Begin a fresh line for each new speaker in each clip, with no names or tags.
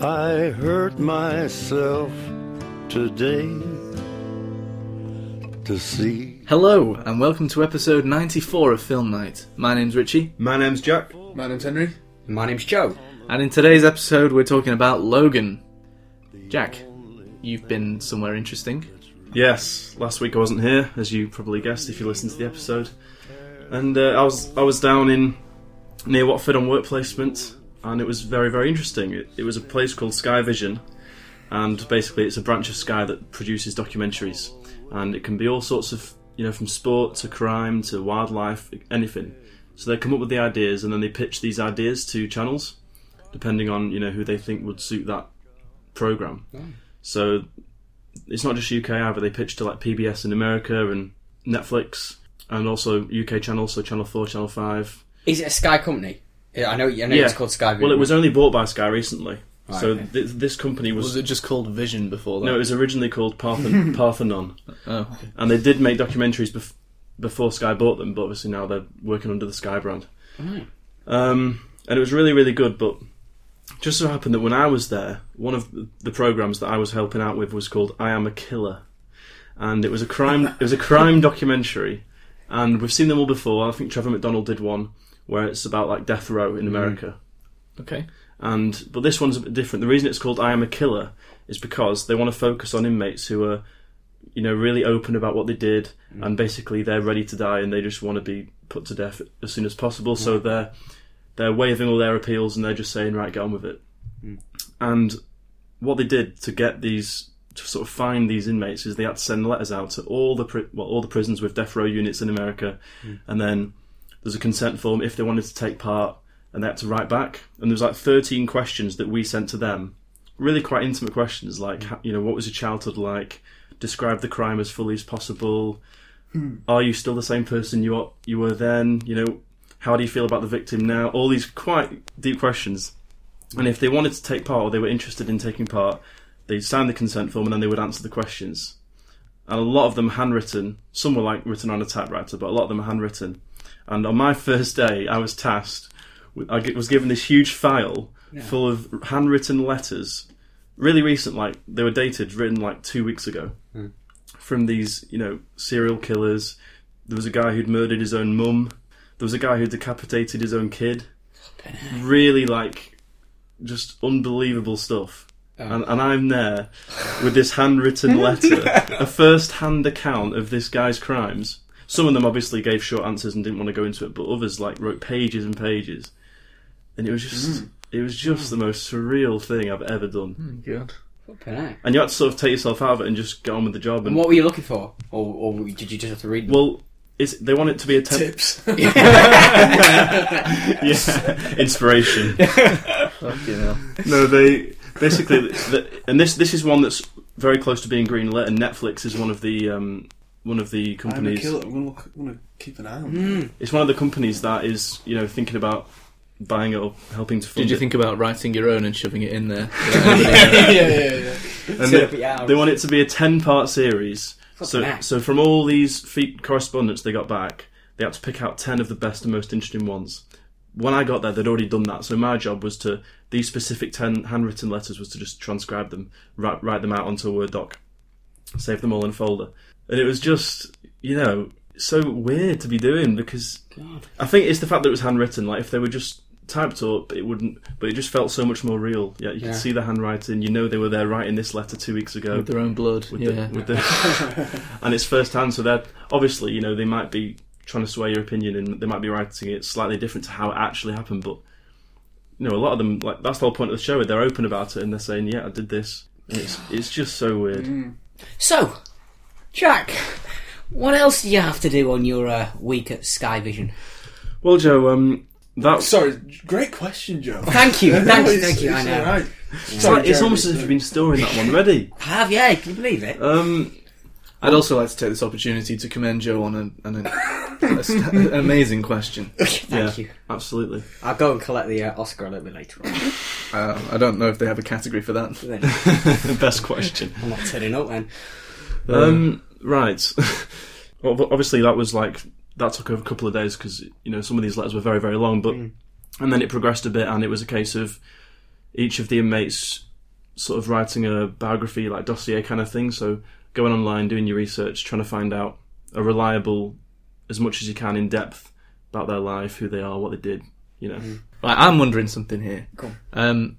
I hurt myself today to see.
Hello, and welcome to episode 94 of Film Night. My name's Richie,
My name's Jack.
My name's Henry.
My name's Joe.
and in today's episode, we're talking about Logan. Jack, you've been somewhere interesting.
Yes, last week I wasn't here, as you probably guessed if you listened to the episode, and uh, I was I was down in near Watford on work placement, and it was very very interesting. It, it was a place called Sky Vision, and basically it's a branch of Sky that produces documentaries, and it can be all sorts of you know from sport to crime to wildlife anything. So they come up with the ideas and then they pitch these ideas to channels, depending on you know who they think would suit that program. So it's not just UK either. They pitched to like PBS in America and Netflix, and also UK channels, so Channel Four, Channel Five.
Is it a Sky company? Yeah, I know. I know it's called Sky.
Well, it was only bought by Sky recently,
Right,
so
okay.
th- this company was.
Was it just called Vision before that?
no, it was originally called Parthen- Parthenon,
Oh, okay.
and they did make documentaries bef- before Sky bought them, but obviously now they're working under the Sky brand. Um, and it was really, really good, but just so happened that when I was there, one of the programs that I was helping out with was called "I Am a Killer," and it was a crime. it was a crime documentary, and we've seen them all before. I think Trevor McDonald did one where it's about like death row in America,
Oh, Okay.
and but this one's a bit different. The reason it's called "I Am a Killer" is because they want to focus on inmates who are, you know, really open about what they did, and basically they're ready to die and they just want to be put to death as soon as possible. So they're they're waiving all their appeals and they're just saying, right, get on with it. And what they did to get these to sort of find these inmates is they had to send letters out to all the pri- well, all the prisons with death row units in America, and then there's a consent form if they wanted to take part, and they had to write back. And there was like 13 questions that we sent to them, really quite intimate questions like ha- you know what was your childhood like, describe the crime as fully as possible, are you still the same person you are, you were then, you know. How do you feel about the victim now? All these quite deep questions. And if they wanted to take part or they were interested in taking part, they'd sign the consent form and then they would answer the questions. And a lot of them handwritten. Some were like written on a typewriter, but a lot of them are handwritten. And on my first day, I was tasked. with- I g- was given this huge file full of handwritten letters, really recent, like they were dated, written like two weeks ago, from these you know serial killers. There was a guy who'd murdered his own mum. There was a guy who decapitated his own kid. Really like just unbelievable stuff. And, and I'm there with this handwritten letter, a first hand account of this guy's crimes. Some of them obviously gave short answers and didn't want to go into it, but others like wrote pages and pages. And it was just it was just the most surreal thing I've ever
Oh,
done.
Good.
And you had to sort of take yourself out of it and just get on with the job and
And what were you looking for, or, or did you just have to read? them?
well it's, they want it to be a temp-
Tips.
yeah, inspiration.
Fucking hell.
no, they basically, the, and this this is one that's very close to being greenlit, and Netflix is one of the um, one of the
I'm a
companies.
killer. I'm gonna, look, I'm gonna keep an eye on.
Hmm.
It's one of the companies that is you know thinking about buying it or helping to fund
Did you
it.
think about writing your own and shoving it in there? without anybody knowing?
yeah, yeah, yeah.
And
Tip
they,
it out.
they want it to be a ten part series. So
heck.
so from all these feed correspondence they got back, they had to pick out ten of the best and most interesting ones. When I got there, they'd already done that. So my job was to these specific ten handwritten letters was to just transcribe them, write, write them out onto a Word doc, save them all in a folder, and it was just you know so weird to be doing because I think it's the fact that it was handwritten. Like if they were just typed up, it wouldn't. But it just felt so much more real. Yeah, you
Yeah.
could see the handwriting. You know they were there writing this letter two weeks ago
With their own blood.
with
yeah.
the, with the and it's first hand. So they're obviously, you know, they might be trying to sway your opinion, and they might be writing it slightly different to how it actually happened. But you know, a lot of them like that's the whole point of the show. They're open about it and they're saying, "Yeah, I did this." And it's it's just so weird.
Hmm. so, Jack, what else do you have to do on your uh, week at Sky Vision?
Well, Joe, um, that's
Sorry, great question, Joe.
Thank you, thank you,
It's-
thank you. I
it's
know.
alright.
it's, like-
Sorry,
it's
Jeremy,
almost as if
sorry.
you've been storing that one already.
I have, yeah, can you believe it?
Um,
I'd also like to take this opportunity to commend Joe on a, on a, a st- an amazing question.
thank
yeah,
you.
absolutely.
I'll go and collect the uh, Oscar a little bit later on.
Uh, I don't know if they have a category for that.
Then
Best question.
I'm not turning up then.
Um, right. well, but obviously, that was like that took a couple of days because you know some of these letters were very
Mm.
very long, but and then it progressed a bit, and it was a case of each of the inmates sort of writing a biography, like dossier kind of thing. So going online, doing your research, trying to find out a reliable, as much as you can in depth about their life, who they are, what they did. You
Mm.
know,
Hmm.
Right, I'm wondering something here.
Cool.
Um,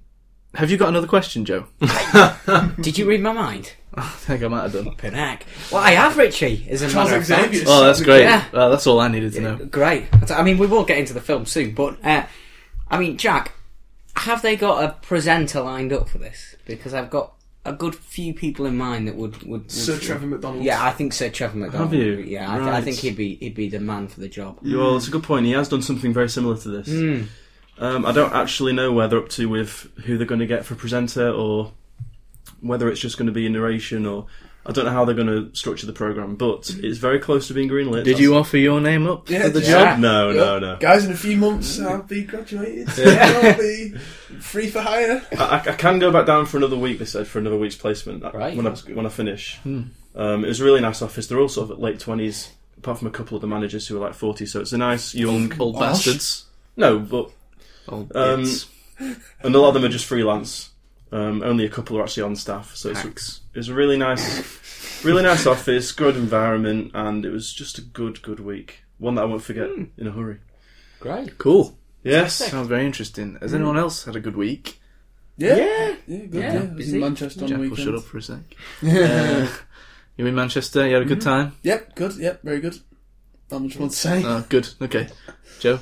have you got another question, Joe?
Did you read my mind?
I think I might have done.
Panac. Well, I have Richie. As a
Charles
matter of fact.
Xavier's
Oh, that's great.
Yeah.
Well, that's all I needed to know.
Great. That's- I mean, we will get into the film soon, but uh, I mean, Jack, have they got a presenter lined up for this? Because I've got a good few people in mind that would would. would
Sir Trevor McDonald.
Yeah, I think Sir Trevor McDonald.
Have you?
would be- Yeah, I, th- I
Right.
think he'd be he'd be the man for the job. Hmm.
well, it's a good point. He has done something very similar to this.
Mm.
Um, I don't actually know where they're up to with who they're going to get for presenter or whether it's just going to be a narration or I don't know how they're going to structure the program, but it's very close to being greenlit.
Did you offer your name up?
Yeah,
the
yeah.
job?
No,
Yeah.
no, no.
Guys, in a few months, I'll be graduated. I'll be free for hire.
I, I can go back down for another week. They said for another week's placement uh,
Right.
when I when I finish. Um, it was a really nice office. They're all sort of late twenties, apart from a couple of the managers who are like forty. So it's a nice young.
Old
Osh.
bastards.
No, but
Old
Um,
bits.
and a lot of them are just freelance. Um, only a couple are actually on staff. So it's a,
Hacks.
it's a really nice, really nice office, good environment, and it was just a good, good week. One that I won't forget
Hmm.
in a hurry.
Great.
Cool.
Yes. Hmm.
Sounds very interesting. Has anyone else had a good week?
Yeah.
Yeah.
Yeah, good.
Yeah,
Yeah, I was
busy.
in Manchester on
Jack
the
will
weekend.
shut up for a sec. Uh, you in Manchester? You had a
Hmm.
good time?
Yep, good. Yep, very good. Not much Uh, more to say.
Oh, good. Okay. Joe,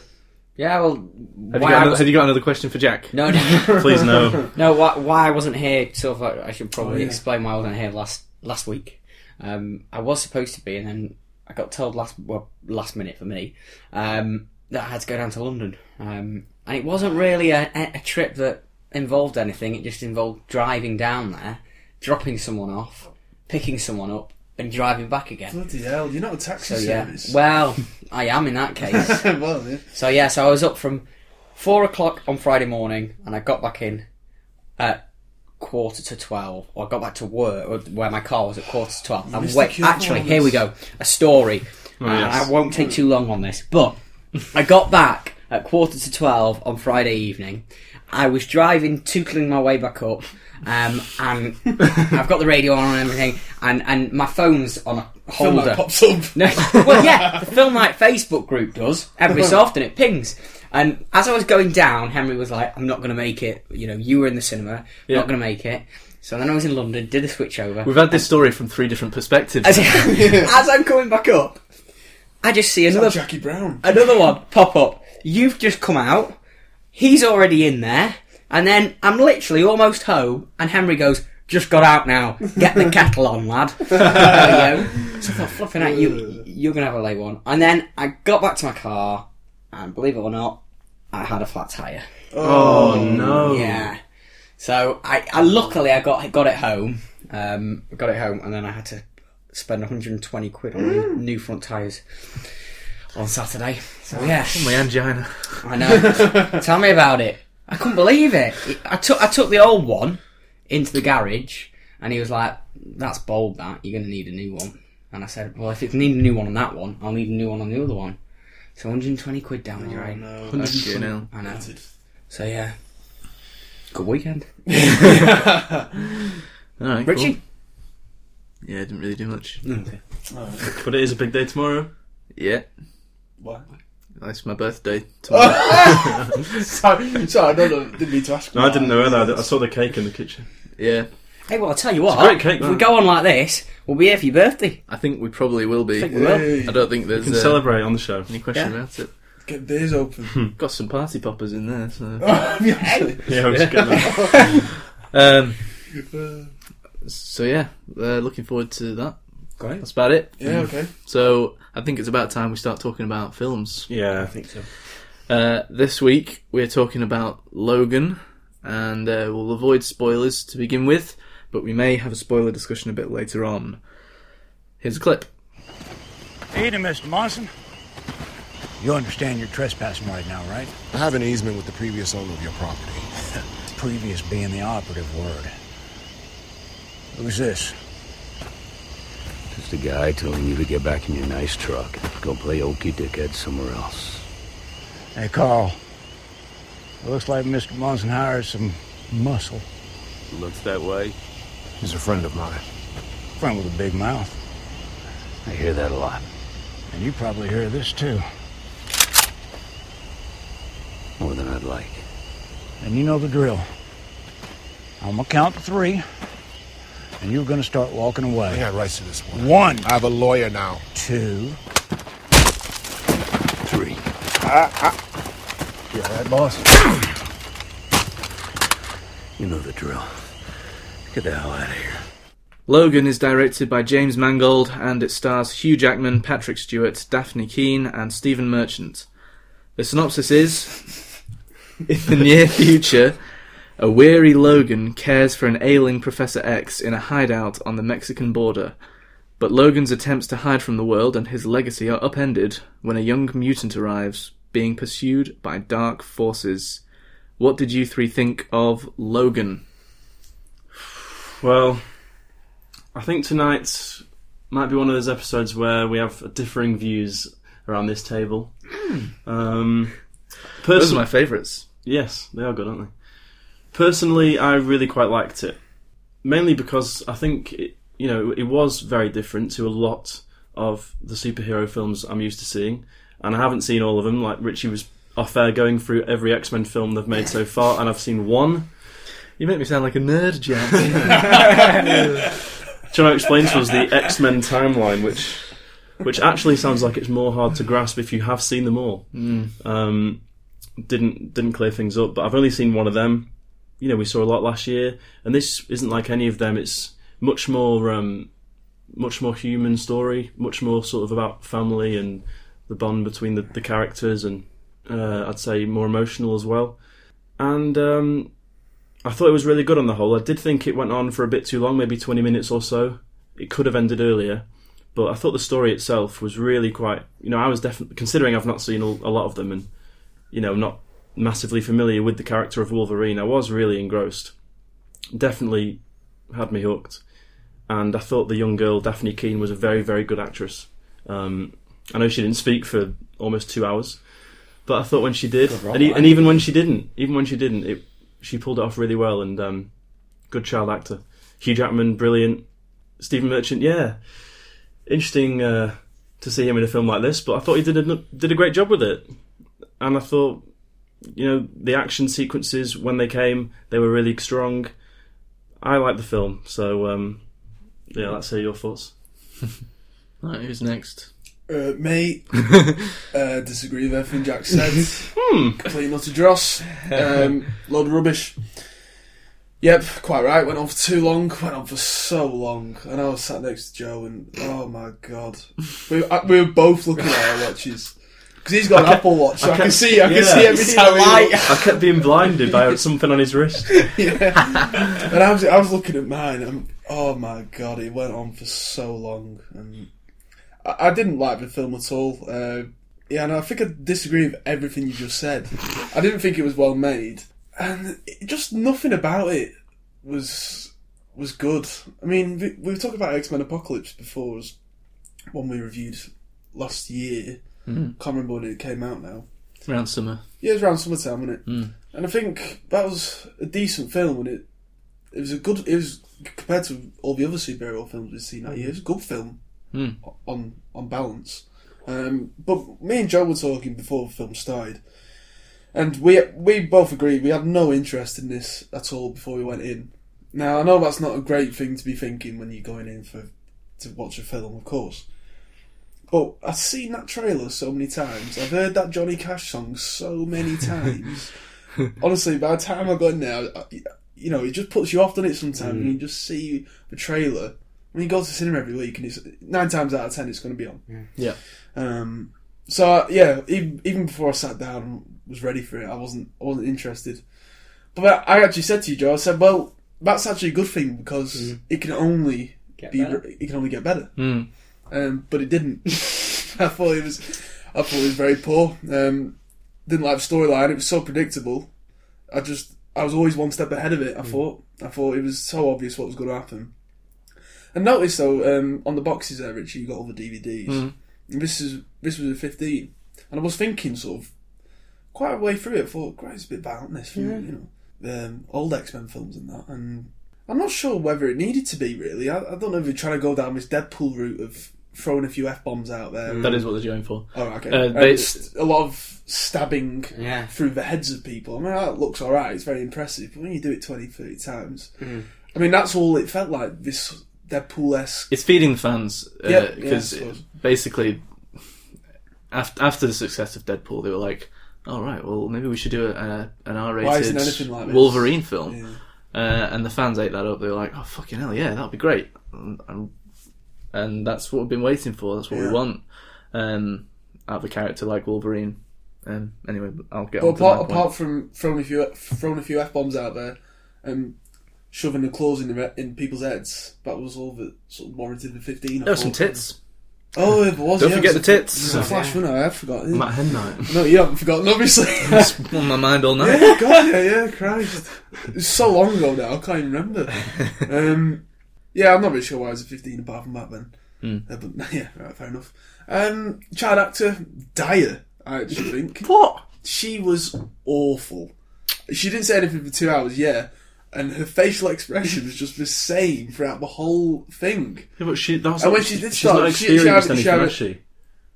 Yeah. Well,
have you,
why
got
I
another,
was-
have you got another question for Jack?
no, no,
Please no.
no. Why, why I wasn't here? Sort of, I I should probably
Oh, yeah.
explain why I wasn't here last last week. Um, I was supposed to be, and then I got told last well, last minute for me um, that I had to go down to London, um, and it wasn't really a, a trip that involved anything. It just involved driving down there, dropping someone off, picking someone up, and driving back again.
Bloody hell, you're not a taxi
So yeah,
service.
well, I am in that case.
well, yeah.
So yeah, so I was up from four o'clock on Friday morning, and I got back in at quarter to twelve. Or I got back to work or where my car was at quarter to twelve. And
missed the
wait,
cue for
actually,
all
here we
this.
go. A story. Uh,
yes.
I won't take too long on this, but I got back at quarter to twelve on Friday evening. I was driving, tootling my way back up, um, and I've got the radio on and everything, and, and my phone's on a
Film
holder.
that pops up.
No, well, yeah, the Film Night Facebook group does. Every so often it pings. And as I was going down, Henry was like, I'm not going to make it. You know, you were in the cinema, I'm not going to make it. So then I was in London, did the switchover.
We've had this story from three different perspectives.
As, as I'm coming back up, I just see
Like
another,
Jackie Brown.
another one pop up. You've just come out, he's already in there, and then I'm literally almost home, and Henry goes, just got out now. Get the kettle on, lad. there you go. So I thought, flipping out, you, you're going to have a late one. And then I got back to my car, and believe it or not, I had a flat tyre.
Oh no.
Yeah. So I, I luckily I got got it home. Um, got it home, and then I had to spend 120 quid on new, new front tyres on Saturday. So yeah,
My angina.
I know. Tell me about it. I couldn't believe it. It- I took I took the old one into the garage, and he was like, "That's bold. That you're going to need a new one." And I said, "Well, if you need a new one on that one, I'll need a new one on the other one." So 120 quid down the drain.
Oh, no.
Fucking hell.
I know. So yeah, good weekend,
All right, cool.
Richie.
Yeah, didn't really do much.
Oh,
But it is a big day tomorrow.
Yeah,
what?
it's my birthday tomorrow.
sorry, sorry, no, no, didn't mean to ask.
No, I didn't know either. I saw the cake in the kitchen.
yeah,
Hey, well, I'll tell you what.
great cake,
if we
man.
go on like this, we'll be here for your birthday.
I think we probably will be.
think we will.
Hey,
I don't think
You
there's
can
uh,
celebrate on the show.
any question
Yeah.
about it.
Get beers open.
Got some party poppers in there. So.
Oh, yeah,
Yeah, I'm just getting that.
Um,
Uh,
so yeah, uh, looking forward to that.
Oh. Great.
That's about it.
yeah, okay.
So I think it's about time we start talking about films.
Yeah.
think so.
Uh, this week we're talking about Logan, and uh, we'll avoid spoilers to begin with, but we may have a spoiler discussion a bit later on. Here's a clip.
Evening, Mr. Monson. You understand you're trespassing right now, right?
I have an easement with the previous owner of your property.
Previous being the operative word. Who's this?
Just a guy telling you to get back in your nice truck. Go play okey dickhead somewhere else.
Hey, Carl. It looks like Mr. Monson hired some muscle.
Looks that way.
He's a friend of mine.
Friend with a big mouth.
I hear that a lot.
And you probably hear this too.
More than I'd like.
And you know the drill. I'm gonna count to three, and you're gonna start walking
I
away.
got rights to this one.
One,
I have a lawyer now.
two.
Three.
Yeah, that boss.
You know the drill. Get the hell out of here.
Logan is directed by James Mangold and it stars Hugh Jackman, Patrick Stewart, Daphne Keane, and Stephen Merchant. The synopsis is In the near future, a weary Logan cares for an ailing Professor X in a hideout on the Mexican border. But Logan's attempts to hide from the world and his legacy are upended when a young mutant arrives, being pursued by dark forces. What did you three think of Logan?
Well, I think tonight might be one of those episodes where we have differing views around this table. Um,
Hmm. Those
person-
are my favourites.
Yes, they are good, aren't they? Personally, I really quite liked it, mainly because I think it, you know it was very different to a lot of the superhero films I'm used to seeing, and I haven't seen all of them. Like Richie was off air going through every X Men film they've made so far, and I've seen one.
You make me sound like a nerd, Jack.
Trying to explain to us the X Men timeline, which which actually sounds like it's more hard to grasp if you have seen them all.
Hmm.
Um, didn't didn't clear things up, but I've only seen one of them. You know, we saw a lot last year, and this isn't like any of them. It's much more um, much more human story, much more sort of about family and the bond between the, the characters, and uh, I'd say more emotional as well. And um, I thought it was really good on the whole. I did think it went on for a bit too long, maybe 20 minutes or so. It could have ended earlier, but I thought the story itself was really quite. You know, I was definitely considering I've not seen all, a lot of them, and you know, not massively familiar with the character of Wolverine. I was really engrossed. Definitely had me hooked, and I thought the young girl Daphne Keane was a very, very good actress. Um, I know she didn't speak for almost two hours, but I thought when she did,
Good role,
and, e-
eh?
and even when she didn't, even when she didn't, it she pulled it off really well and um, good child actor. Hugh Jackman, brilliant. Stephen Merchant, yeah, interesting uh, to see him in a film like this. But I thought he did a, did a great job with it, and I thought, you know, the action sequences when they came, they were really strong. I like the film, so um, yeah, let's hear your thoughts.
Right, who's next?
Uh, mate, uh, disagree with everything Jack said. Complete not utter dross. Um, load of rubbish. Yep, quite right. Went on for too long. Went on for so long, and I was sat next to Joe, and oh my god, we, I, we were both looking at our watches because he's got an Apple Watch, so I, can
kept-
see, I can
yeah.
see everything.
So
that we
light.
look-
I kept being blinded by something on his wrist.
And I was, I was looking at mine, and oh my god, it went on for so long. And I, I didn't like the film at all. Uh, yeah, and I think I disagree with everything you just said. I didn't think it was well made, and it, just nothing about it was was good. I mean, we, we were talking about X Men Apocalypse before, was one we reviewed last year. Can't remember when it came out now.
Round summer.
Yeah, it was around summertime, wasn't it? And I think that was a decent film, and it it was a good. It was compared to all the other superhero films we've seen that year. It was a good film
Mm.
on on balance. Um, but me and Joe were talking before the film started, and we we both agreed we had no interest in this at all before we went in. Now I know that's not a great thing to be thinking when you're going in for to watch a film, of course. But I've seen that trailer so many times. I've heard that Johnny Cash song so many times. Honestly, by the time I got in there, I- you know, it just puts you off, doesn't it?
Mm.
Sometimes when you just see the trailer. When you go to the cinema every week, and it's nine times out of ten, it's going to be on.
Yeah.
Um, so yeah, even, even before I sat down and was ready for it, I wasn't I wasn't interested. But I actually said to you, Joe, I said, well, that's actually a good thing because it can only
Mm. Get
be
better.
it can only get better.
Mm.
Um, but it didn't. I thought it was I thought it was very poor. Um, didn't like the storyline. It was so predictable. I just I was always one step ahead of it. I thought I thought it was so obvious what was going to happen. And notice though, um, on the boxes there, Richie, you got all the DVDs. And This is this was a fifteen, and I was thinking sort of quite a way through it. I thought, great, it's a bit violent this, film, you know, um, old X Men films and that, and I'm not sure whether it needed to be really. I, I don't know if you're trying to go down this Deadpool route of throwing a few f bombs out there.
That is what they're going for.
Oh, okay.
Uh,
Uh,
they-
it's a lot of stabbing
Yeah.
through the heads of people. I mean, that looks all right. It's very impressive. But when you do it 20, 30 times,
Mm.
I mean, that's all it felt like. This Deadpool-esque.
It's feeding the fans
Yeah, yeah,
because
I suppose.
basically, after, after the success of Deadpool, they were like, "All right, well maybe we should do a, a, an
Why
R-rated
isn't anything like this?
Wolverine film."
Yeah.
Uh, and the fans ate that up. They were like, "Oh fucking hell, yeah, that'd be great," and, and- and that's what we've been waiting for. That's what
Yeah.
we want um, out of a character like Wolverine. Um, anyway, I'll get
But
on to my
apart,
point.
apart from throwing a few throwing a few f bombs out there and shoving the claws in the re- in people's heads, that was all that sort of warranted the 15. I
there were some
thought.
tits.
Oh, it was.
Don't
yeah,
forget
it was
the
a-
tits.
it was a flash, wasn't it? I forgot.
Matt Hennight.
No, you haven't forgotten, obviously.
That's on my mind all night.
yeah, Oh, God, yeah, yeah, Christ. It's so long ago now, I can't even remember. Um, yeah, I'm not really sure why I was a 15 apart from that then. Uh, but yeah, right, fair enough. Um, child actor, Dyer, I actually think.
What?
she was awful. She didn't say anything for two hours, yeah. And her facial expression was just the same throughout the whole thing.
Yeah, but she, that's
And
not,
when she did
she's
start,
not
she- she
experienced
had- she
anything,
had-
has she?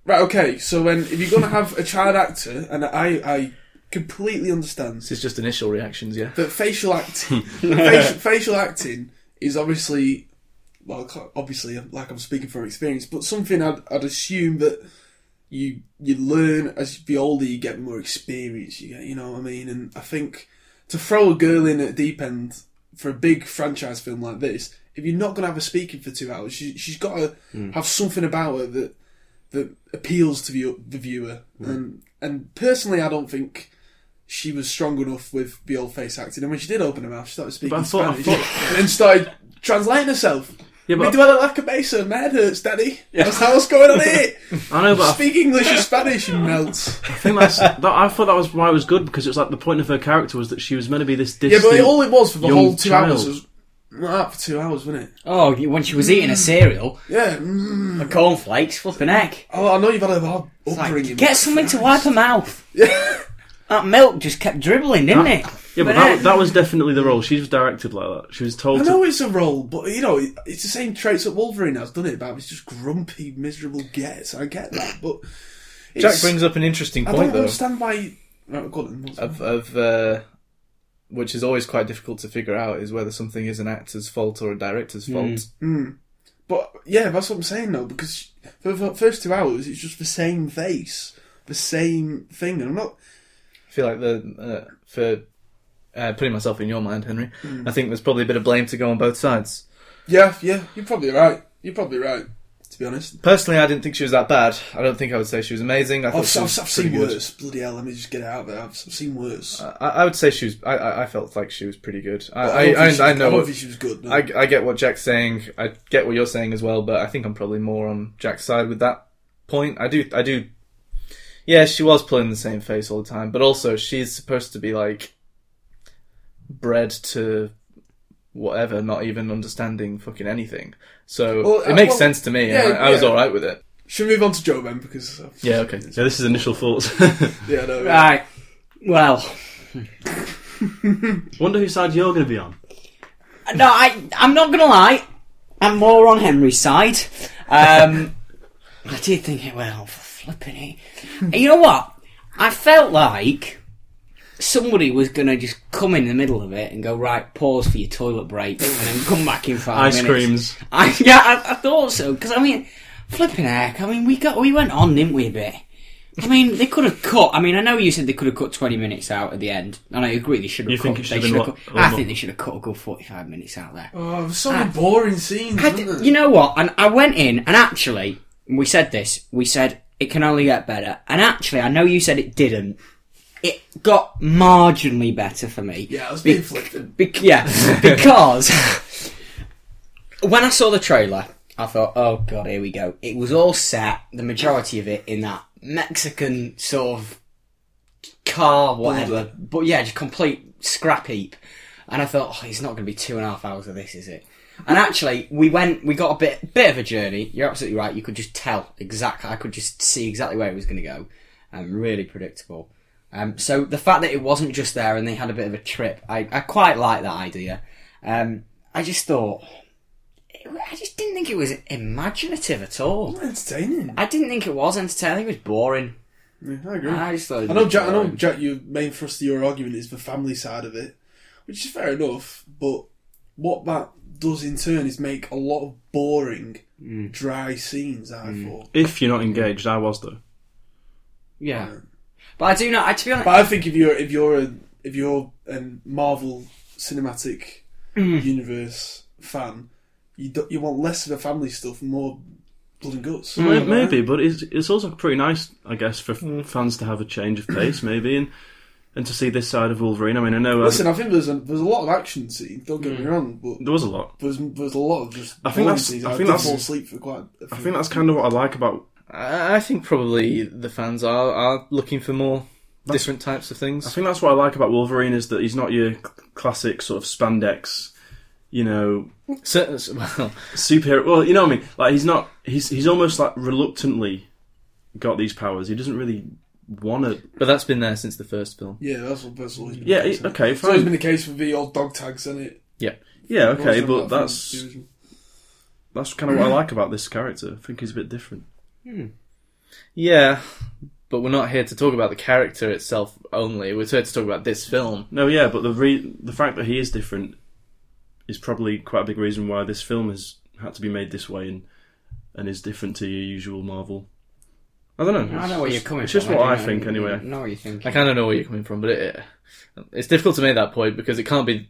Right, okay, so when if you're gonna have a child actor, and I I completely understand
This is just initial reactions, yeah.
But facial acting, facial, facial acting is obviously, well, c- obviously, like I'm speaking from experience, but something I'd, I'd assume that you you learn as you be older, you get more experience. You get, you know what I mean? And I think to throw a girl in at deep end for a big franchise film like this, if you're not gonna have her speaking for two hours, she, she's got to
Hmm.
have something about her that that appeals to the, the viewer.
Hmm.
And and personally, I don't think she was strong enough with the old face acting. And when she did open her mouth, she started speaking
But I thought- I
Spanish and then started translating herself.
Yeah,
Me
but
do a la cabeza, my head hurts, daddy. That's how what's going on here.
I know, but I
Speak English and Spanish, you melt.
I think that's. That, I thought that was why it was good because it was like the point of her character was that she was meant to be this
Yeah,
distant.
but all it was for the
young
whole two
child.
hours was not for two hours, wasn't it?
Oh, you- when she was eating a cereal,
Yeah. Mm.
the cornflakes, flipping heck.
Oh, I know you've had a hard
Like,
upbringing.
get something to wipe her mouth. that milk just kept dribbling, didn't it?
yeah, but that, that was definitely the role. She was directed like that. She was told
I
to.
know it's a role, but you know it- it's the same traits that Wolverine has, doesn't it? About it's just grumpy, miserable gets. I get that, but
Jack
it's-
brings up an interesting
I
point,
don't
though,
understand why. Right, go on, then.
of, of uh, which is always quite difficult to figure out, is whether something is an actor's fault or a
Hmm.
director's fault.
But yeah, that's what I'm saying though, because for the first two hours it's just the same face, the same thing, and I'm not.
I feel like the uh, for uh, putting myself in your mind, Henry.
Hmm.
I think there's probably a bit of blame to go on both sides.
Yeah, yeah, you're probably right. You're probably right. To be honest,
Personally, I didn't think she was that bad. I don't think I would say she was amazing. I
I've,
thought
I've,
she was
I've
pretty
seen
good.
worse. Bloody hell, let me just get it out there. I've, I've seen worse.
I, I would say she was. I- I, I felt like she was pretty good. I,
But
I,
don't think
I,
she was-
I know.
I don't
what-
think she was good. no.
I, I get what Jack's saying. I get what you're saying as well, but I think I'm probably more on Jack's side with that point. I do, I do. Yeah, she was pulling the same face all the time, but also she's supposed to be like bred to whatever, not even understanding fucking anything. So
Well,
it
uh,
makes
well,
sense to me. and
yeah,
I, I was
yeah.
all right with it.
Should we move on to Joe then? Because I've-
Yeah, okay.
yeah, this is initial thoughts.
yeah, no, yeah.
Right. Well,
Wonder whose side you're going to be on.
no, I, I'm not gonna lie. I'm more on Henry's side. Um, I did think it well, flipping it. You know what? I felt like somebody was gonna just come in the middle of it and go right, pause for your toilet break, and then come back in five
Ice
minutes.
creams.
I, yeah, I, I thought so because I mean, flipping heck. I mean, we got we went on, didn't we, a bit? I mean, they could have cut. I mean, I know you said they could have cut twenty minutes out at the end, and I agree they should have.
You
cut,
think it should
they
have been
cut-
what-
I
what-
think they should have cut a good forty-five minutes out there.
Oh, there's so many boring scenes.
Ah. I d-
wasn't there?
you know what? And I went in, and actually, we said this. We said it can only get better, and actually, I know you said it didn't. It got marginally better for me.
yeah, I was
Be-
being flippant.
be- yeah, because when I saw the trailer, I thought, "Oh god, here we go." It was all set, the majority of it in that Mexican sort of car, whatever. But yeah, just complete scrap heap. And I thought, "Oh, it's not going to be two and a half hours of this, is it?" And actually, we went, we got a bit, bit of a journey. You're absolutely right. You could just tell exactly. I could just see exactly where it was going to go. Um, really predictable. Um, so the fact that it wasn't just there and they had a bit of a trip, I, I quite like that idea. Um, I just thought, I just didn't think it was imaginative at all.
Entertaining.
I didn't think it was entertaining. I think it was boring.
Yeah, I agree.
I just thought. It
I
was
know, Jack. I know,
Ah, boring.
Jack. Your main thrust of your argument is the family side of it, which is fair enough. But what that does in turn is make a lot of boring, dry scenes. I thought.
If you're not engaged, I was though.
Yeah, but I do not. I, to be honest,
But I think if you're if you're a if you're a Marvel cinematic universe fan, you do, you want less of the family stuff, and more blood and guts.
May- Maybe, but it's it's also pretty nice, I guess, for f- fans to have a change of pace, maybe, and and to see this side of Wolverine. I mean, I know uh,
Listen, I think there's a, there's a lot of action scene. Don't get me wrong, but
there was a lot.
there's there's a lot of just.
I think
boring
that's-
scenes.
I
I,
think
did
that's-
fall asleep for quite. A
I think that's kind of what I like about.
I I think probably the fans are, are looking for more different types of
I
things.
think that's what I like about Wolverine is that he's not your c- classic sort of spandex, you know,
So, so- well,
superhero. Well, you know what I mean. Like he's not. He's he's almost like reluctantly got these powers. He doesn't really want to.
but that's been there since the first film.
Yeah, that's what that's always been.
Yeah.
the
he-
case, hasn't it?
Okay.
It's always been
Fine.
the case with the old dog tags, isn't it?
Yeah. Okay.
Always
But
done that from
that's
the original.
that's kind of what I like about this character. I think he's a bit different.
Yeah, but we're not here to talk about the character itself only. We're here to talk about this film.
No, yeah, but the re- the fact that he is different is probably quite a big reason why this film has had to be made this way and and is different to your usual Marvel. I don't know.
I know where you're coming
It's
from.
just what I,
do know-
think, anyway.
know what you think.
I kind of know where you're coming from, but it, it's difficult to make that point because it can't be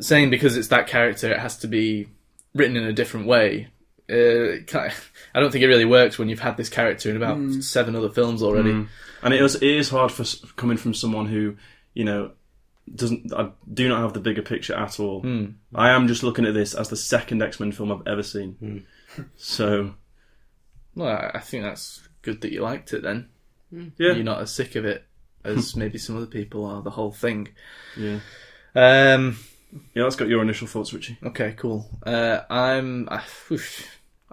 saying because it's that character it has to be written in a different way. Uh, it can't- I don't think it really works when you've had this character in about
Hmm.
seven other films already.
And it is it is hard for s- coming from someone who you know doesn't I do not have the bigger picture at all. I am just looking at this as the second X Men film I've ever seen. So
Well, I- I think that's good that you liked it then.
yeah,
You're not as sick of it as maybe some other people are, the whole thing.
yeah,
Um,
yeah. That's got your initial thoughts, Richie.
Okay, cool. Uh, I'm. Uh,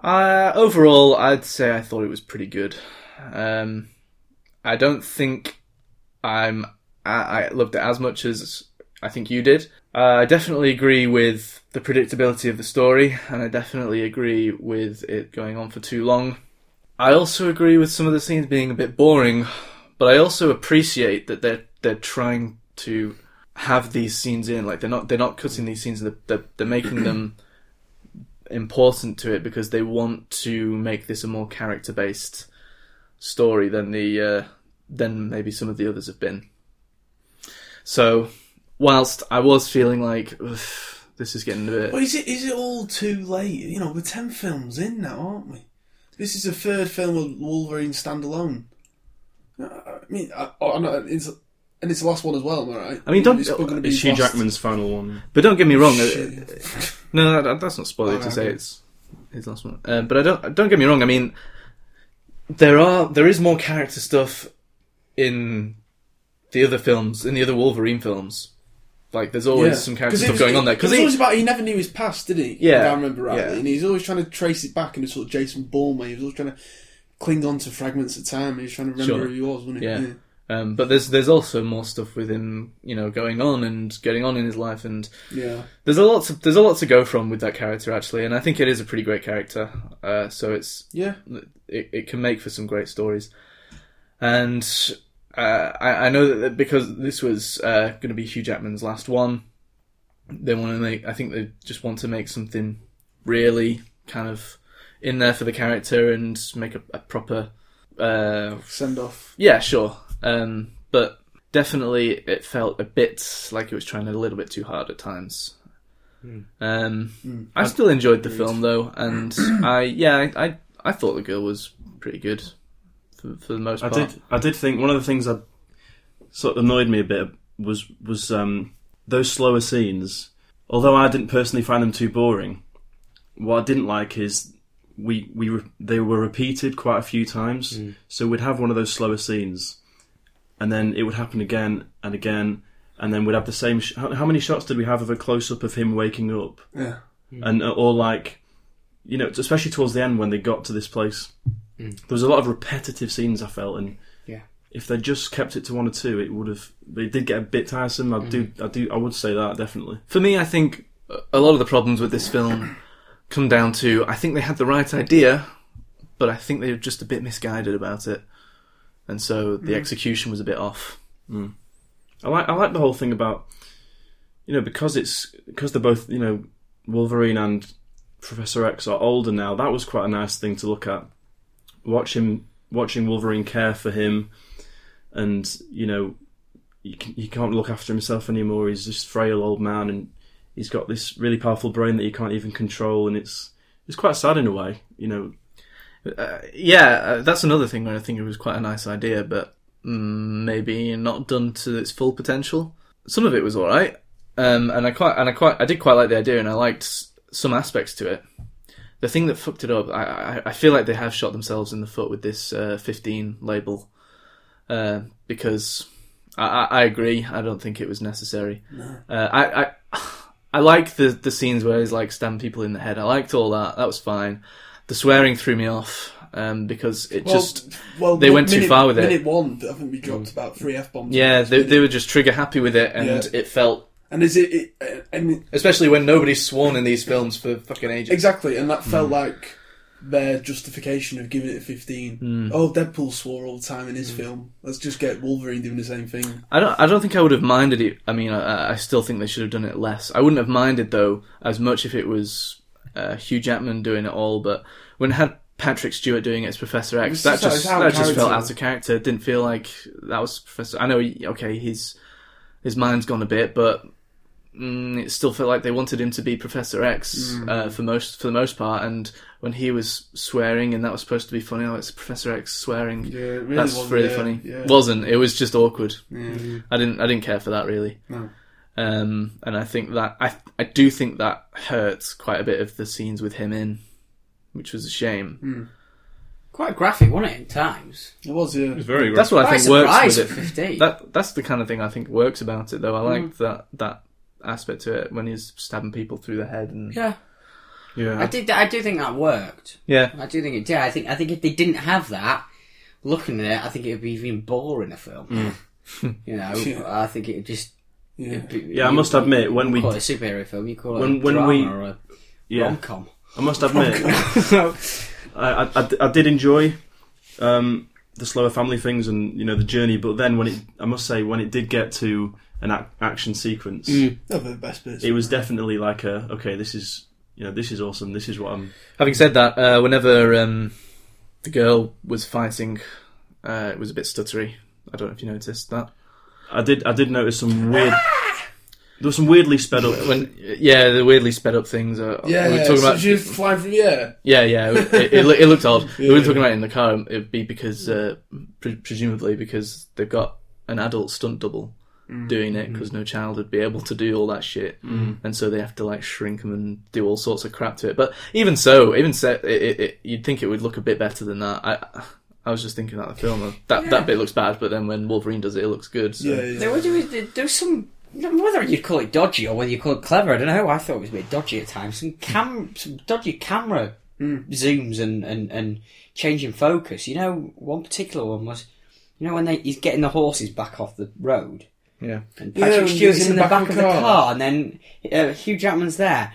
uh, overall, I'd say I thought it was pretty good. Um, I don't think I'm. I, I loved it as much as I think you did. Uh, I definitely agree with the predictability of the story, and I definitely agree with it going on for too long. I also agree with some of the scenes being a bit boring, but I also appreciate that they're they're trying to have these scenes in. Like they're not they're not cutting these scenes. They're they're, they're making them important to it because they want to make this a more character based story than the uh, than maybe some of the others have been. So, whilst I was feeling like "Ugh, this is getting a bit
But is it is it all too late? You know, we're ten films in now, aren't we? This is the third film of Wolverine standalone. Uh, I mean, I, oh, no, it's, and it's the last one as well, am I right?
I mean, don't-
It's probably gonna be
It's Hugh
last-
Jackman's final one.
But don't get me wrong.
Shit.
uh, No, that- that, that's not spoiler to
Alright,
say
okay.
it's his last one. Um, but I don't don't get me wrong. I mean, there are there is more character stuff in the other films in the other Wolverine films. Like there's always some character
'Cause it
stuff
was-
going on there
it was
because
always about he never knew his past, did he?
Yeah,
if I remember rightly.
yeah.
And he's always trying to trace it back in a sort of Jason Bourne way. He was always trying to cling on to fragments of time. He was trying to remember
Sure.
who he was, wasn't he?
Yeah. um, but there's there's also more stuff with him, you know, going on and getting on in his life, and
yeah.
there's a lot to, there's a lot to go from with that character actually, and I think it is a pretty great character. Uh, so it's
yeah.
it, it can make for some great stories. And uh, I, I know that- that because this was uh, going to be Hugh Jackman's last one, they want to make. I think they just want to make something really kind of in there for the character and make a, a proper. Uh,
Send off.
yeah, sure. Um, but definitely, it felt a bit like it was trying a little bit too hard at times.
Hmm.
Um, I still enjoyed the film though, and I yeah, I, I I thought the girl was pretty good for, for the most
I
part.
did. I did think one of the things that sort of annoyed me a bit was was um, those slower scenes. Although I didn't personally find them too boring, what I didn't like is we we re- they were repeated quite a few times.
Mm.
So we'd have one of those slower scenes, and then it would happen again and again, and then we'd have the same. Sh- how, how many shots did we have of a close up of him waking up?
Yeah.
and uh, or like you know especially towards the end when they got to this place there was a lot of repetitive scenes i felt and
Yeah.
if they just kept it to one or two it would have they did get a bit tiresome i do i do i would say that definitely
For me, I think a lot of the problems with this film come down to I think they had the right idea, but I think they were just a bit misguided about it, and so the execution was a bit off.
I like I like the whole thing about you know because it's because they're both you know Wolverine and Professor X are older now. That was quite a nice thing to look at. Watch him watching Wolverine care for him, and you know you can, he can't look after himself anymore. He's this frail old man, and he's got this really powerful brain that he can't even control, and it's it's quite sad in a way. You know,
Uh, yeah, uh, that's another thing where I think it was quite a nice idea, but mm, maybe not done to its full potential. Some of it was all right, um, and I quite and I quite I did quite like the idea, and I liked s- some aspects to it. The thing that fucked it up, I, I, I feel like they have shot themselves in the foot with this uh, 15 label, uh, because I, I, I agree. I don't think it was necessary. Uh, I, I I like the the scenes where he's like stabbing people in the head. I liked all that. That was fine. The swearing threw me off um, because it just
well,
they
mi-
went too
minute-
far with it.
Minute one, I think we dropped about three f bombs.
yeah they, they were just trigger happy with it, and
Yeah.
it felt
and is it, it uh, and
especially when nobody's sworn in these films for fucking ages.
exactly, and that felt like their justification of giving it a fifteen.
Mm.
Oh, Deadpool swore all the time in his film. Let's just get Wolverine doing the same thing.
I don't. I don't think I would have minded it. I mean, I, I still think they should have done it less. I wouldn't have minded though as much if it was uh, Hugh Jackman doing it all. But when it had Patrick Stewart doing it as Professor X,
was
that
just out-
just
it's out
that
of
just felt
character.
out of character. It didn't feel like that was Professor. I know. He, okay, his his mind's gone a bit, but mm, it still felt like they wanted him to be Professor X
Mm.
uh, for most for the most part. And when he was swearing, and that was supposed to be funny, oh, it's Professor X swearing.
Yeah, it really
That's
was,
really
yeah,
funny.
yeah.
Wasn't. It was just awkward.
Yeah.
I didn't. I didn't care for that really.
No.
Um, and I think that I I do think that hurts quite a bit of the scenes with him in, which was a shame.
Quite graphic, wasn't it? At times.
It was, yeah.
very
That's what I
Quite
think works
surprised
with
for
it.
15.
That that's the kind of thing I think works about it though. I like
Mm.
that that aspect to it when he's stabbing people through the head and
Yeah,
yeah.
I did. I do think that worked.
yeah.
I do think it did. I think. I think if they didn't have that, looking at it, I think it would be even boring a film.
Mm.
you know,
Yeah.
I think it would just.
Yeah.
I must admit, when we
call
d-
it a superhero film, you call it
When-
a
when
drama
we-
or a
yeah.
rom com.
I must admit, I, I- I d- I did enjoy um, the slower family things and you know the journey, but then when it, I must say, when it did get to an ac- action sequence,
Mm.
They're the best bits.
it was definitely like a okay, this is you know this is awesome, this is what I'm.
Having said that, uh, whenever um, the girl was fighting, uh, it was a bit stuttery. I don't know if you noticed that.
I did I did notice some weird. There was some weirdly sped up.
When yeah, the weirdly sped up things. Are,
yeah,
we were
yeah.
talking
so
about
she's flying through the air.
Yeah, yeah, it, it, it, loo- it looked odd. We were talking about it in the car. It would be because, uh, pre- presumably, because they've got an adult stunt double
Mm.
doing it because no child would be able to do all that shit, and so they have to like shrink them and do all sorts of crap to it. But even so, even so, it, it, it, you'd think it would look a bit better than that. I, I was just thinking about the film. That that bit looks bad, but then when Wolverine does it, it looks good. So.
Yeah, yeah.
There was, there was there was some whether you call it dodgy or whether you call it clever, I don't know. I thought it was a bit dodgy at times. Some cam, some dodgy camera zooms and, and and changing focus. You know, one particular one was, you know, when they he's getting the horses back off the road.
Yeah.
And
Yeah,
Patrick
and
Stewart's
he's
in the back, of the car, and then uh, Hugh Jackman's there.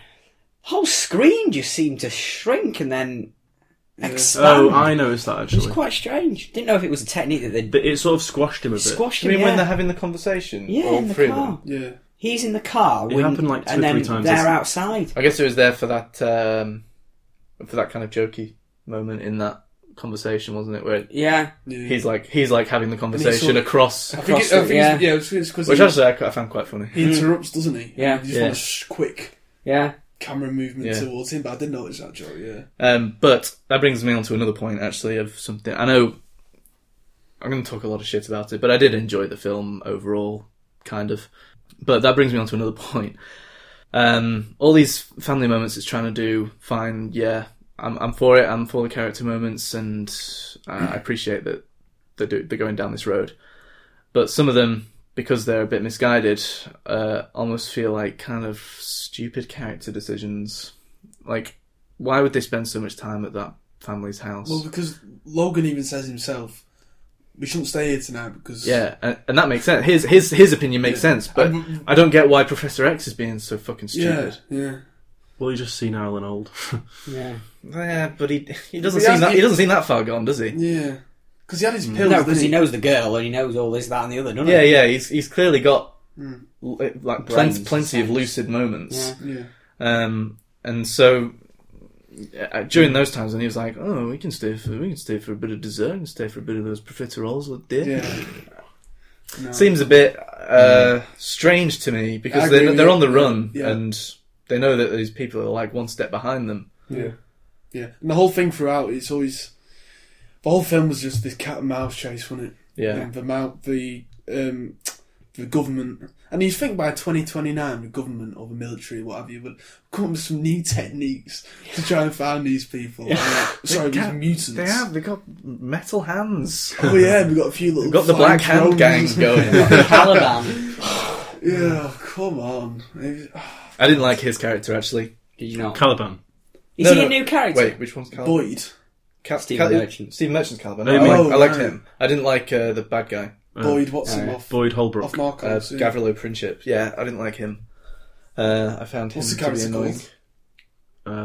Whole screen just seemed to shrink and then expand.
oh, I noticed that
It was
actually.
quite strange. Didn't know if it was a technique that they
That It sort of squashed him a bit.
squashed
I
him.
mean, when
yeah.
they're having the conversation,
Yeah,
all
in the
three of
car.
them.
Yeah.
He's in the car.
It
when-
happened like two
and
or three
then
times,
They're
isn't it?
outside.
I guess it was there for that um, for that kind of jokey moment in that conversation, wasn't it? Where
Yeah,
yeah.
he's like he's like having the conversation
sort of-
across,
I think, it, I think yeah. It's, yeah, it's, it's 'cause
which
he,
actually I, I found quite funny.
he interrupts, doesn't he?
Yeah.
You just
Yeah.
want a sh- quick
yeah.
camera movement
Yeah.
towards him, but I did notice that, Joe, yeah.
Um, but that brings me on to another point, actually, of something I know. I'm going to talk a lot of shit about it, but I did enjoy the film overall, kind of. But that brings me on to another point. Um, all these family moments it's trying to do, fine, yeah, I'm, I'm for it. I'm for the character moments, and uh, I appreciate that they do, they're going down this road. But some of them, because they're a bit misguided, uh, almost feel like kind of stupid character decisions. Like, why would they spend so much time at that family's house?
Well, because Logan even says himself, we shouldn't stay here tonight because.
yeah, and, and that makes sense. His his his opinion makes sense, but I don't get why Professor X is being so fucking
Um, Yeah,
stupid.
yeah.
Well, you just senile and old.
Yeah.
Yeah, but he he doesn't
He
seem
has-
that he doesn't seem that far gone, does he?
Yeah. Because he had his pills,
No,
didn't
because
he?
he knows the girl and he knows all this, that, and the other, doesn't
Yeah,
he?
yeah. He's he's clearly got
Hmm.
l- like
Brains,
plenty plenty of
sense.
lucid moments.
Yeah.
Um, and so uh, during those times, when he was like, "Oh, we can stay for we can stay for a bit of dessert and stay for a bit of those profiteroles, look, dear."
Yeah. No.
Seems a bit uh, strange to me
I
because
agree
they're,
with
they're
you.
on the run
Yeah.
and they know that these people are like one step behind them.
Yeah. Yeah. And the whole thing throughout, it's always. The whole film was just this cat and mouse chase, wasn't it?
Yeah.
And the mount, the um, the government, and you think by twenty twenty nine, the government or the military, what have you, would come up with some new techniques to try and find these people. Uh, sorry,
They
these
got-
mutants.
They have. They got metal hands.
Oh yeah, we got a few little.
Got the
flying
black hand
drones.
gangs going.
Caliban.
Yeah, oh, come on. Maybe- oh,
I didn't like his character actually.
Did you not?
Caliban.
Is
No,
he
no.
a new character?
Wait, which one's Caliban?
Boyd.
Cal-
Steve Merchant.
Steve Merchant's Caliban.
Oh,
I, liked,
right.
I liked him. I didn't like uh, the bad guy,
Boyd Watson
alright.
off
Boyd Holbrook.
off
uh,
Narcos. yeah.
Gavrilo Princip. Yeah, I didn't like him. Uh, I found him
What's the
to be
character
annoying.
called?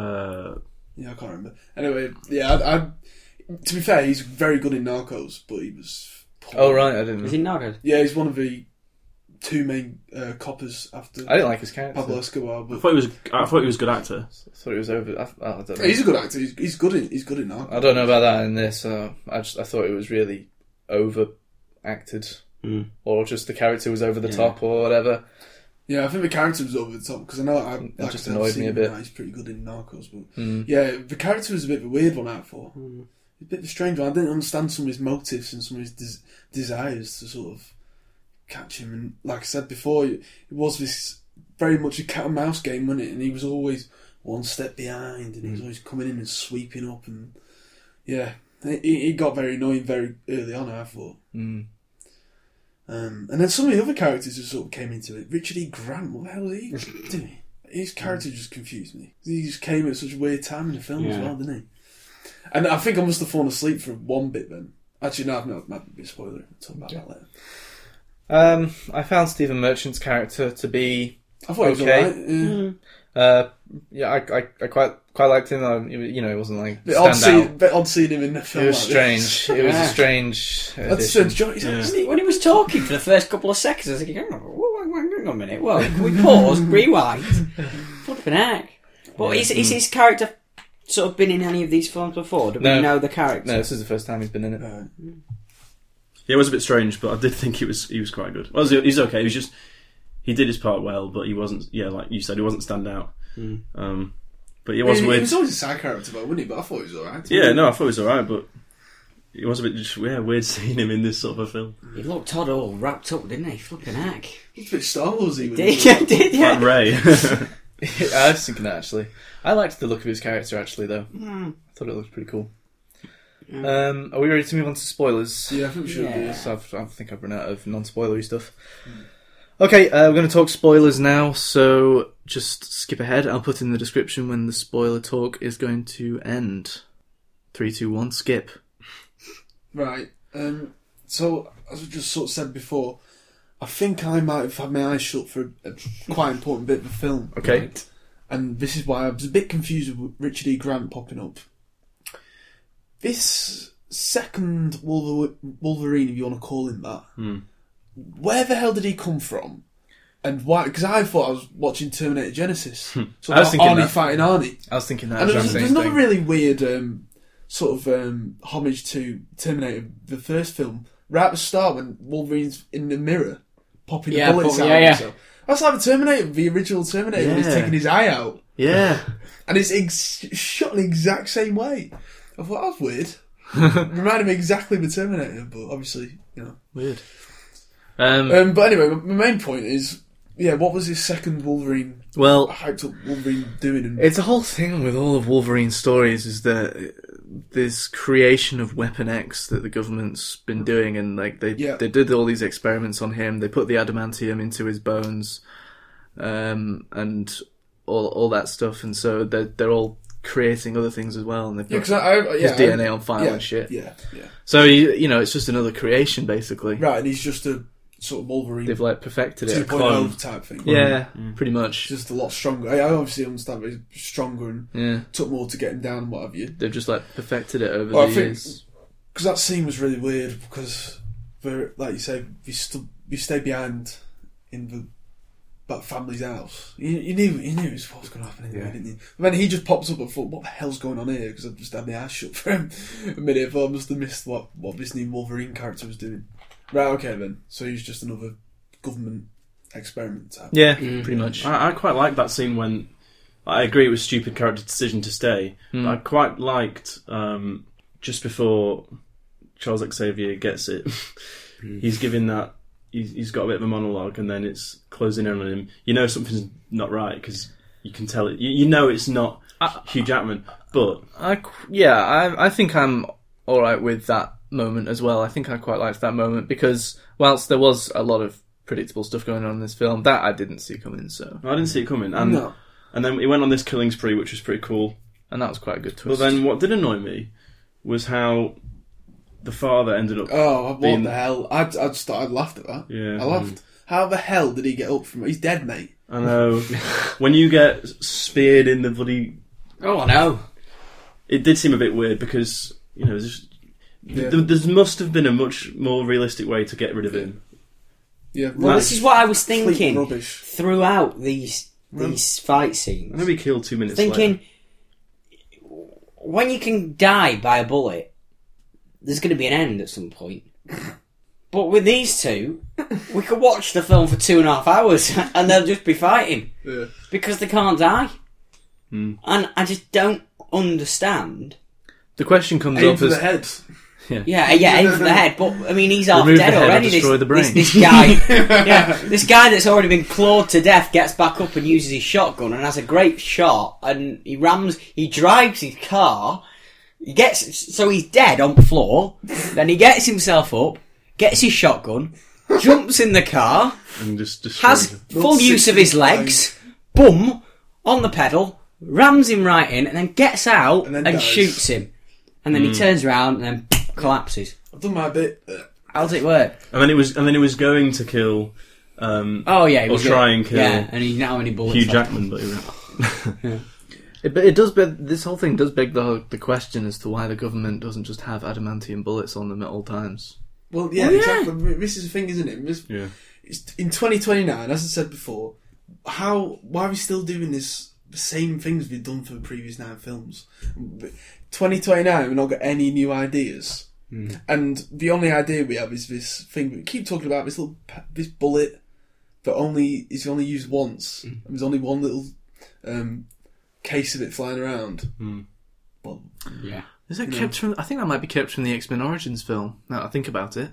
Uh,
Yeah, I can't remember. Anyway, yeah, I, I, to be fair, he's very good in Narcos, but he was. Poor.
Oh right, I didn't.
Is he Nargo?
Yeah, he's one of the two main uh, coppers after
I didn't like his character.
Pablo Escobar.
I
But
thought he was. I thought he was a good actor.
thought it was over. I, I don't know.
Oh, he's a good actor. He's, he's good in he's good in Narcos.
I don't know about that in this. Uh, I just I thought it was really overacted,
Hmm.
Mm.
or just the character was over the top, or whatever.
Yeah, I think the character was over the top because I know I like I
just
said, I've
annoyed
seen
me a
him
bit.
now, He's pretty good in Narcos, but
Mm.
yeah, the character was a bit of a weird one out for. A bit of a strange one. I didn't understand some of his motives and some of his des- desires to sort of catch him. And like I said before, it was this very much a cat and mouse game, wasn't it? And he was always one step behind, and he
Hmm.
was always coming in and sweeping up, and yeah, it, it got very annoying very early on. I thought.
Mm.
Um, and then some of the other characters just sort of came into it. Richard E. Grant, what the hell was he doing? His character just confused me. He just came at such a weird time in the film as
Yeah.
well, didn't he? And I think I must have fallen asleep for one bit then. Actually, no, I've not. That might be a spoiler. I'll talk about that later.
Um, I found Stephen Merchant's character to be
I thought it was
Okay.
alright. Yeah.
Hmm.
Uh, yeah, I, I, I quite quite liked him. Um, he was- you know, it wasn't like
Bit odd,
standout.
seeing, bit odd seeing him in the film.
It was
like
strange. It was
Yeah.
a strange
This. That's strange.
addition.
John, he's
Yeah.
When
like,
he- When he was talking for the first couple of seconds, I was thinking, hang on, whoa, hang on, hang on a minute. Well, can we pause, rewind? Flipping heck. But is,
mm.
is his character sort of been in any of these films before? Do we
No.
know the character?
No, this is the first time he's been in it.
Alright.
Yeah, it was a bit strange, but I did think he was he was quite good. Well, he- he's okay. He was just he did his part well, but he wasn't. Yeah, like you said, he wasn't stand out. Um, but it was
he, he
weird.
was always a side character, though, wasn't he? But I thought he was alright.
Yeah, no, I thought it was alright, but it was a bit just yeah weird seeing him in this sort of a film.
He looked Todd all wrapped up, didn't he? Flipping heck.
He's a bit Star Warsy. wasn't
Did
he?
yeah, did
Like
yeah.
Ray.
I was thinking that actually. I liked the look of his character actually, though.
Hmm.
I thought it looked pretty cool. Um, are we ready to move on to spoilers?
Yeah, I think we should
Yeah.
do
So I've, I think I've run out of non-spoilery stuff. Okay, uh, we're going to talk spoilers now, so just skip ahead. I'll put in the description when the spoiler talk is going to end. Three, two, one, skip.
Right. Um, so, as I just sort of said before, I think I might have had my eyes shut for a, a quite important bit of the film.
Okay.
And this is why I was a bit confused with Richard E. Grant popping up. This second Wolver- Wolverine, if you want to call him that,
Hmm.
where the hell did he come from? And why? Because I thought I was watching Terminator Genesis. So
Hmm. I was
about
thinking
Arnie
that.
fighting Arnie.
I was thinking that.
And
as
there's,
I'm
there's
saying
another
thing.
really weird um, sort of um, homage to Terminator, the first film, right at the start when Wolverine's in the mirror popping
Yeah,
the bullets
but-
out.
yeah,
of
yeah.
himself. That's like the Terminator, the original Terminator, when he's
Yeah.
taking his eye out.
Yeah.
And it's ex- shot in the exact same way. I thought, that's weird. Reminded me exactly of the Terminator, but obviously, you know.
Weird. Um,
Um, but anyway, my my main point is, yeah, what was his second Wolverine,
well,
hyped up Wolverine doing? And,
it's a whole thing with all of Wolverine's stories is that uh, this creation of Weapon X that the government's been doing, and like they
Yeah.
they did all these experiments on him. They put the adamantium into his bones, um, and all all that stuff. And so they're they're all creating other things as well, and they've
yeah,
got
'cause I, I, yeah,
his
I-
DNA on file
yeah,
and shit.
Yeah, yeah.
So you, you know, it's just another creation basically.
Right, and he's just a sort of Wolverine
They've like perfected it.
2.0 type thing.
Yeah, pretty much.
Just a lot stronger. I I obviously understand that it's stronger and
Yeah,
took more to get him down and what have you.
they've just like perfected it over
Well, I
the
think-
years.
Because that scene was really weird because, for, like you say, we, stu- we stayed behind in the that family's house. You, you knew you knew what was going to happen anyway,
Yeah.
didn't you? And then he just pops up and thought, what the hell's going on here? Because I've just had my eyes shut for him a minute, but I must have missed what, what this new Wolverine character was doing. Right, okay then. So he's just another government experiment type.
Yeah, pretty much.
Ah.
I, I quite liked that scene when I agree it was stupid character decision to stay, but I quite liked um, just before Charles Xavier gets it. he's giving that. He's, he's got a bit of a monologue, and then it's closing in on him. You know something's not right because you can tell it. You, you know it's not Hugh Jackman, but
I qu- yeah, I I think I'm all right with that moment as well. I think I quite liked that moment because whilst there was a lot of predictable stuff going on in this film, that I didn't see coming. So
I didn't see it coming. And
No.
and then he went on this killing spree, which was pretty cool.
and that was quite a good
But
twist.
then what did annoy me was how the father ended up.
Oh, what
Being-
the hell? I, I just I laughed at that.
Yeah.
I laughed.
mm.
How the hell did he get up from it? He's dead, mate.
I know. uh, when you get speared in the bloody,
Oh, I know.
it did seem a bit weird because you know there's,
Yeah.
there, there must have been a much more realistic way to get rid of him.
Yeah,
Well, this is what I was thinking
rubbish.
throughout these
Rub-
these fight
I
scenes.
know he killed two minutes
thinking
later.
when you can die by a bullet, there's going to be an end at some point. but with these two, we could watch the film for two and a half hours and they'll just be fighting
Yeah.
because they can't die.
Hmm.
And I just don't understand.
the question comes
Aim
up
for
as
the head.
Yeah, yeah, aim for the head. But I mean, he's half
Remove
dead
the head or
already. This,
destroy the brain.
this, this guy, yeah, this guy that's already been clawed to death gets back up and uses his shotgun and has a great shot. And he rams, he drives his car. He gets so he's dead on the floor. then he gets himself up, gets his shotgun, jumps in the car,
and just destroyed
has
him.
full use of his legs, bum on the pedal, rams him right in, and then gets out
And
and,
then dies.
shoots him. And then he
Hmm.
turns around and then collapses.
I've done my bit. Uh,
How does it work?
and then it was and then he was going to kill um,
Oh yeah, he
Or
was
try
good.
and kill
Yeah, and he's now only bullets.
Hugh
left.
Jackman, but he was-
It, but it does. Beg, this whole thing does beg the the question as to why the government doesn't just have adamantium bullets on them at all times.
well, yeah,
Oh, yeah.
exactly. This is the thing, isn't it? This-
yeah.
it's- in 2029, as I said before, how why are we still doing this? The same things we've done for the previous nine films. 2029, we've not got any new ideas, and the only idea we have is this thing we keep talking about. This little pe- this bullet that only is only used once, and there's only one little um, case of it flying around. Well,
Yeah.
Is that kept from? I think that might be kept from the X Men Origins film. Now that I think about it,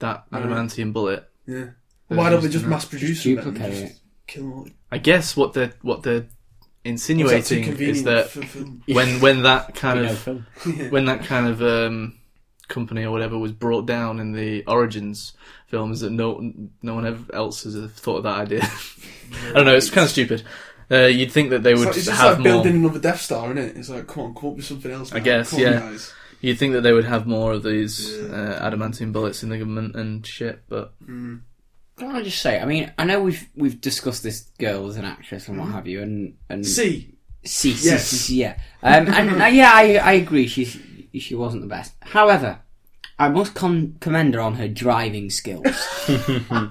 that adamantium bullet.
yeah. Why don't we just mass produce them? then?
duplicate
Just
it.
Kill them all.
I guess what they're what they're
Was that too
insinuating is
convenient
that
for film?
when when that kind
No
of
film.
when that kind of um, company or whatever was brought down in the Origins film is that no no one ever else has thought of that idea. I don't know. It's kind of stupid. Uh, you'd think that they
It's,
would
like, it's just
have
like
more.
building another Death Star, isn't it? It's like, come on, come up with something else.
I
man.
guess,
Come on,
yeah.
guys.
You'd think that they would have more of these
Yeah.
uh, adamantium bullets in the government and shit, but
Can I just say? I mean, I know we've we've discussed this girl as an actress and what have you, and and
See,
see, see,
Yes.
see, see, yeah, um, and uh, yeah, I I agree. She's she wasn't the best. However, I must con- commend her on her driving skills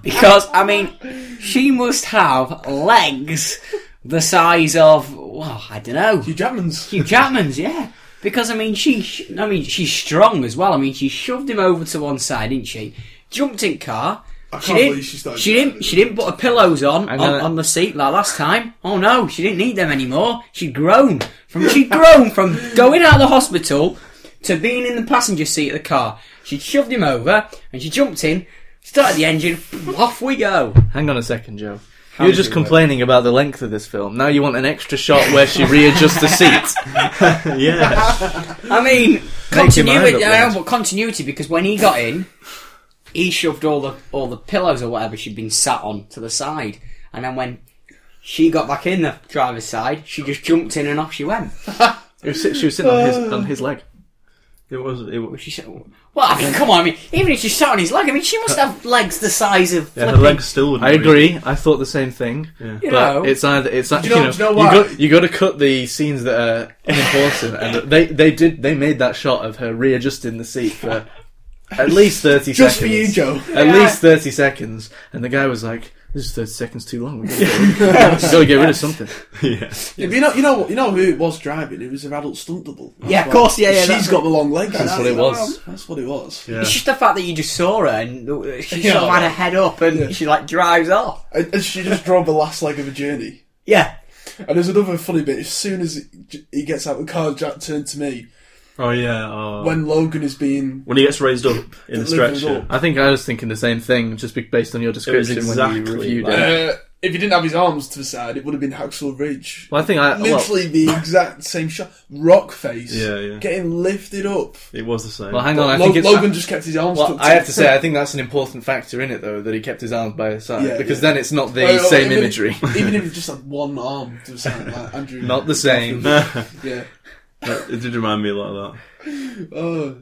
because I mean, she must have legs the size of well, I don't know,
Hugh Jackman's.
Hugh Jackman's, yeah. Because I mean, she, sh- I mean, she's strong as well. I mean, she shoved him over to one side, didn't she? Jumped in car.
I
She
can't
didn't,
believe she started
didn't. She didn't put her pillows on,
I
on
know that-
on the seat like last time. Oh no, she didn't need them anymore. She'd grown from she'd grown from going out of the hospital to being in the passenger seat of the car. She shoved him over and she jumped in, started the engine, off we go.
hang on a second, Joe.
did
You're
it
just
work?
complaining about the length of this film. Now you want an extra shot where she readjusts the seat.
yeah.
I mean,
Make your mind up,
continuity. I
lads.
know, but continuity because when he got in, he shoved all the all the pillows or whatever she'd been sat on to the side, and then when she got back in the driver's side, she just jumped in and off she went.
She was sit- she was sitting on his on his leg.
It was. It was.
Was she? so- Well, I mean, come on. I mean, even if she sat on his leg, I mean, she must have legs the size of.
Yeah, her
flipping-
legs still wouldn't.
I
move.
agree. I thought the same thing.
Yeah.
You
but
know.
it's either it's like,
you know- do you know why?
got you got to cut the scenes that are unimportant, and they they did they made that shot of her readjusting the seat for at least thirty
Just for
seconds.
you, Joe.
At least thirty seconds, and the guy was like, "This is thirty seconds too long. We gotta get rid of something."
yeah.
If you know, you know, you know who it was driving. It was her adult stunt double.
Yeah, of course, yeah, yeah,
She's
that's-
got the long legs. That's,
what it was.
That's what it was.
Yeah.
It's just the fact that you just saw her and uh, she
Yeah.
sort of had her head up and
Yeah.
she like drives off.
And, and she just drove the last leg of a journey.
Yeah.
And there's another funny bit. As soon as he- he gets out of the car, Jack turned to me
Oh yeah. Oh. When,
when Logan is being.
he gets raised up in the
It lifted
stretcher.
up.
I think I was thinking the same thing, just be- based on your description when you
exactly
reviewed
like-
it.
Uh, if he didn't have his arms to the side, it would have been Hacksaw Ridge.
Well, I think I well,
Literally the exact same shot. Rock face.
Yeah, yeah.
Getting lifted up.
It was the same.
well, hang on. I
Lo-
think it's uh,
Logan just kept his arms
Well,
tucked
I
in.
have to say, I think that's an important factor in it, though, that he kept his arms by his side,
Yeah,
because
yeah.
then it's not the
Oh, oh,
same
even-
imagery.
Even if he just had one arm to the side, like Andrew.
Not the same.
Yeah.
it did remind me a lot of that.
Oh.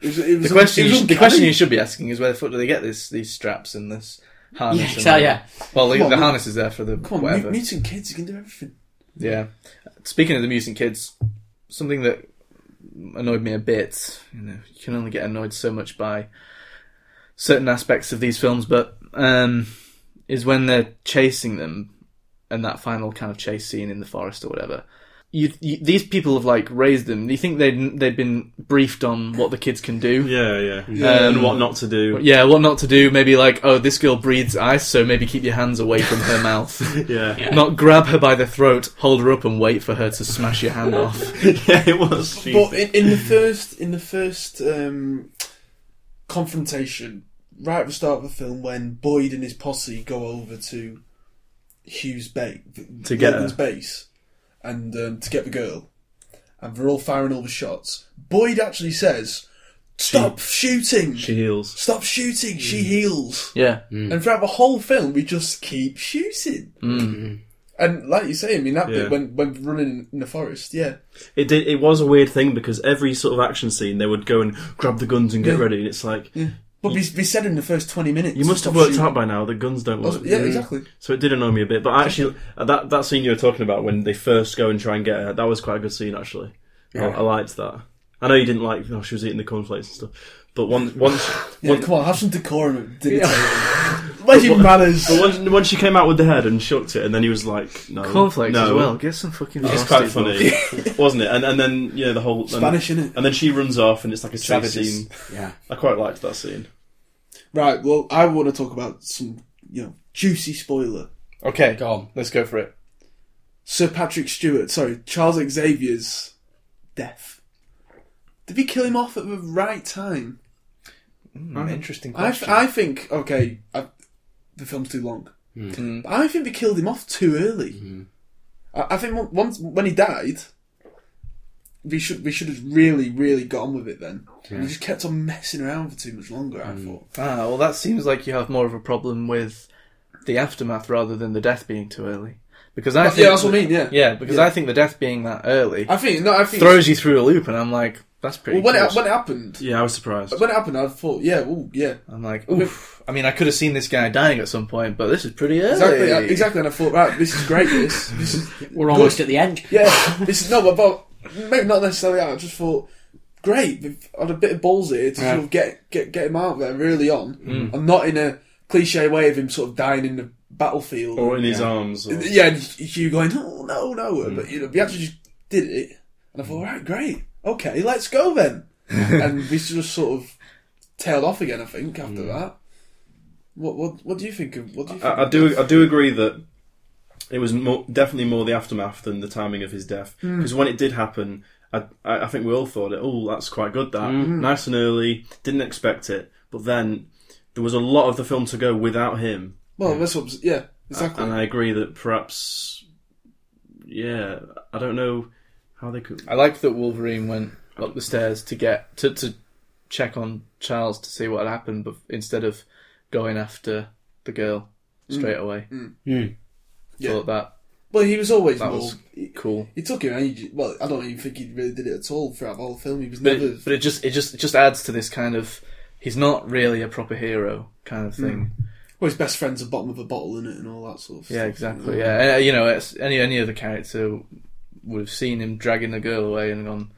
It was, it was
The question,
it
you
was
should, the
uncanny.
question you should be asking is where the fuck do they get this, these straps and this harness?
Yeah,
and
so, yeah.
Well, the,
Come on,
the
we-
harness is there for the
Come on,
whatever.
mu- mutant kids, you can do everything.
yeah. Speaking of the mutant kids, something that annoyed me a bit. You know, you can only get annoyed so much by certain aspects of these films, but um, is when they're chasing them and that final kind of chase scene in the forest or whatever. You, you these people have like raised them. You think they'd they'd been briefed on what the kids can do?
Yeah, yeah.
Yeah.
and what not to do.
Yeah, Um, what not to do? Maybe like, oh, this girl breathes ice, so maybe keep your hands away from her mouth.
Yeah. Yeah,
Not grab her by the throat, hold her up, and wait for her to smash your hand off.
it was.
But in, in the first, in the first um, confrontation, right at the start of the film, when Boyd and his posse go over to Hugh's base,
To get her.
Logan's base, and um, to get the girl, and they're all firing all the shots. Boyd actually says, "Stop shooting!
she Mm. heals.
Stop shooting!" She heals.
Yeah,
And throughout the whole film, we just keep shooting. And like you say, I mean that
Mm-hmm. Yeah.
bit when when running in the forest, yeah,
It did. It was a weird thing because every sort of action scene, they would go and grab the guns and get
Yeah.
ready, and it's like
But we, we said in the first 20 minutes.
you must have
stop
worked
shooting. Oh,
out by now that guns don't work.
Yeah, exactly.
So it did annoy me a bit, but I actually, uh, that that scene you were talking about when they first go and try and get her, that was quite a good scene actually. I, I liked that. I know you didn't like, oh, she was eating the cornflakes and stuff, but once once
Yeah,
once,
come on, have some decorum at dinner table. Where's your manners?
but once, once she came out with the head and shocked it, and then he was like, no,
cornflakes
no.
as well. Get some fucking.
It's quite
Frosties,
funny, wasn't it? And and then you know the whole and-
Spanish, innit?
and then she runs off, and it's like a chase
Savages.
scene.
Yeah.
I quite liked that scene.
Right, well, I want to talk about some, you know, juicy spoiler.
though. Okay,
Go on.
let's go for it.
Sir Patrick Stewart, sorry, Charles Xavier's death. Did we kill him off at the right time?
Interesting
I, th- I think, okay, I, the film's too long. But I think we killed him off too early. I, I think on- once when he died, we should we should have really really got on with it then. And he just kept on messing around for too much longer. I thought.
ah, well, that seems like you have more of a problem with the aftermath rather than the death being too early. Because I think
yeah, that's what I mean. Yeah,
Yeah, because
Yeah.
I think the death being that early
I think no, I think
throws you through a loop, and I'm like, that's pretty.
well, when
cool.
it, when it happened,
Yeah, I was surprised.
when it happened, I thought, yeah, ooh, yeah,
I'm like, oof. I mean, I could have seen this guy dying at some point, but this is pretty early.
exactly, I- exactly. And I thought, right, this is great. This, this is
We're almost at the end.
yeah, this is no, but, but maybe not necessarily. that, I just thought, great, we've had a bit of balls here to sort of get get get him out there really on,
Mm.
and not in a cliche way of him sort of dying in the battlefield.
or in his arms. Or...
yeah, and Hugh going, oh no, no,
Mm.
but you know, we actually just did it, and I thought, right, great, okay, let's go then, and we just sort of tailed off again. I think after that. What, what what do you think of what do you think
Mm. I, I
of
do
that?
I do agree that it was more, definitely more the aftermath than the timing of his death
Mm.
because when it did happen, I, I I think we all thought it. Oh, that's quite good. That
Mm.
nice and early. Didn't expect it, but then there was a lot of the film to go without him,
well that's what was- yeah exactly
and I agree that perhaps yeah I don't know how they could.
I like that Wolverine went up the stairs to get to to check on Charles to see what had happened, but instead of going after the girl straight away,
Mm.
thought that
But he was always
That
more-
was
he,
cool.
he took him ages. Well, I don't even think he really did it at all throughout the whole film. He was
But
never.
it, but it just it just it just adds to this kind of he's not really a proper hero kind of thing.
well, his best friend's the bottom of a bottle in it and all that sort of.
Yeah,
stuff.
exactly. Yeah, Uh, you know, it's, any any other character would have seen him dragging the girl away and gone,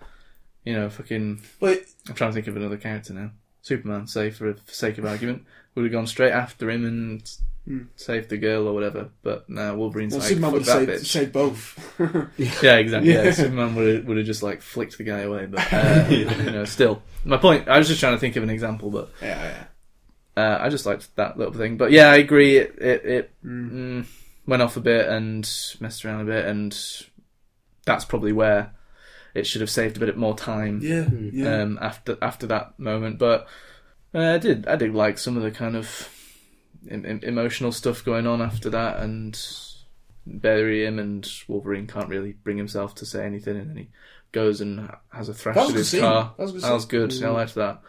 you know, fucking.
But
I'm trying to think of another character now. Superman, say for the sake of argument, would have gone straight after him and saved the girl or whatever. But now Wolverine's
Hmm. well,
like,
Superman
fuck
would
that
have
bitch.
saved, saved both.
Yeah, exactly. Yeah,
Yeah.
Superman would have, would have just like flicked the guy away, but uh, you know, still. My point. I was just trying to think of an example, but
yeah, yeah.
uh, I just liked that little thing. But yeah, I agree. It it, it
Hmm.
mm, went off a bit and messed around a bit, and that's probably where it should have saved a bit more time
Yeah, yeah.
um, after after that moment. But uh, I did I did like some of the kind of em- em- emotional stuff going on after that, and bury him, and Wolverine can't really bring himself to say anything, and then he goes and has a thrash
That
at
was a good
his
scene.
car.
That was a good
That was
scene. Mm.
good. I liked that.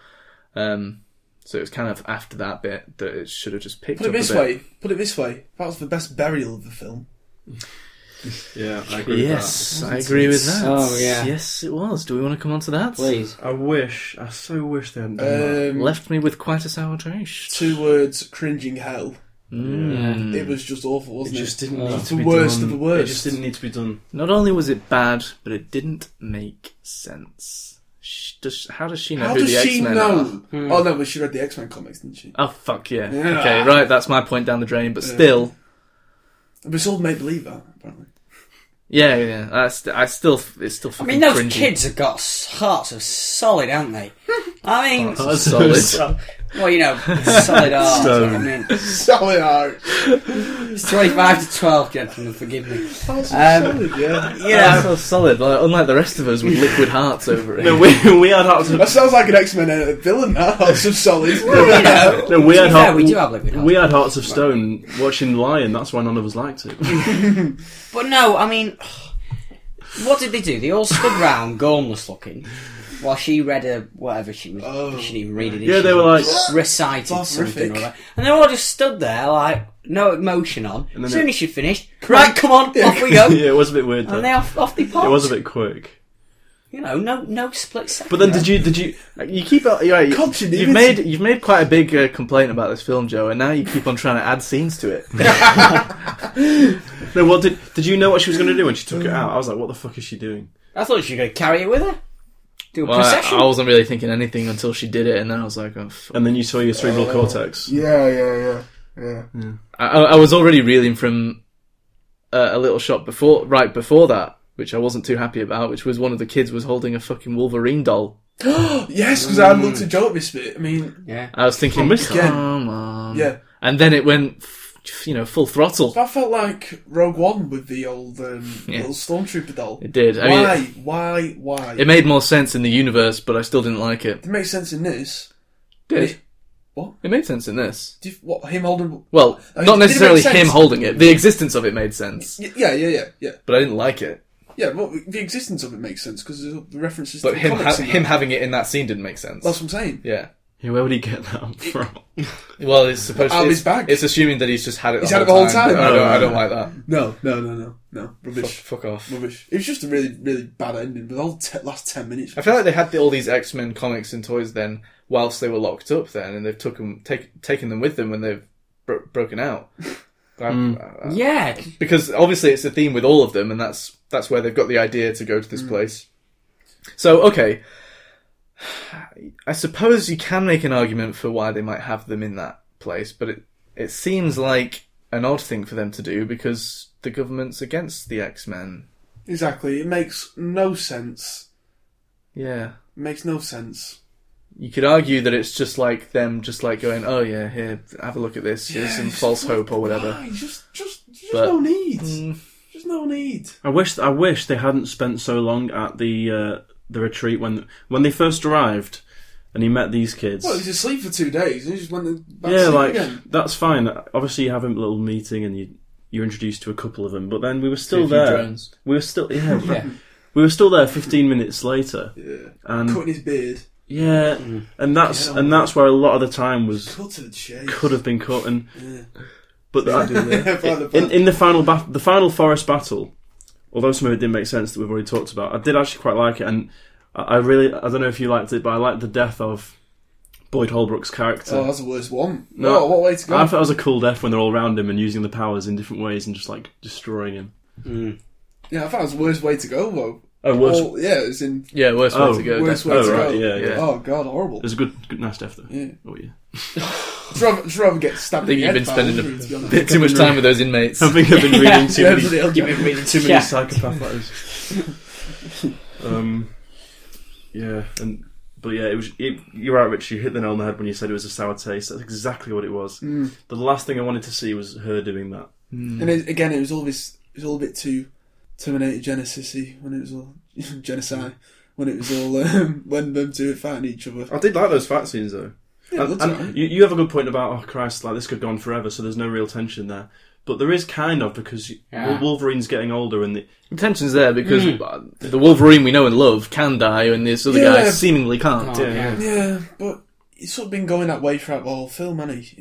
Um, so it was kind of after that bit that it should have just picked
Put it
up a
this
bit.
way. Put it this way. That was the best burial of the film.
Yeah, I agree
Yes, I agree with that.
Oh, yeah.
Yes, it was. Do we want to come on to that?
Please.
with that. I wish, I so wish they hadn't done that.
Um,
Left me with quite a sour taste.
Two words: cringing hell.
Mm.
It was just awful,
It
wasn't it?
just didn't
Uh,
need to
Oh,
be
the worst
done.
of the worst.
It just didn't need to be done.
Not only was it bad, but it didn't make sense. Sh does, sh- how does she know
How
who
does
the
she
X Men
know?
are?
Oh no, but she read the X Men comics, didn't she?
Oh fuck yeah.
Yeah.
Okay, right, that's my point down the drain. But
Yeah.
still,
But it's all made believe that apparently.
yeah, yeah. yeah. I, st- I still, it's still
I
fucking
mean, those
cringy.
kids have got s- hearts of solid, haven't they? I mean,
Solid.
well, you know, solid hearts. I
Stone.
mean,
Sell it out.
it's 25 to 12, gentlemen, forgive me.
Um,
Solid, yeah.
yeah, so solid. Like, unlike the rest of us with liquid hearts over it.
No, we, we had hearts of,
That sounds like an X Men uh, villain. Now that's some solid.
You know,
no, we
Um,
had
to be fair,
heart,
we do have liquid hearts.
we had hearts of stone watching Lion. That's why none of us liked it.
But no, I mean, what did they do? They all stood round, gormless looking, while she read a whatever she was.
Oh.
She didn't even read it.
Yeah,
she
they were like-
recited
Horrific.
something, or other. and they all just stood there like no emotion on.
And then
As soon
it-
as she finished, right, come on, off we go,
yeah, it was a bit weird.
and
Though.
they
It
off off they popped.
was a bit quick.
you know, no no split second.
But then, did you? Did you?
You keep uh, yeah, you,
Continuity.
you've made you've made quite a big uh, complaint about this film, Joe, and now you keep on trying to add scenes to it.
No, what did? Did you know what she was going to do when she took it out? I was like, what the fuck is she doing?
I thought she was going to carry it with her, do a
Well, I,
procession.
I wasn't really thinking anything until she did it, and then I was like, oh, fuck.
And then you saw your cerebral cortex.
Yeah, yeah, yeah, yeah.
I, I was already reeling from uh, a little shot before, right before that, which I wasn't too happy about. Which was one of the kids was holding a fucking Wolverine doll.
Yes, because I looked at Joe at this bit. I
Mm.
mean,
yeah,
I was thinking,
missed
that.
come on,
yeah,
And then it went, f- you know, full throttle.
that felt like Rogue One with the old um,
Yeah.
little stormtrooper doll.
It did. I mean,
why, why, why?
It made more sense in the universe, but I still didn't like it.
it makes sense in this.
Did it?
What?
It made sense in this.
Do you, what him holding?
Well,
I
not
mean, did it make
necessarily him
sense?
holding it. The existence of it made sense,
Y- Yeah, yeah, yeah, yeah.
but I didn't like it.
Yeah, well, the existence of it makes sense because the references. to
But
the
him ha-
comics in
him
that.
having it in that scene didn't make sense.
That's what I'm saying.
yeah.
Yeah, where would he get that from?
Well, it's supposed
Out
to.
of
It's,
his bag.
it's assuming that he's just had it.
He's
the
had it
whole
the whole time.
I, don't, I don't like that.
No, no, no, no, no.
Fuck,
Rubbish,
fuck off.
rubbish. It was just a really, really bad ending. But the whole te- last ten minutes.
I feel like they had the, all these X Men comics and toys then, whilst they were locked up then, and they've took 'em- take, taken them with them when they've bro- broken out. I'm- I- I-
yeah.
because obviously it's a theme with all of them, and that's that's where they've got the idea to go to
Mm.
this place. So okay, I suppose you can make an argument for why they might have them in that place, but it it seems like an odd thing for them to do because the government's against the X Men.
Exactly. It makes no sense.
Yeah.
It makes no sense.
You could argue that it's just like them, just like going, "Oh yeah, here, have a look at this. Here's some false hope or whatever."
Why? Just, just, just
But-
no need.
Hmm.
Mm.
Just no need.
I wish I wish they hadn't spent so long at the uh, the retreat when when they first arrived, and he met these kids.
Well, he was asleep for two days and he just went back to
yeah,
sleep
like
again.
that's fine. Obviously, you have a little meeting and you you're introduced to a couple of them, but then we were
See
still
a few
there.
drones.
We were still yeah,
Yeah.
we were still there. Fifteen minutes later, and
Cutting his beard.
yeah, and that's
Get on
and
with
that's where a lot of the time was
Cut to the shave.
could have been cut. And
Yeah.
But
I do there.
in, in the final ba- the final forest battle, although some of it didn't make sense that we've already talked about, I did actually quite like it, and I I really I don't know if you liked it, but I liked the death of Boyd Holbrook's character.
Oh, that's the worst one.
No.
No, what way to go?
I thought that was a cool death when they're all around him and using the powers in different ways and just like destroying him.
yeah, I thought it was the worst way to go though.
Oh, worst.
Well, yeah, it's in
Yeah, worst
Oh,
way to go.
worst way
definitely.
to
Oh,
go.
right, yeah, yeah.
Oh god, horrible.
It was a good, good, nice death though.
Yeah.
Oh yeah.
Just rather, just rather get stabbed.
I think you've
in the
been
head by
spending
one, to be
a
honest.
bit too much time with those inmates.
I think I've been reading too
Yeah,
many,
bloody
too
hell, get me-
many
Yeah.
psychopath letters. um, yeah, and but yeah, it was. It, you're right, Rich. You hit the nail on the head when you said it was a sour taste. That's exactly what it was.
Mm.
The last thing I wanted to see was her doing that.
Hmm.
And it, again, it was all this. It was all a bit too Terminator Genesis when it was all genocide. When it was all um, when them two were fighting each other.
I did like those fight scenes though.
Yeah,
and,
that's
and
alright.
you, you have a good point about oh Christ, like this could go on forever. So there's no real tension there. But there is kind of because you-
Yeah.
Wolverine's getting older and the,
The tension's there because uh, the Wolverine we know and love can die, and this other
Yeah.
guy seemingly can't.
Oh, yeah.
Yeah, but he's sort of been going that way throughout the whole film, hasn't he?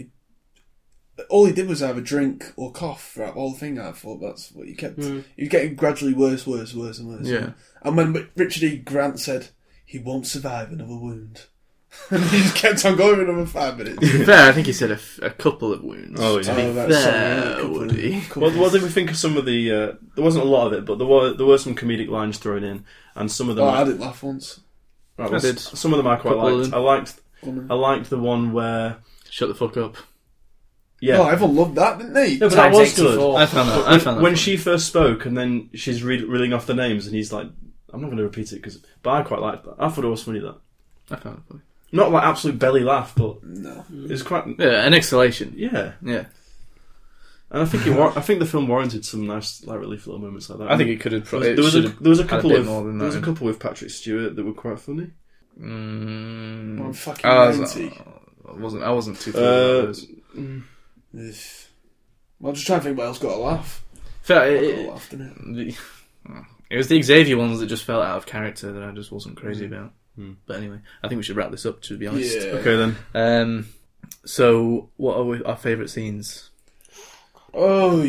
He- All he did was have a drink or cough throughout the whole thing. I thought that's what you kept. He was getting gradually worse, worse, worse, and worse.
Yeah.
And when Richard E. Grant said he won't survive another wound, and he just kept on going for another five minutes.
To be fair, I think he said a, f- a couple of wounds.
Oh,
to
yeah.
be
Oh, that's
fair,
something, a couple of-
Woody.
couple
What,
of-
what did we think of some of the? Uh, there wasn't a lot of it, but there were there were some comedic lines thrown in, and some of them.
Oh, I didn't laugh once.
right, well,
I did.
Some of them I quite
Couple of
liked. I
them.
liked.
Woman.
I liked the one where.
Shut the fuck up.
Yeah.
Oh, everyone loved that, didn't they?
No, but that
Times
was good.
84.
I found that. I
When,
found that
when
funny.
she first spoke, and then she's re- reeling off the names, and he's like, "I'm not going to repeat it," because. But I quite liked that. I thought it was funny that.
I found it funny.
Not like absolute belly laugh, but
No.
it was quite.
Yeah, an exhalation.
Yeah,
Yeah,
and I think it. War- I think the film warranted some nice, like, relief little moments like that.
I think it could have.
There
Pro-
was,
it
there was a
should have
there was a
had
couple
bit
of
more than
there was a
that.
couple with Patrick Stewart that were quite funny.
Mm,
I'm fucking
Oh,
I, was, uh,
90.
I wasn't. I wasn't too. thrilled about
Uh,
those.
Ugh. I'm just trying to think what else got a laugh.
Fair,
Got
it,
a
it-
laugh, didn't it?
the- Oh, it was the Xavier ones that just fell out of character that I just wasn't crazy about.
Hmm.
But anyway, I think we should wrap this up. To be honest.
Yeah.
okay then.
Um. So, what are we, our favourite scenes?
Oh,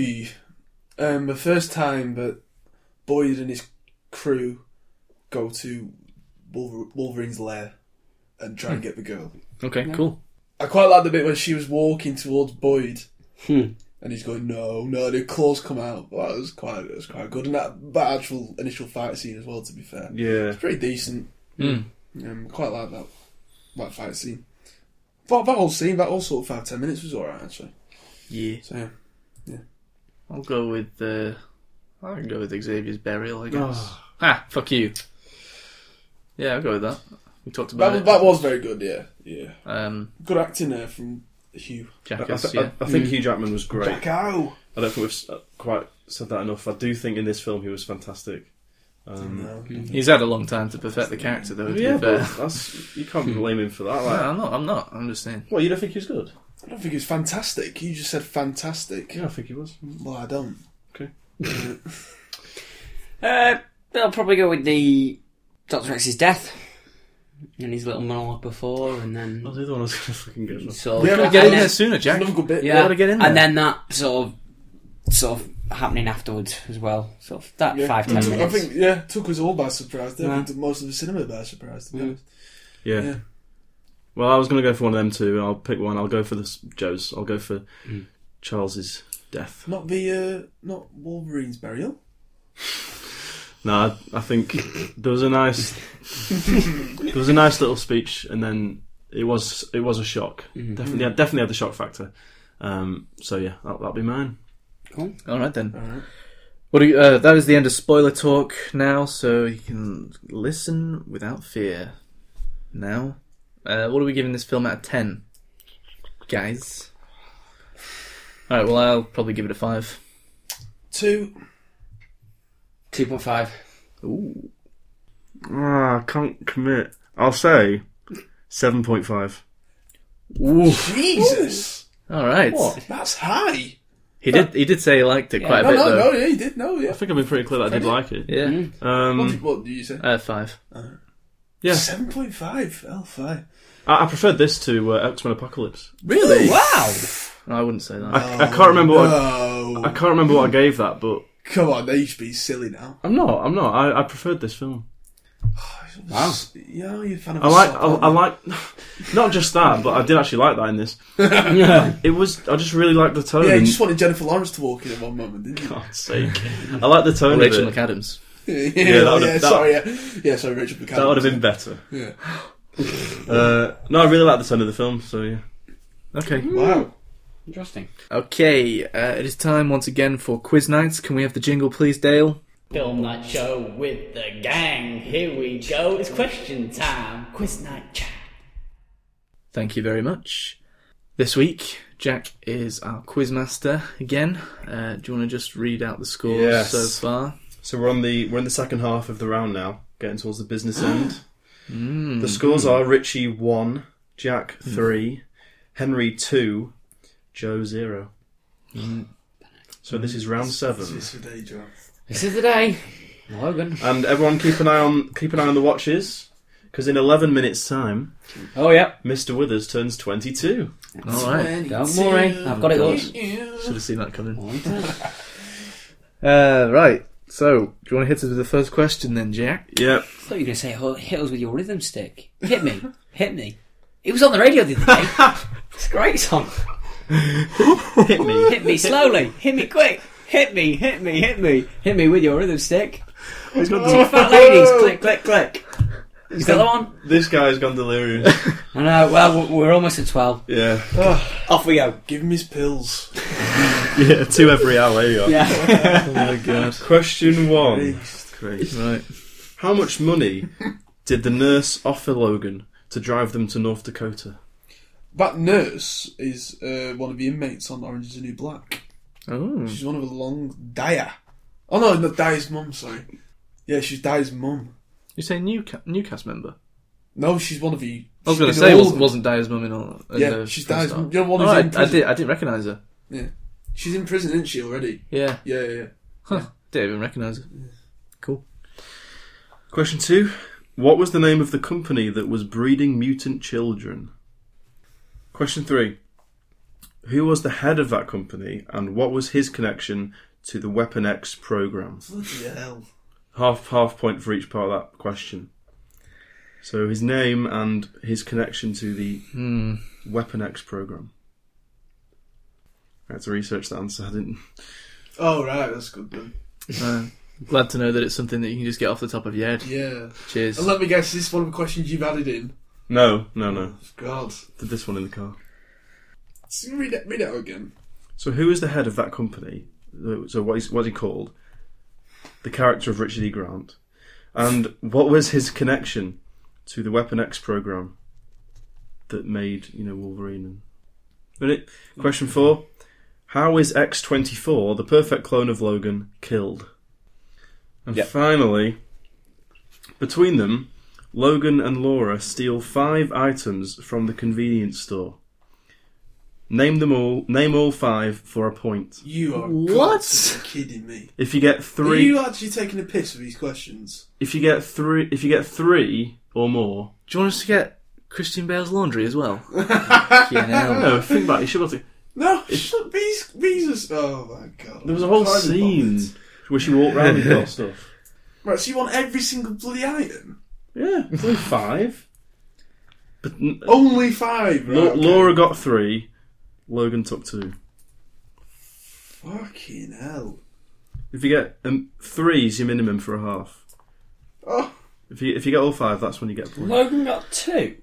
um, the first time that Boyd and his crew go to Wolver- Wolverine's lair and try
Hmm.
and get the girl.
Okay, cool.
I quite like the bit when she was walking towards Boyd,
Hmm.
and he's going, "No, no," the claws come out. That was quite, that was quite good, and that, that actual initial fight scene as well. To be fair,
Yeah.
it's pretty decent.
Mm.
Um, quite like that, that fight scene. But that whole scene, that whole sort of five ten minutes was alright actually.
Yeah,
So yeah.
I'll go with the. I can go with Xavier's burial. I guess.
Oh.
Ah, fuck you. Yeah, I'll go with that. We talked about
that,
it.
that was very good. Yeah, yeah.
um,
Good acting there from Hugh.
I, I
Jackass.
th-
yeah.
I, I think Hugh Jackman was great.
Jacko.
I don't think we've s- uh, quite said that enough. I do think in this film he was fantastic. Um,
No.
He's had a long time to perfect the character, though. Mm, To
yeah,
be fair.
but that's you can't blame him for that.
No,
Like,
I'm not. I'm not. I'm just saying.
what you don't think he was good?
I don't think it was fantastic. You just said fantastic.
Yeah, I think he was.
Well, I don't.
Uh, I'll probably go with the Doctor X's death and his little monologue before, and then
I was the other one I was gonna fucking go for.
sort of-
We
Gotta
haven't
get in
and
there
then-
sooner, Jack.
Another good bit.
yeah,
gotta get in
and
there.
then that sort of sort of happening afterwards as well. Sort of that
Yeah.
five ten
I
minutes.
think yeah, took us all by surprise. I
Yeah.
think took most of the cinema by surprise. To be
Mm.
honest.
Yeah.
Yeah.
Well, I was gonna go for one of them too. I'll pick one. I'll go for this Joe's. I'll go for
Mm.
Charles's death.
Not the uh, not Wolverine's burial.
No, I, I think there was a nice there was a nice little speech, and then it was it was a shock.
Mhm. Mm.
Definitely, I definitely had the shock factor. Um, so yeah, that, that'll be mine.
All right then.
All right.
What do you, uh, that is the end of spoiler talk now, so you can listen without fear. Now, uh, what are we giving this film out of ten, guys? All right. Well, I'll probably give it a five.
Two.
Two point five.
Ooh.
Ah, I can't commit. I'll say seven point five.
Jesus.
All right.
That's high.
He did. He did say he liked it quite a
No,
bit
no,
though.
no. Mm. Yeah, he did. No, yeah.
Um,
I think I've been pretty clear that I did like it.
Yeah.
What, did,
Um,
what did you say?
Uh, five.
yeah,
Seven point five. Oh, L five.
I, I preferred this to uh, X Men Apocalypse.
Really?
Wow.
I wouldn't say that.
I, I can't remember what I,
No.
I can't remember what I gave that, but
Oh, Come on, now you should be silly now.
I'm not. I'm not. I, I preferred this film.
Wow.
Yeah, you're a fan of
I like.
sock,
I,
aren't
I
you?
like. Not just that, but I did actually like that in this. It was. I just really liked the tone.
Yeah, you
and-
just wanted Jennifer Lawrence to walk in at one moment, didn't you?
God's sake. I like the tone
Or
of
Rachel
it.
McAdams.
yeah,
that would've-
yeah,
that-
sorry, yeah. Yeah, sorry, Rachel McAdams.
That would have been better.
Yeah.
Uh, no, I really like the tone of the film. So yeah.
Okay.
Wow.
Interesting.
Okay, uh, it is time once again for quiz nights. Can we have the jingle, please, Dale?
Film night show with the gang. Here we go. It's question time. Quiz night chat.
Thank you very much. This week, Jack is our quiz master again. Uh, do you want to just read out the scores
Yes.
so far?
So we're on the we're in the second half of the round now, getting towards the business end.
Hmm,
Mm.
The scores are Richie one, Jack three, Henry two, Joe zero.
Mm.
So this is round seven,
It's a day job.
This is the day. Logan.
and everyone keep an eye on keep an eye on the watches because in eleven minutes time,
Oh, yeah.
Mr. Withers turns twenty two.
All right.
Don't worry. I've got it all.
Should have seen that coming. Uh, right. So, do you want to hit us with the first question then, Jack?
Yeah,
I thought you were going to say, "Oh, hit us with your rhythm stick. Hit me. Hit me. It was on the radio the other day. It's a great song.
hit me.
Hit me slowly. Hit me quick. Hit me, hit me, hit me. Hit me with your rhythm stick.
He's gone
Two
del-
fat ladies. Click, click, click. Oh, Is that the one?
this guy's gone delirious.
I know. Well, w- we're almost at 12.
Yeah,
Off we go.
Give him his pills.
yeah, two every hour. There you are.
Yeah.
Oh my god.
Question one.
Right.
How much money did the nurse offer Logan to drive them to North Dakota?
That nurse is uh, one of the inmates on Orange is the New Black.
Oh.
She's one of a long Dyer. Oh no, not Dyer's mum, sorry. Yeah, she's Dyer's mum.
You say new ca- new cast member?
No, she's one of the.
Oh, I was going to
she's
say
in all
was,
of them.
wasn't Dyer's mum in all? in
Yeah,
the
she's
first
Dyer's
half.
mum. You're the one
Oh,
who's
I,
in
I
prison.
did. I didn't recognise her.
She's in prison, isn't she already?
Yeah.
Yeah, yeah, yeah.
Huh. Didn't even recognise her. Cool.
Question two. What was the name of the company that was breeding mutant children? Question three. Who was the head of that company and what was his connection to the Weapon X program?
Bloody hell.
Half half point for each part of that question. So his name and his connection to the Weapon X program. I had to research that answer. I didn't.
Oh, right, that's good then.
Uh, glad to know that it's something that you can just get off the top of your head.
Yeah.
Cheers.
And let me guess, this is one of the questions you've added in.
No, no, no.
God.
Did this one in the car.
Read it, read it out again.
So who is the head of that company? So what is what's he called? The character of Richard E. Grant, and what was his connection to the Weapon X program that made you know Wolverine? And... Ready? Question four: How is X twenty four, the perfect clone of Logan, killed? And finally, between them, Logan and Laura steal five items from the convenience store. Name them all. Name all five for a point.
You are
What?
constantly kidding me.
If you get
Are
three,
you actually taking a piss with these questions?
if you get three, if you get three or more,
Do you want us to get Christian Bale's laundry as well?
I don't know. Think about it. You should be able to-
No, shut these, these are... Oh, my God.
There was a whole
Can't be bothered.
scene where she walked around and got stuff.
Right, so you want every single bloody item?
Yeah, it's only five. But n-
Uh, Only five,
Oh,
right?
Lo-
okay.
Laura got three. Logan took two.
Fucking hell.
If you get um, three is your minimum for a half.
Oh,
If you if you get all five, that's when you get a point.
Logan got two.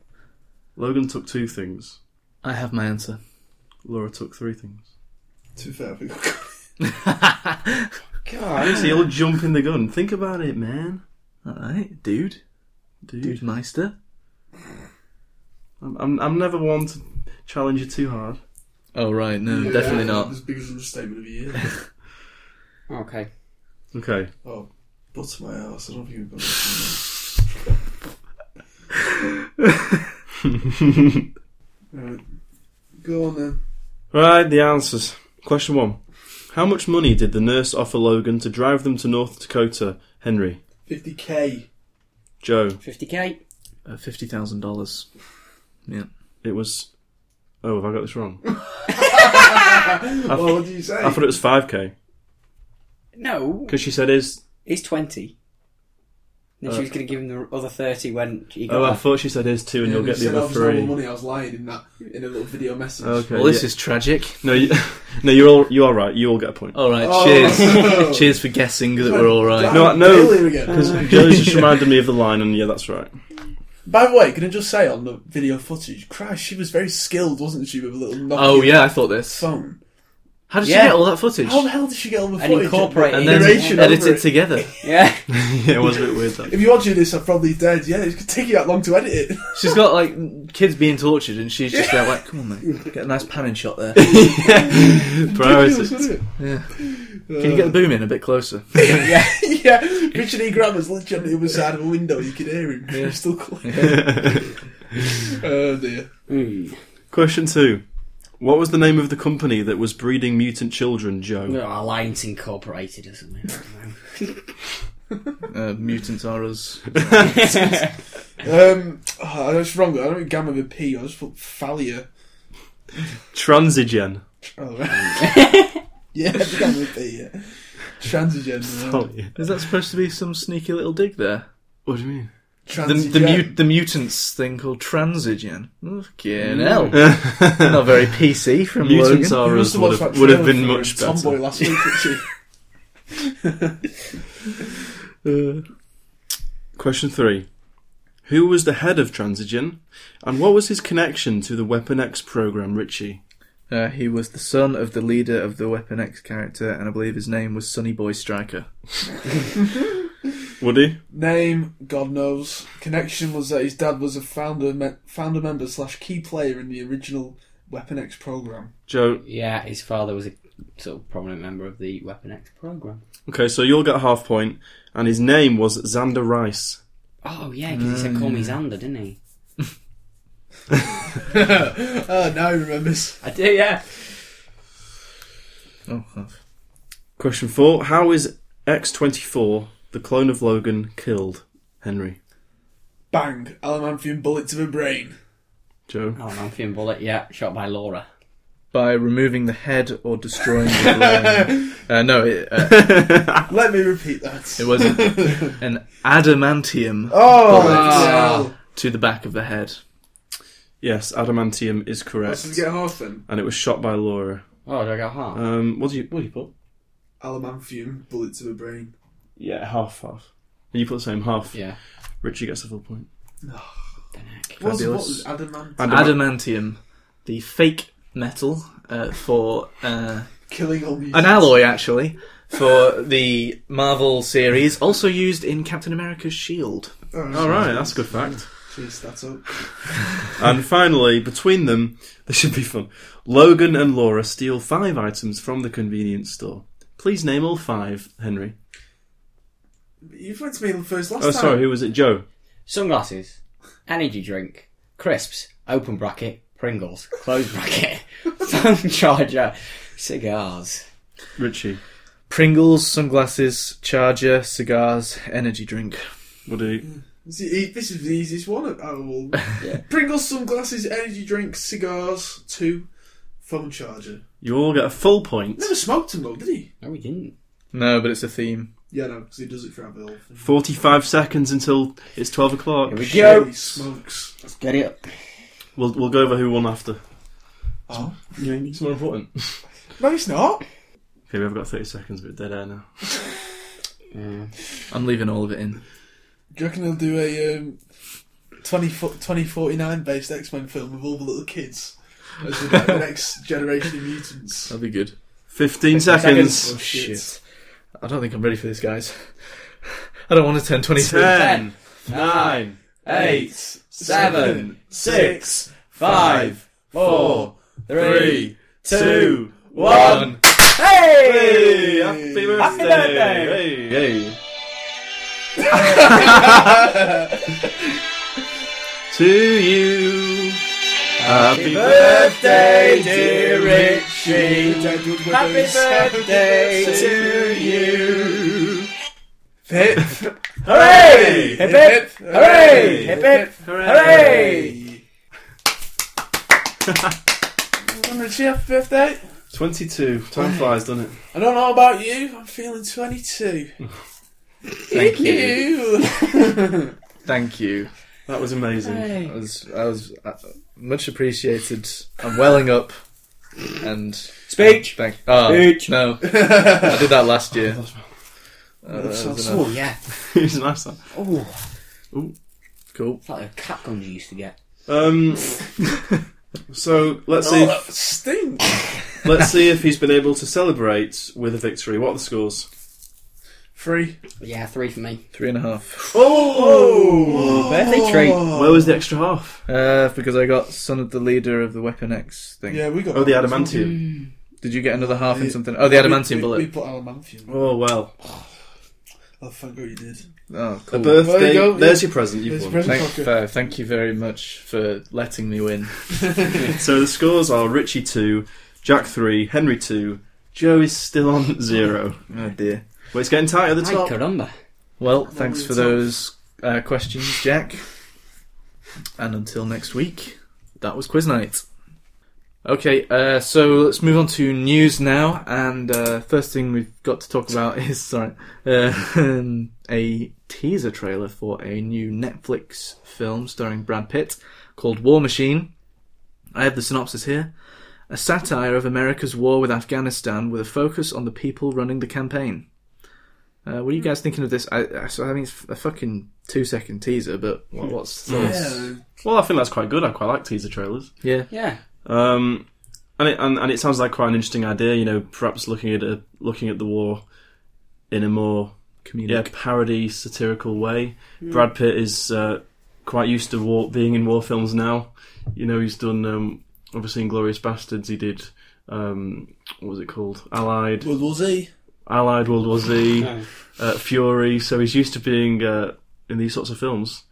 Logan took two things.
I have my answer.
Laura took three things.
too fair. we-
Honestly, you'll jump in the gun. Think about it, man.
All right, dude. Dude, Meister.
I'm, I'm, I'm never one to challenge you too hard.
Oh right, no, definitely not.
As big as an understatement of the year.
Okay.
Okay.
oh, butter my ass. I don't think we've got this one, no. Right. Go on then.
Right, the answers. Question one. How much money did the nurse offer Logan to drive them to North Dakota, Henry?
50k.
Joe,
50k.
Uh, Fifty thousand dollars.
it was. Oh, have I got this wrong?
well, what do you say?
I thought it was 5k
No,
because she said is.
he's 20. And she was going to give him the other 30 when he got
Oh, I
off.
thought she said is two, and you'll
You
get
said
the
I
other
was holding
three.
money. I was lying in that in a little video message.
Okay.
Well, this
yeah.
is tragic.
no, you, no, you're all you are right. You all get a point.
All right,
Oh.
cheers. cheers for guessing that we're all right.
No, I- no,
Really again.
because Joe's just reminded me of the line, and yeah, that's right.
By the way, can I just say on the video footage, Christ, she was very skilled, wasn't she, with a little Nokia
Oh yeah, I thought this.
phone.
How did
Yeah.
you get all that footage?
How the hell did she get all the
And
footage
incorporate
the
and then
narration
edit
over
it together.
Yeah.
Yeah, it was a bit weird. That.
If you're watching this, I'm probably dead. Yeah, it could take you that long to edit it.
She's got like kids being tortured, and she's just there like, "Come on, mate, get a nice panning shot there.
Priorities.
Ridiculous,
Can you get the boom in a bit closer?"
wasn't it? yeah, Richard E. Grant was literally on the other side of a window. You could hear him crystal clear. oh dear.
Hmm.
Question two: What was the name of the company that was breeding mutant children, Joe?
No, Alliance Incorporated or something. I don't know.
Uh, mutants are us.
Um, oh, I know it's wrong. I don't think gamma with a P. I just put failure.
Transigen.
Oh, right. yeah, it's gamma with a P. Yeah. Transigen.
Oh,
no.
yeah.
Is that supposed to be some sneaky little dig there?
What do you mean?
The
Transigen.
the, mu- the mutants thing called Transigen. Fucking hell. Not very PC from
Mutants
Logan.
You
are
must
us
have
would
watched that
have, would have
trailer
been
for
much better.
Tomboy last week, didn't you?
Question three. Who was the head of Transigen, and what was his connection to the Weapon X program, Richie?
Uh, he was the son of the leader of the Weapon X character, and I believe his name was Sonny Boy Striker.
Woody?
Name, God knows. Connection was that his dad was a founder me- founder member slash key player in the original Weapon X program.
Joe?
Yeah, his father was a sort of prominent member of the Weapon X program.
Okay, so you'll get a half point, and his name was Xander Rice.
Oh, yeah, because he said, call me Xander, didn't he?
Oh, now he remembers.
I do, yeah.
Oh, I've-
Question four. How is X-24, the clone of Logan, killed? Henry?
Bang! Alamanthium bullet to the brain.
Joe?
Alan Amphian Bullet, yeah, shot by Laura.
by removing the head or destroying the brain. Uh, no, it, uh,
Let me repeat that.
it was an, an adamantium
Oh,
bullet
wow.
to the back of the head.
Yes, adamantium is
Let's
correct.
get half then.
And it was shot by Laura.
Oh, do I go hard?
Um, what do you what do you put?
Alamanthium bullet to the brain.
Yeah, half half. And you put the same half.
yeah.
Richie gets the full point.
What was, what
Fabulous.
was adamant?
Adama-
Adamantium, the fake metal uh, for uh,
Killing all mutants.
an alloy, actually, for the Marvel series, also used in Captain America's shield.
All right, that's a good fact.
Oh, Jeez, that's up.
and finally, between them, this should be fun. Logan and Laura steal five items from the convenience store. Please name all five, Henry.
You went to me the first last
Oh,
time.
sorry, who was it? Joe.
Sunglasses, energy drink, crisps, open bracket, Pringles, close bracket, phone charger, cigars.
Richie.
Pringles, sunglasses, charger, cigars, energy drink.
Woody.
This is e- this is the easiest one out of all. Pringles, sunglasses, energy drinks, cigars, two, phone charger.
You all get a full point.
Never smoked him though, did he?
No, we didn't.
No, but it's a theme.
Yeah, no, because he does it for Avril.
45 seconds until it's 12 o'clock.
Here we
Yeah,
go.
he smokes.
Let's get it up.
We'll, we'll go over who won after.
Oh,
It's more important.
no, he's not.
Okay, we've got 30 seconds, but dead air now.
I'm leaving all of it in.
Do you reckon he'll do a um, 20, fo- 2049 based X Men film with all the little kids as the, the next generation of mutants?
That'll be good.
15 seconds.
Oh, shit.
I don't think I'm ready for this, guys. I don't want to turn
Oh,
23.
10, 9, 8,
seven,
6, 5, 4, 3, 2, 1. Hey! Happy birthday!
birthday!
Hey! hey. to you! Happy birthday, dear Richie!
Happy birthday
To you!
Hip,
Hooray!
Hip hip! Hooray! Hip hip!
Hooray!
Remember, it's your birthday?
22. Time flies, doesn't it?
I don't know about you. I'm feeling 22.
Thank you.
Ew.
Thank you.
That was amazing.
I was I was uh, much appreciated. I'm welling up. And
Speech.
thank. Oh
Bitch.
no, I did that last year. Uh,
That sounds
I dunno.
Oh yeah.
it was nice. That.
Oh,
cool.
it's like the cat guns you used to get.
Um, so let's
Oh,
see.
that stinks.
Let's see if he's been able to celebrate with a victory. What are the scores?
Free.
Yeah, three for me.
Three and a half.
Oh,
Birthday treat.
where was the extra half?
Uh, because I got son of the leader of the Weapon X thing.
Yeah, we got.
Oh, the
that.
adamantium.
Mm.
Did you get another half in
Yeah.
something? Oh, the adamantium
we,
bullet.
We, we put adamantium.
Oh well,
Oh, thank God you did.
oh,
a
cool.
birthday.
There you go.
There's your present. You've
There's
won.
present.
Thank, uh, thank you very much for letting me win.
So the scores are Richie two, Jack three, Henry two. Joe is still on zero.
Oh dear.
Well, it's getting tight at the
Ay,
top.
caramba.
Well, thanks for
it's all-
those uh, questions, Jack. And until next week, that was quiz night. Okay, uh, so let's move on to news now. And uh, first thing we've got to talk about is sorry, uh, a teaser trailer for a new Netflix film starring Brad Pitt called War Machine. I have the synopsis here. A satire of America's war with Afghanistan with a focus on the people running the campaign. Uh, what are you guys thinking of this? I, I, so, I mean, it's a fucking two second teaser, but what, what's
Yeah.
Well, I think that's quite good. I quite like teaser trailers.
yeah.
Yeah.
Um, and it and, and it sounds like quite an interesting idea. You know, perhaps looking at a, looking at the war in a more yeah
community?
parody satirical way. Brad Pitt is uh, quite used to war being in war films now. You know, he's done um, obviously Inglorious Bastards. He did um, what was it called? Allied,
World War Z.
Allied World War Z,
Oh.
uh, Fury. So he's used to being uh, in these sorts of films.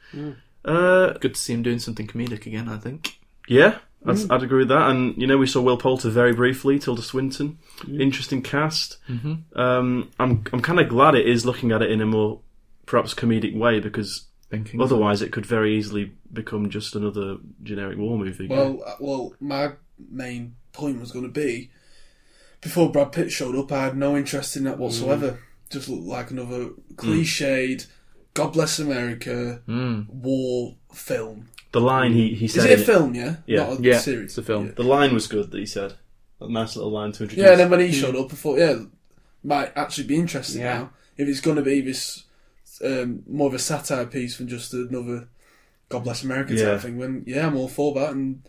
Uh,
Good to see him doing something comedic again. I think.
yeah, I'd, I'd agree with that. And you know, we saw Will Poulter very briefly, Tilda Swinton. Interesting cast. Mm-hmm. Um, I'm I'm kind of glad it is looking at it in a more perhaps comedic way because
Thinking.
otherwise it could very easily become just another generic war movie.
Well, uh, well, my main point was going to be before Brad Pitt showed up, I had no interest in that whatsoever.
Mm.
Just looked like another cliched, God bless America,
Mm.
war film.
the line he he
Is
said.
it
in
a film? Yeah,
Yeah.
not a
yeah,
series.
it's a film.
The line was good that he said. A nice little line to introduce.
Yeah, and then when he showed up, I thought, yeah, might actually be interesting
Yeah.
now if it's going to be this um, more of a satire piece than just another God bless America
Yeah.
type thing. When yeah, I'm all for that, and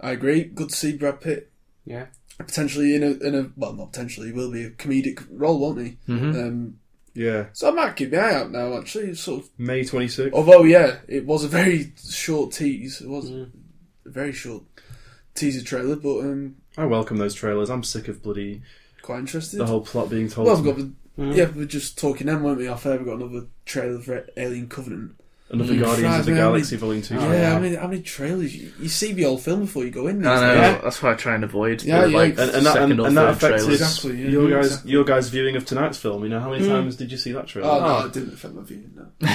I agree. Good to see Brad Pitt
Yeah.
potentially in a in a well, not potentially, he will be a comedic role, won't he?
Mm-hmm.
Um,
yeah,
so I might keep my eye out now. Actually, It's sort of.
May twenty sixth.
Although, yeah, it was a very short tease. It was
Mm.
a very short teaser trailer, but um,
I welcome those trailers. I'm sick of bloody
quite interested.
the whole plot being told.
Well,
to
I've
me.
got the, yeah, we we're just talking then, weren't we? Off air, we got another trailer for Alien Covenant.
Another Guardians of the
Fries, man,
Galaxy Volume Two.
Mm. yeah, I mean, how many trailers? You, you see the old film before you go in.
I know.
Yeah.
That's why I try and avoid.
Yeah,
the,
yeah.
Like,
and, and that,
second
and,
or
and that
third
affected
trailers.
Exactly, yeah.
your guys
Exactly. Mm.
your guys viewing of tonight's film. You know how many times did you see that trailer?
Oh, no, it didn't affect my view. No.
okay,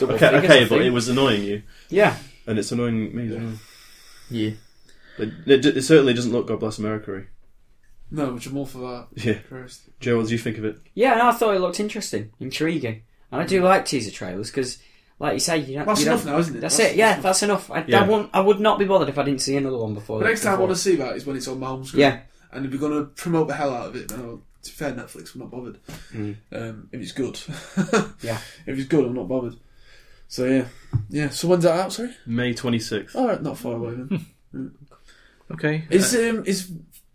fingers,
okay,
I
but
think.
it was annoying you,
Yeah.
and it's annoying me. as well.
Yeah.
But It, it certainly doesn't look God bless America.
no, which I'm all for that.
Yeah,
Christ.
Joe, what do you think of it?
Yeah, no, I thought it looked interesting, intriguing, and I do like teaser trailers because, like you say, you don't.
Mm. That's
you don't-
enough now, isn't it?
That's,
That's-
it. Yeah,
that's
that's enough. I,
Yeah.
I, won't, I would not be bothered if I didn't see another one before.
The next time I
before.
want to see that is when it's on my home screen.
Yeah.
And if you're going to promote the hell out of it, then I'll, to be fair, Netflix, I'm not bothered. Um, if it's good.
Yeah.
If it's good, I'm not bothered. So, yeah. Yeah, so when's that out, sorry?
May twenty sixth.
Alright, not far away then.
Okay.
Is um is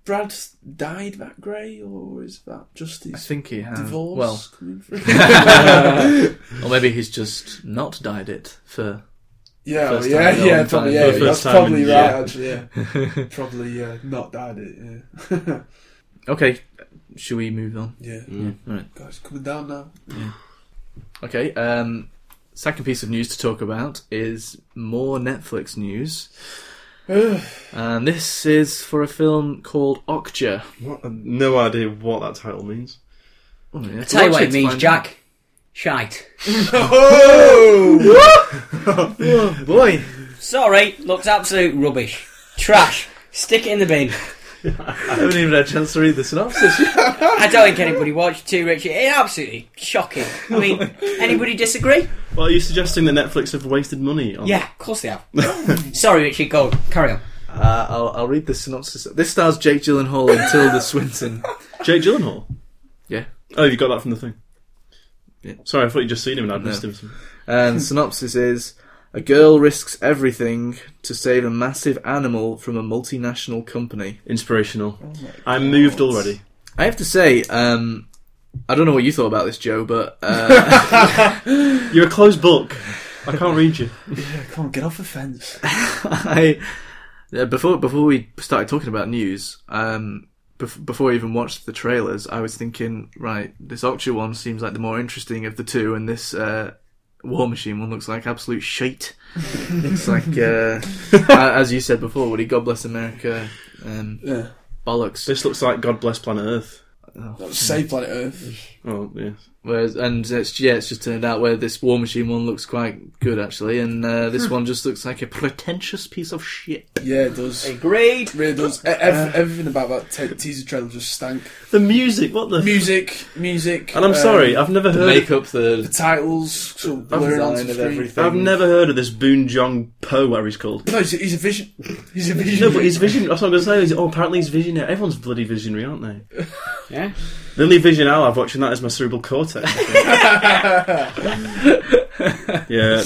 Brad dyed that grey or is that just
I
his
think he has.
divorce
Well,
coming through?
or maybe he's just not dyed it for.
yeah,
First
yeah,
time in a
yeah,
long time.
probably, yeah,
For the first
that's
time in
probably right.
years.
Actually, yeah, probably uh, not dyed it. Yeah,
Okay. Should we move on?
yeah.
Alright.
Guys, coming down now.
Okay. Um, second piece of news to talk about is more Netflix news, and this is for a film called Okja.
What? I've no idea what that title means.
Oh, yeah.
I tell you
Watch
what it
to
means,
find
Jack. Shite.
out. Boy,
Sorry, looks absolute rubbish, trash. Stick it in the bin.
I haven't even had a chance to read the synopsis. yet.
I don't think anybody watched too, Richie. It's absolutely shocking. I mean, anybody disagree?
Well, are you suggesting that Netflix have wasted money on
Yeah, of course they have. Sorry, Richie. Go on. carry on.
uh, I'll, I'll read the synopsis. This stars Jake Gyllenhaal and Tilda Swinton.
Jake Gyllenhaal?
Yeah.
Oh, you got that from the thing.
Yeah.
Sorry, I thought you'd just seen him and I'd missed him.
And synopsis is: A girl risks everything to save a massive animal from a multinational company.
Inspirational. I'm moved already.
I have to say, um, I don't know what you thought about this, Joe, but uh,
You're a closed book. I can't read you.
Yeah, come on, get off the fence.
I uh, before before we started talking about news, um, bef- before I even watched the trailers, I was thinking, right, this Octu one seems like the more interesting of the two, and this uh, War Machine one looks like absolute shite. it's like, uh, a- as you said before, Woody, God bless America, um,
Yeah.
bollocks. Oh,
This looks like God Bless Planet Earth.
Save planet Earth.
Oh, yeah.
Whereas, and it's yeah, it's just turned out where this War Machine one looks quite good actually, and uh, this
Hmm.
one just looks like a pretentious piece of shit.
Yeah, it does. It
Agreed.
really does. E-
Uh.
ev- everything about that te- teaser trailer just stank.
The music, what the.
Music, music.
and I'm
um,
sorry, I've never
The
heard.
makeup, the
The titles, sort of blurring
design
onto
of
screen.
everything.
I've never heard of this Boon Jong Po, whatever he's called.
No, he's a, he's a vision. He's a vision.
No, but he's visionary. That's what I'm going to say. He's, oh, apparently he's visionary. Everyone's bloody visionary, aren't they?
Yeah.
The only vision I'll have watching that is my cerebral cortex. yeah.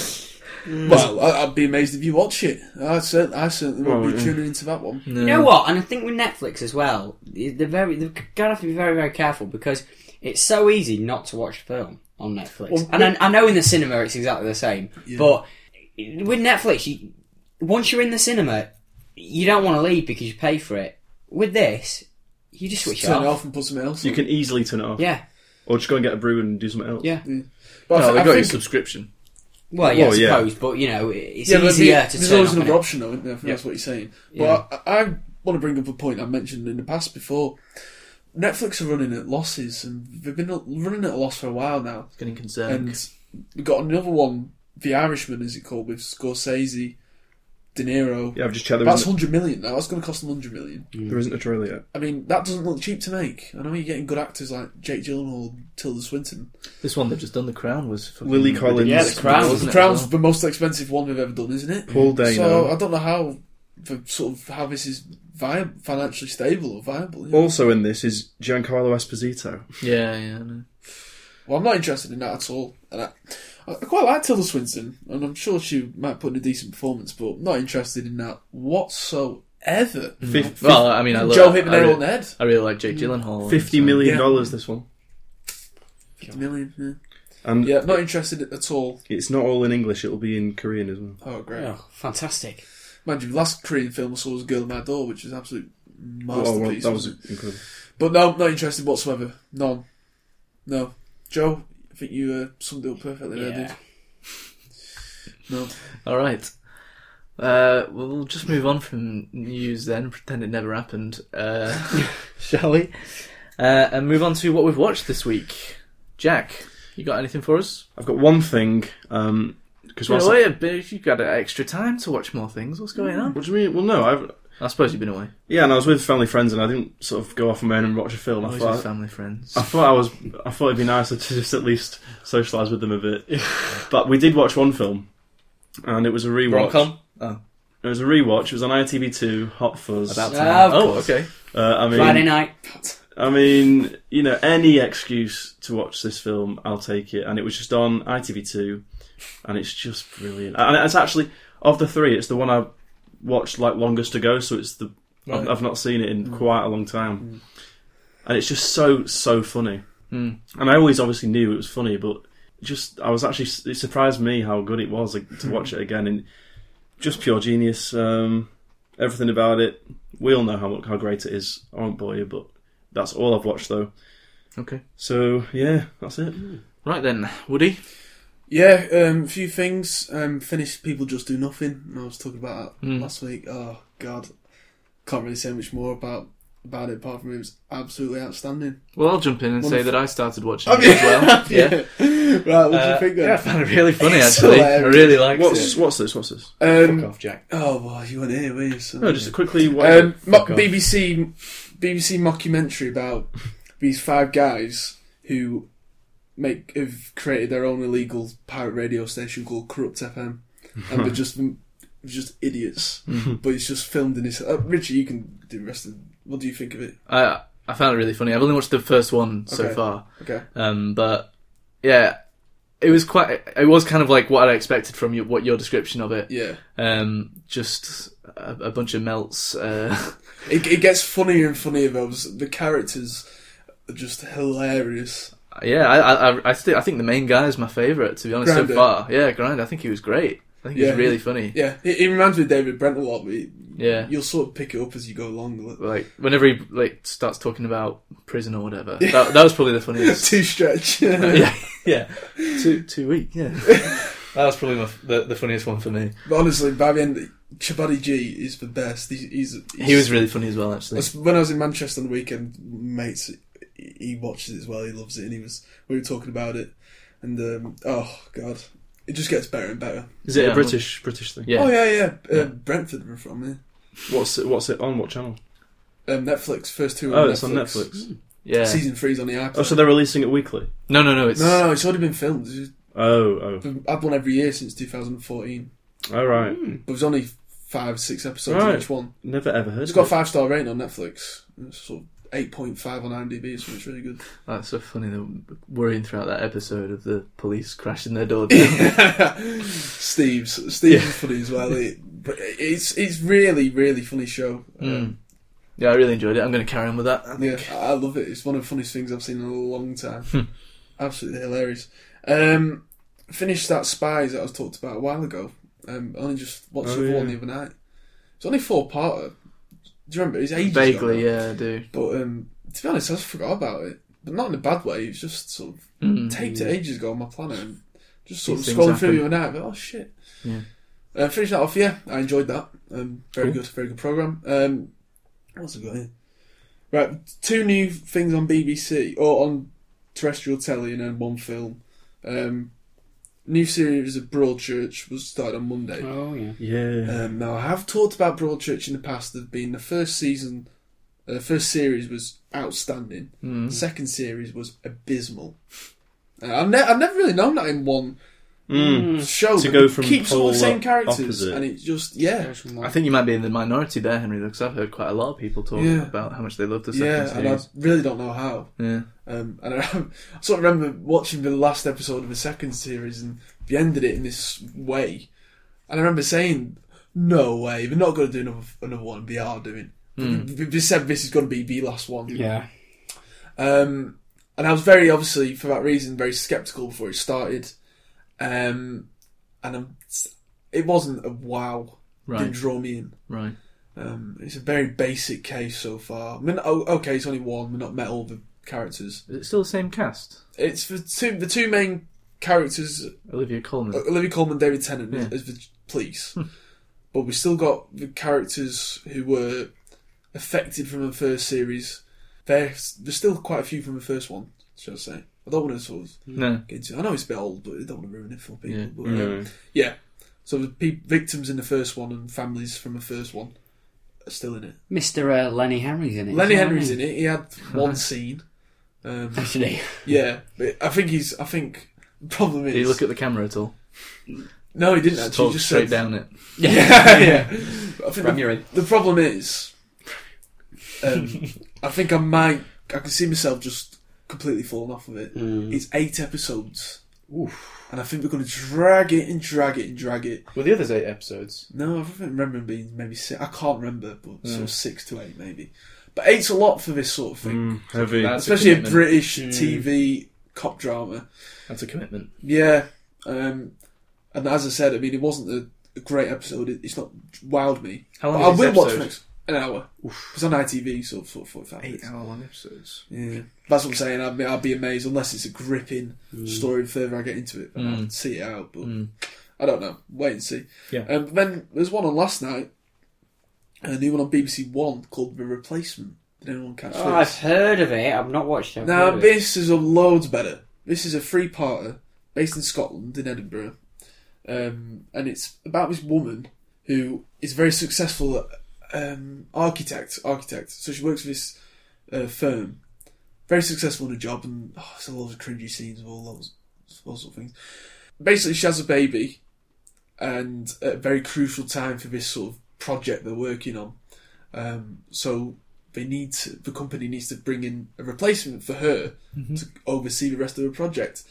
Well, I- I'd be amazed if you watch it. I certainly, I certainly won't
Well,
be
yeah.
tuning into that one.
You know what? And I think with Netflix as well, they're very they've got to have to be very very careful because it's so easy not to watch film on Netflix.
Well,
and I, I know in the cinema it's exactly the same, but with Netflix, you, once you're in the cinema, you don't want to leave because you pay for it. With this, you just switch it
Turn
off.
it off and put something else.
You
on.
can easily turn it off.
Yeah,
Or just go and get a brew and do something else.
yeah.
But
No,
I,
oh, they
th-
got
I
your
think,
subscription.
Well, yeah,
Well,
I
yeah.
suppose, but you know, it's
yeah, but the-
easier to
there's
turn
always
off.
another
an app.
option, though, isn't there? if That's what you're saying.
Yeah.
But I, I want to bring up a point I mentioned in the past before. Netflix are running at losses, and they've been running at a loss for a while now.
Getting concerned.
And we got another one, The Irishman, is it called, with Scorsese, De Niro.
Yeah, I've just checked. There
That's
isn't,
100 million now. That's going to cost them 100 million.
Mm.
there isn't a trailer yet.
I mean, that doesn't look cheap to make. I know you're getting good actors like Jake Gyllenhaal, Tilda Swinton.
This one they've just done, The Crown, was fucking
Lily Collins.
ridiculous.
Yeah, The Crown.
Wasn't
The
it,
Crown's
as well?
the most expensive one we've ever done, isn't it?
Paul Dano.
Mm. So uh, I don't know how, the, sort of how this is viab- financially stable or viable. yeah.
also in this is Giancarlo Esposito.
Yeah, yeah. I know.
Well, I'm not interested in that at all. And I, I quite like Tilda Swinton, and I'm sure she might put in a decent performance, but not interested in that whatsoever.
Fif-
Well, I mean, I love
Joe hit the
I
nail
really,
on the head.
I really like Jake Gyllenhaal. and
Fifty
so-
million
Yeah.
dollars this one,
Fifty million. Yeah.
and
yeah, not interested at all.
it's not all in English. It'll be in Korean as well.
Oh, great.
Oh, fantastic.
Mind you, last Korean film I saw was Girl at My Door, which is an absolute
Oh, well,
masterpiece.
that was
wasn't it?
incredible.
But no, not interested whatsoever. None. No. Joe, I think you uh, summed it up perfectly there,
Yeah.
dude. No.
All right. Uh, well, we'll just move on from news then, pretend it never happened, uh, shall we? Uh, and move on to what we've watched this week. Jack, you got anything for us?
I've got one thing because um, 'cause
Been
whilst
away a bit. If you've got extra time to watch more things, what's going on?
what do you mean? Well, no, I've
Hmm. I suppose you've been away.
yeah, and I was with family friends, and I didn't sort of go off on my own and watch a film. I
Always
thought
with family friends.
I thought I was. I thought it'd be nicer to just at least socialise with them a bit. but we did watch one film, and it was a rewatch.
Rom-com?
Oh.
It was a rewatch. It was on ITV two, Hot Fuzz.
About
Uh,
time.
of
oh,
course.
okay.
uh, I mean,
Friday night.
I mean, you know, any excuse to watch this film, I'll take it. And it was just on ITV2, and it's just brilliant. And it's actually of the three, it's the one I watched like longest to go. So it's the I've,
Right.
I've not seen it in quite a long time, and it's just so so funny.
Mm.
And I always obviously knew it was funny, but just I was actually it surprised me how good it was like, to watch it again, and just pure genius. Um, everything about it, we all know how how great it is. I won't bore you, but that's all I've watched though.
Okay.
So yeah, that's it.
Right then, Woody.
Yeah, um, a few things. Um, finished People Just Do Nothing. I was talking about that last week. Oh, God. Can't really say much more about about it apart from it was absolutely outstanding.
Well, I'll jump in and say
Wonderful.
that I started watching it as well. yeah.
Right, what do you
Uh,
think
yeah, I
then?
found it really funny
It's
actually. I
hilarious.
really liked
What's
it.
what's this? What's this?
Um,
Fuck off, Jack.
oh, well, you weren't here, were you? So-
No, just quickly. What,
um, mo-
fuck off.
BBC, BBC mockumentary about these five guys who make have created their own illegal pirate radio station called Corrupt FM, and they're just just idiots. but it's just filmed in this. Uh, Richard, you can do the rest of. What do you think of it?
I I found it really funny. I've only watched the first one so
Okay.
far.
Okay.
Um, but yeah, it was quite. It was kind of like what I expected from your, what your description of it.
Yeah.
Um, just a, a bunch of melts. Uh,
It, it gets funnier and funnier though. The characters are just hilarious.
yeah, I I I, I, still, I think the main guy is my favorite to be honest
Grindr.
so far. Yeah, Grind. I think he was great. I think he
Yeah.
was really funny.
Yeah, it, it reminds me of David Brent a lot. But it-
Yeah.
you'll sort of pick it up as you go along.
Like whenever he like starts talking about prison or whatever, that, that was probably the funniest.
Two stretch.
yeah, yeah, too too weak. Yeah, that was probably my, f- the the funniest one for me.
But honestly, by the end, Chabadi G is the best. He's, he's, he's
He was really funny as well, actually.
that's- When I was in Manchester on the weekend, mates, he he watches it as well. He loves it, and he was we were talking about it, and um, oh god, it just gets better and better.
is it
Yeah.
a British British thing?
Yeah,
Oh yeah, yeah. Uh, Brentford were from here.
What's it, what's it on? What channel?
Um, Netflix first two.
Oh, it's on Netflix.
yeah.
Season three's on the iPad.
Oh, so they're releasing it weekly.
No, no, no. It's
no, no, it's already been filmed. It's
Oh, oh,
just- I've one every year since 2014,
all right.
Hmm.
but there's only five, six episodes in
Right.
each one.
Never ever heard.
It's
of
got a five star rating on Netflix. It's sort of 8.5 on IMDb, so it's really good.
That's so funny. The worrying throughout that episode of the police crashing their door down.
Steve's Steve's is funny as well. It, but it's it's really really funny show.
Mm. Yeah, I really enjoyed it. I'm going to carry on with that. I
Um, yeah,
think.
I love it. It's one of the funniest things I've seen in a long
Hmm.
time. Absolutely hilarious. Um, finished that Spies that I was talked about a while ago. Um, I only just watched
Oh,
the other one
yeah.
the other night. It's only four part. Do you remember? It's ages ago
Vaguely,
now.
yeah, I do.
But um, to be honest, I just forgot about it. But not in a bad way. It's just sort of
Mm.
taped it ages ago on my planner and just sort
These
of
things
scrolling through
happen.
the other night. But, oh shit!
Yeah.
Uh, finish that off. Yeah, I enjoyed that. Um, very good, very good program. Um, what's it got here? Right, two new things on BBC or on terrestrial telly, and then one film. Um, new series of Broadchurch was started on Monday.
Oh yeah.
it. Yeah.
Um, now I have talked about Broadchurch in the past. There've been the first season, uh, first series was outstanding.
mm.
Hmm.
The second series was abysmal. Uh, I've, ne- I've never really known that in one
Hmm.
Mm.
show.
To
that
go from
keeps all the
polar
same characters,
opposite.
and it's just yeah,
I think you might be in the minority there, Henry, because I've heard quite a lot of people talk
Yeah.
about how much they love the second
yeah. And I
series.
really don't know how.
Yeah.
Um, and I, I sort of remember watching the last episode of the second series and they ended it in this way. And I remember saying, "No way, they're not going to do another, another one. They are doing.
Hmm.
They, they said this is going to be the last one."
Yeah.
Um, and I was very obviously for that reason very skeptical before it started. Um, and I'm, it wasn't a wow.
Right.
Didn't draw me in.
Right.
Um, it's a very basic case so far. I mean, oh, okay, it's only one. We've not met all the characters.
Is it still the same cast?
It's the two the two main characters,
Olivia Colman.
Uh, Olivia Colman, David Tennant,
Yeah. Hmm.
as the police. but we still got the characters who were affected from the first series. There's there's still quite a few from the first one, shall I say? I don't want to sort of
no.
get into. I know it's a bit old, but I don't want to ruin it for people.
Yeah.
But, um, yeah. So the pe- victims in the first one and families from the first one are still in it.
Mr. Uh, Lenny Henry's in it.
Lenny Henry's in it. He had one scene. Um,
Actually,
yeah, but I think he's. I think the problem is.
Did you look at the camera at all?
no, he didn't
Just
actually.
talk
he Just
straight
said,
down it.
Yeah, yeah. But I think
Ram
the-
your in.
The problem is, um, I think I might. I can see myself just completely falling off of it.
Hmm. Mm.
It's eight episodes. And I think we're going to drag it and drag it and drag it.
Well, the other's eight episodes.
No, I think remembering being maybe six. I can't remember, but sort of six to eight maybe. But eight's a lot for this sort of thing,
Mm, heavy.
That's
especially a
commitment.
British TV cop drama.
That's a commitment.
Yeah, um, and as I said, I mean, it wasn't a, a great episode. It, it's not wowed me.
How long
But I
is
will
this
watch
episode?
next an hour. It's on ITV, so for forty-five minutes.
hour long episodes.
Yeah, that's what I'm saying. I'd be, I'd be amazed unless it's a gripping
Mm.
story. The further I get into it, then I'll see it out. But I don't know. Wait and see.
Yeah.
Um, then there's one on last night. A new one on BBC One called The Replacement. Did anyone catch
oh,
Ah,
this?
I've heard of it. I've not watched it. I've
Now
heard of it.
this is a loads better. This is a three-parter based in Scotland, in Edinburgh, um, and it's about this woman who is a very successful um, architect. Architect, so she works for this uh, firm, very successful in her job, and oh, there's a lot of cringy scenes of all those all sorts of things. Basically, she has a baby, and at a very crucial time for this sort of project they're working on. Um, so they need to, the company needs to bring in a replacement for her to oversee the rest of the project.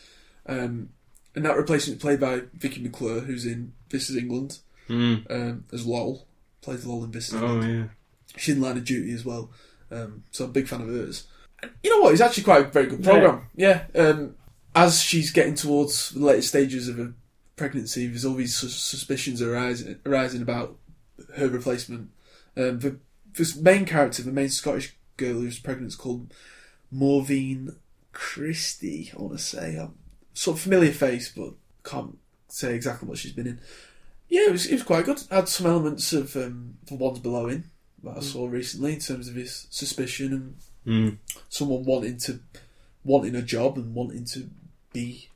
Um, and that replacement is played by Vicky McClure, who's in This Is England um, as Lol, plays Lol in This Is
Oh
England.
yeah.
She's in Line of Duty as well, um, so I'm a big fan of hers. And you know what? It's actually quite a very good program. Yeah. Um, as she's getting towards the later stages of her pregnancy, there's all these sus- suspicions arising, arising about her replacement. Um, the this main character, the main Scottish girl who's pregnant, is called Morvine Christie. I want to say, um, sort of familiar face, but can't say exactly what she's been in. Yeah, it was, it was quite good. Had some elements of um, the ones below in that I saw recently in terms of his suspicion and
Mm.
someone wanting to wanting a job and wanting to be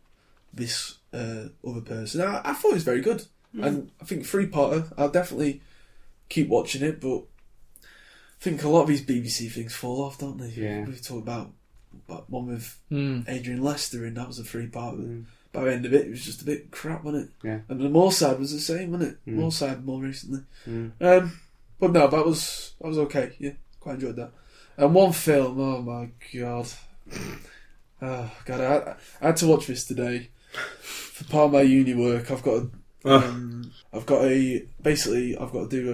this uh, other person. I, I thought it was very good, and I think three parter. I'll definitely keep watching it, but I think a lot of these BBC things fall off, don't they?
Yeah.
we talked about about one with
Hmm.
Adrian Lester in that was a three part. By the end of it, it was just a bit crap, wasn't it?
Yeah.
And the Moorside was the same, wasn't it? Moorside more recently. Um, but no, that was that was okay. Yeah, quite enjoyed that. And one film. Oh my god. Oh god, I, I had to watch this today for part of my uni work. I've got a,
Ah.
um, I've got a basically I've got to do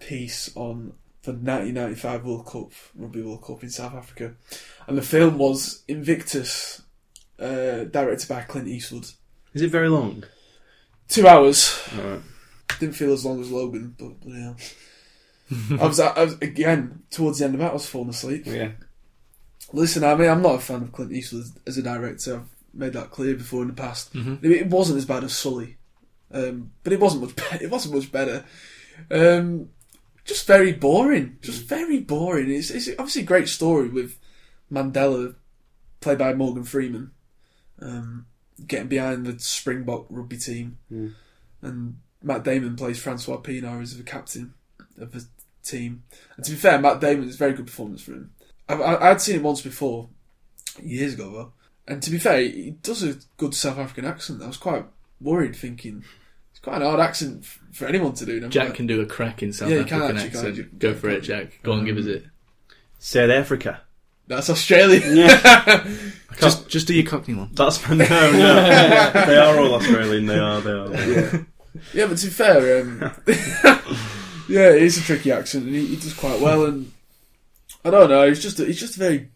a piece on the 1995 World Cup Rugby World Cup in South Africa, and the film was Invictus, uh, directed by Clint Eastwood.
Is it very long?
Two hours.
Alright.
Didn't feel as long as Logan, but bloody hell. I was, I was again towards the end of that. I was falling asleep.
Yeah.
Listen, I mean, I'm not a fan of Clint Eastwood as a director. I've made that clear before in the past. It- It wasn't as bad as Sully, um, but it wasn't much. Be- it wasn't much better. Um, just very boring. Just very boring. It's, it's obviously a great story with Mandela, played by Morgan Freeman, um, getting behind the Springbok rugby team, and Matt Damon plays Francois Pienaar as the captain of the team. And to be fair, Matt Damon is a very good performance for him. I, I, I'd seen him once before, years ago though. And to be fair, he does a good South African accent. I was quite worried, thinking it's quite an hard accent f- for anyone to do.
Jack can do a cracking South
Yeah, you can
African
actually, can't
accent.
you?
Go for it, Jack. Go on, give us it.
South Africa.
That's Australian.
Just, just do your Cockney one.
That's no, no. they are all Australian. They are. They are.
Yeah, but to be fair, um, yeah, it is a tricky accent, and he, he does quite well. And I don't know, it's just it's just very.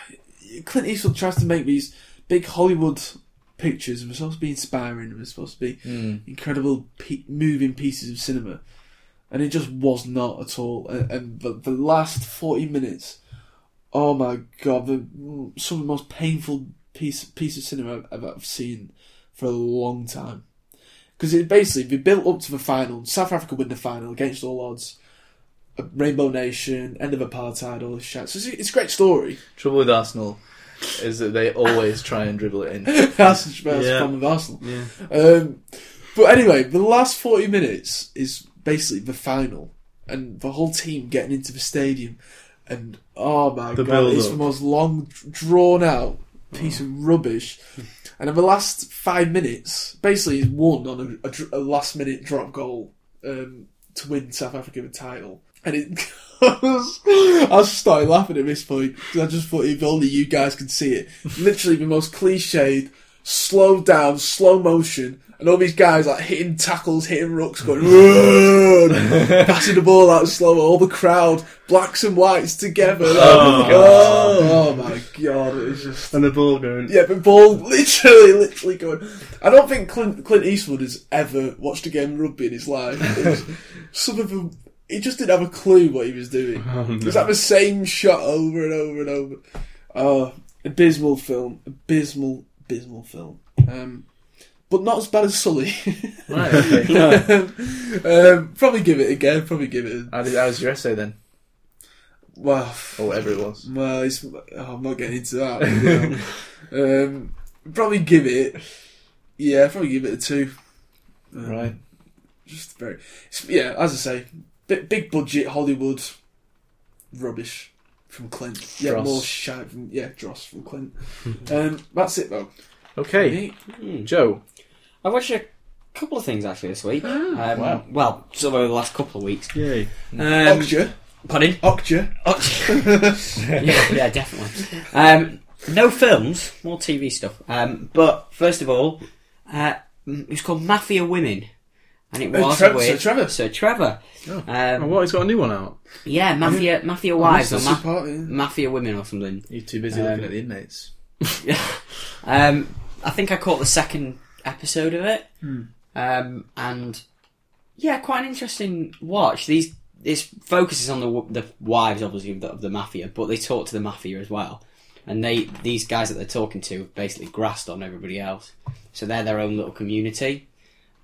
Clint Eastwood tries to make these big Hollywood pictures, and they're supposed to be inspiring, and they're supposed to be
Mm.
incredible, pe- moving pieces of cinema, and it just was not at all. And, and the, the last forty minutes, oh my god, the, some of the most painful piece piece of cinema I've, I've seen for a long time because it basically we built up to the final. South Africa win the final against all odds. Rainbow Nation, end of apartheid, all this shit. So it's, it's a great story.
Trouble with Arsenal is that they always try and dribble it in.
That's the problem
Yeah.
with Arsenal.
Yeah.
Um, but anyway, the last 40 minutes is basically the final, and the whole team getting into the stadium. And oh my
The
god,
build-up.
it's
Oh.
the most long, drawn out piece of rubbish. And in the last five minutes, basically, is won on a, a dr- a last minute drop goal um, to win South Africa the title. And it goes. I started laughing at this point because I just thought if only you guys could see it. Literally, the most cliched, slow down, slow motion, and all these guys like hitting tackles, hitting rucks, going run, passing the ball out slow. All the crowd, blacks and whites together. Oh, oh, my god! It was just
And the ball going.
yeah, but ball literally, literally going. I don't think Clint, Clint Eastwood has ever watched a game of rugby in his life. It was, some of them, he just didn't have a clue what he was doing. It was like the same shot over and over and over. Oh, abysmal film, abysmal, abysmal film. Um, but not as bad as Sully.
Right, okay.
um, probably give it again. Probably give it. A,
How, did, how was your essay then?
well,
Or whatever it was.
Well, it's, oh, I'm not getting into that. you know. um, probably um, give it Yeah, I'd probably give it a two. Um,
Right.
Just very. it's- Yeah, as I say, big, big budget Hollywood rubbish from Clint. Yeah,
Dross.
more shite from yeah dross from Clint. um, that's it though.
Okay,
Me?
Joe.
I watched a couple of things actually this week.
Ah,
um, Well, sort of over the last couple of weeks.
Yay.
Um,
Okja,
pardon?
Okja.
yeah, yeah, definitely. Um, no films, more TV stuff. Um, but first of all, uh, mm, it was called Mafia Women, and it
Uh,
was
Trev-
with
Sir Trevor.
Sir Trevor.
Oh,
Um,
what? He's got a new one out.
yeah, Mafia Mafia Wives or
That's the
ma-
Oh,
part, yeah.
Mafia Women or something.
You're too busy
Um,
looking at the inmates.
Um, I think I caught the second episode of it, um, and yeah, quite an interesting watch. These this focuses on the w- the wives, obviously, of the, of the mafia, but they talk to the mafia as well. And they these guys that they're talking to have basically grassed on everybody else, so they're their own little community.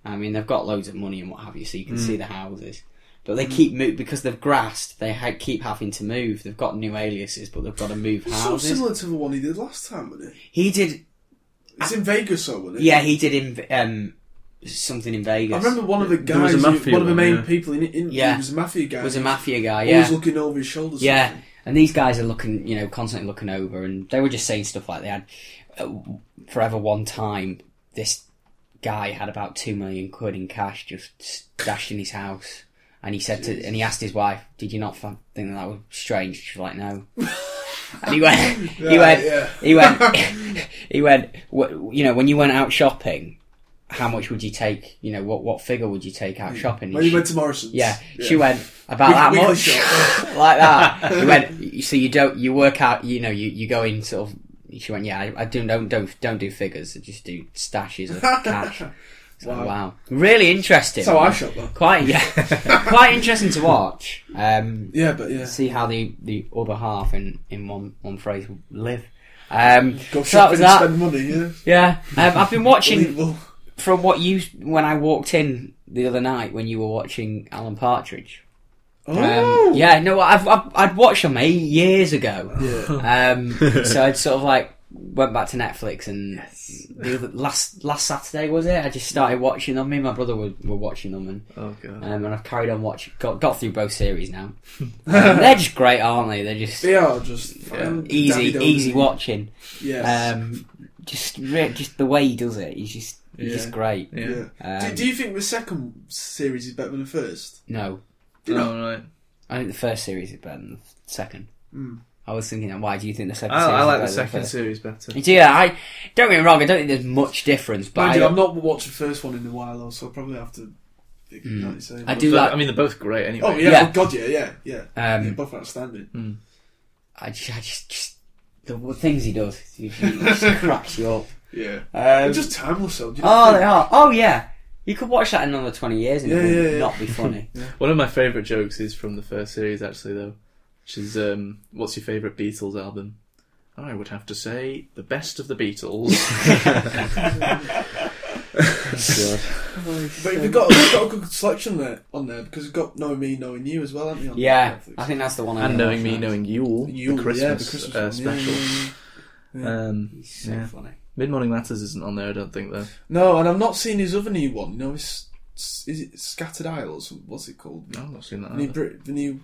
I mean, they've got loads of money and what have you, so you can see the houses. But they keep move because they've grassed. They ha- keep having to move. They've got new aliases, but they've got to move
It's sort of
houses.
similar to the one he did last time, wasn't it?
He did
It's in Vegas, though, wasn't it?
yeah, he did in um, something in Vegas.
I remember one of the
There was
guys,
a
who-
mafia
one of the
one,
main
yeah.
people in, in
Yeah.
he was a mafia guy.
It was a mafia guy.
Always
Yeah,
looking over his shoulders.
yeah. And these guys are looking, you know, constantly looking over, and they were just saying stuff like they had uh, forever one time. This guy had about two million quid in cash just dashed in his house, and he said to, and he asked his wife, "Did you not fi- think that, that was strange?" She was like, "No." And he went, he went,
yeah.
he went, he went. "Wh- You know, when you went out shopping, how much would you take? You know, what what figure would you take out shopping? And
When he
she-
Mm. went to Morrison's.
Yeah, she went about
We-
that
we can
much,
shop.
like that. She went. "You- So you don't. You work out. You know. You, you go in sort of. She went. Yeah, I, I do. Don't don't don't do figures. I just do stashes of cash. It's like, wow. really interesting.
That's how I shop, though.
quite yeah, quite interesting to watch. Um,
Yeah, but yeah.
see how the the other half in in one one phrase live. Um,
Go
so that was
shopping and
that.
spend money, yeah.
Yeah, um, I've been watching
Unbelievable.
from what you when I walked in the other night when you were watching Alan Partridge.
Oh!
Um, yeah, no, I've, I've I'd watched them eight years ago. Um, so I'd sort of like went back to Netflix and the other, last last Saturday was it? I just started watching them. Me and my brother were, were watching them, and
Oh god.
um, and I've carried on watching. Got got through both series now. Um, they're just great, aren't they? They're just
They are just
easy
Davidoff.
easy watching.
Yes.
Um, just re- just the way he does it, he's just he's
Yeah.
just great.
yeah.
yeah.
Um,
do, do you think the second series is better than the first?
No,
Oh, right.
I think the first series is better than the second. I was thinking, that, why do you think the second?
Oh, I,
series
I like
is
the
better than
second
first?
series better.
Yeah, I don't get me wrong. I don't think there's much difference, but
Mind
I,
you, I've not watched the first one in a while, though, so I'll probably have to. like you say.
Mm. I do
But,
like.
I mean, they're both great anyway.
Oh yeah,
Yeah.
Oh, God, yeah, yeah, yeah.
Um,
They're both outstanding.
I just, I just, just the w- things he does, he just cracks you up.
Yeah,
Um,
they're just timeless. Though. do you not
oh,
think?
they are. Oh yeah, you could watch that in another twenty years and
Yeah,
it would
yeah, yeah.
not be funny.
One of my favourite jokes is from the first series, actually, though, which is, um, "What's your favourite Beatles album?" I would have to say the best of the Beatles.
But you've got, you've got a good selection there on there because you've got knowing me, knowing you as well, haven't you? on
yeah,
Netflix?
I think that's the one. I'm
and
gonna
knowing
watch
me,
next.
knowing you all,
you,
the
yeah, the
Christmas,
Christmas
uh,
one, yeah,
special.
yeah, yeah.
Um,
He's so
Yeah.
funny.
Mid Morning Matters isn't on there, I don't think, though.
No, and I've not seen his other new one. You know, his, is it Scattered Isle or something? what's it called?
No, I've not seen that.
New
Either.
Brit, the new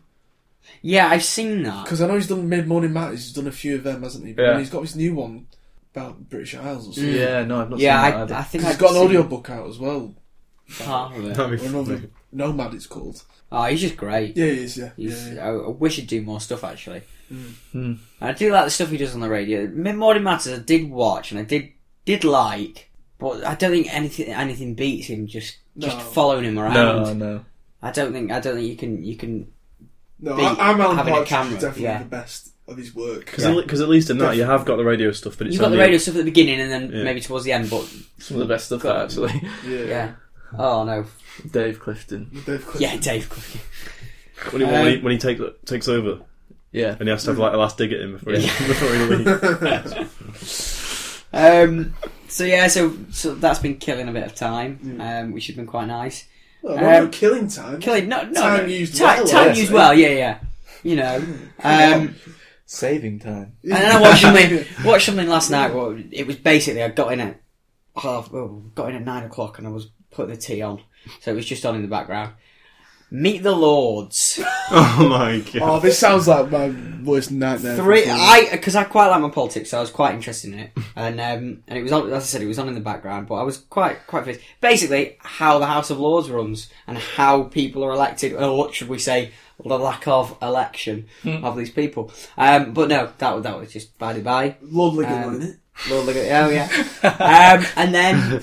Yeah, I've seen that.
Because I know he's done Mid Morning Matters, he's done a few of them, hasn't he? But
Yeah.
then he's got his new one about British Isles or something.
Yeah, no, I've not
Yeah,
seen that either.
I, I think
He's
I've
got an
seen
audiobook out as well.
half of it.
Or another Nomad, it's called.
Oh, he's just great.
Yeah, he is, yeah. yeah,
He's, uh,
yeah.
I, I wish he'd do more stuff actually.
Hmm.
I do like the stuff he does on the radio. Mid Morning Matters, I did watch and I did did like, but I don't think anything anything beats him just just
No.
following him around.
no, no.
I don't think I don't think you can you can.
No,
Beat
I, I'm Alan
having a
Partridge
camera,
is definitely
yeah.
the best of his work.
Because at, least in that you have got the radio stuff, but it's
You've got the
only-
radio stuff at the beginning and then
Yeah.
maybe towards the end, but
Some of the best stuff, that, actually.
Yeah.
yeah. Oh no.
Dave Clifton.
Dave Clifton.
Yeah, Dave. Cook.
When he, when he,
Um,
when he takes takes over
Yeah.
and he has to have like a last dig at him before, he, before he leaves.
Um. So yeah, so so that's been killing a bit of time,
Hmm.
um, which has been quite nice.
Well, not
Um,
killing time.
Killing, no, no,
Time
no.
used
Ti-
well,
Time
yes,
used
eh?
well, yeah, yeah. You know, um,
Saving time.
And then I watched something, watched something last night. Well, it was basically I got in at half. Well, got in at nine o'clock, and I was putting the tea on, so it was just on in the background. Meet the Lords.
Oh my god.
Oh, this sounds like my worst nightmare.
Three,
Before.
I because I quite like my politics, so I was quite interested in it, and um, and it was on. As I said, it was on in the background, but I was quite quite fit. Basically, how the House of Lords runs and how people are elected, or what should we say, the lack of election of these people. Um, but no, that was- that was just by the by.
Lord Ligon,
Um,
wasn't it?
Lord Ligon- oh yeah. um, and then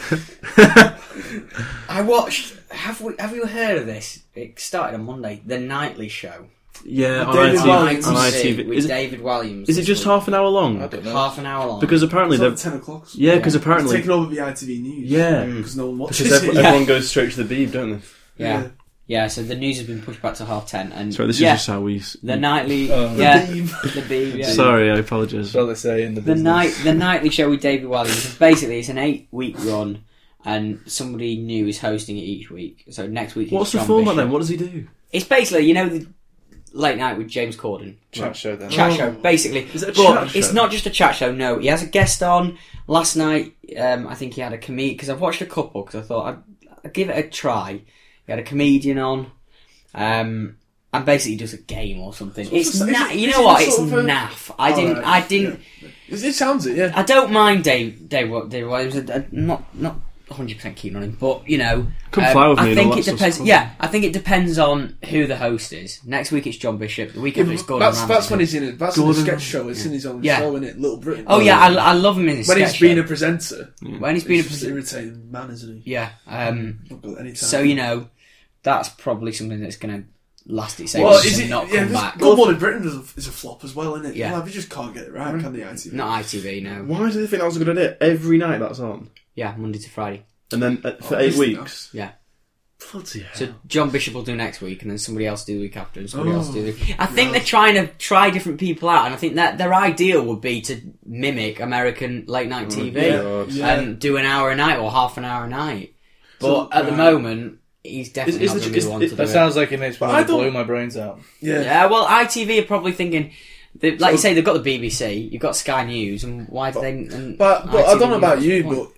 I watched. Have we have you heard of this? It started on Monday, the Nightly Show
Yeah, on
David
ITV.
Williams.
On
ITV
ITV.
with
Is it,
David Williams.
is it just half an hour long?
half an hour long?
Because apparently
It's on at
they've.
ten o'clock.
Yeah, because
It's
apparently.
taken over the ITV news.
Yeah.
Mm.
because no one watches
Because ev-
it.
everyone goes straight to the beeb, don't they?
yeah. Yeah, so the news has been pushed back to half ten, and
Sorry, this is
yeah,
just how we. s-
the nightly,
Oh.
yeah,
The Beeb.
the Beeb, yeah.
Sorry, I apologise.
So they say in the,
the
business.
night, the nightly show with David Williams. Basically, it's an eight-week run, and somebody new is hosting it each week. So next week,
What's
it's
the
John
format
Bishop.
then? What does he do?
It's basically you know the late night with James Corden
chat show then.
chat show. Basically,
Is it a
but
chat
it's
show?
not just a chat show. No, he has a guest on last night. Um, I think he had a comedian because I've watched a couple because I thought I'd, I'd give it a try. He had a comedian on, um, and basically does a game or something. it's
it's-
na-
it's-
you
it's
know what?
sort
It's
of a-
naff.
Oh,
I didn't.
Alright,
I didn't.
It, it sounds it. Yeah.
I don't mind Dave Dave Wa- Dave Williams. I- I'm not not 100 percent keen on him, but you know, um,
Come fly with
I
me and
think
all that
it
stuff's
depends.
cool.
Yeah, I think it depends on who the host is. Next week it's John Bishop. The week after it's Gordon
that's
Ramsay.
that's when he's in it. That's in
Gordon-
a sketch show. It's in his own
Yeah.
show, in it? Little Britain.
Oh yeah, I, I love him in his
when he's
sketch
been
show.
a presenter,
Mm.
when he's been a
he's just
presenter.
irritating man, isn't he?
Yeah. Um,
Not got any time.
so you know, that's probably something that's going to last its ages
well, is
and
it?
not
yeah,
come
this-
back.
Good Morning Britain is a, is a flop as well, isn't it?
Yeah.
Well, they just can't get it right, can they? ITV.
Not ITV no.
Why do they think that was a good idea? Every night that's on.
Yeah, Monday to Friday.
And then uh, for
Oh,
eight
isn't it?
weeks.
Yeah.
Bloody hell.
So John Bishop will do next week, and then somebody else do the week after, and somebody
Oh,
else do. The... I think they're trying to try different people out, and I think that their ideal would be to mimic American late night TV
God.
Yeah.
and do an hour a night or half an hour a night. But
So,
at the
uh, moment,
moment, he's definitely
is
not
the-
going to
is-
be the one
it-
to do
That
it.
sounds like it makes me
I
want to
don't-
blow my brains out.
Yeah.
Yeah, well, ITV are probably thinking, they, like you say, they've got the BBC, you've got Sky News, and why do they? And
But but I
ITV
don't know about
what's the
you,
point?
but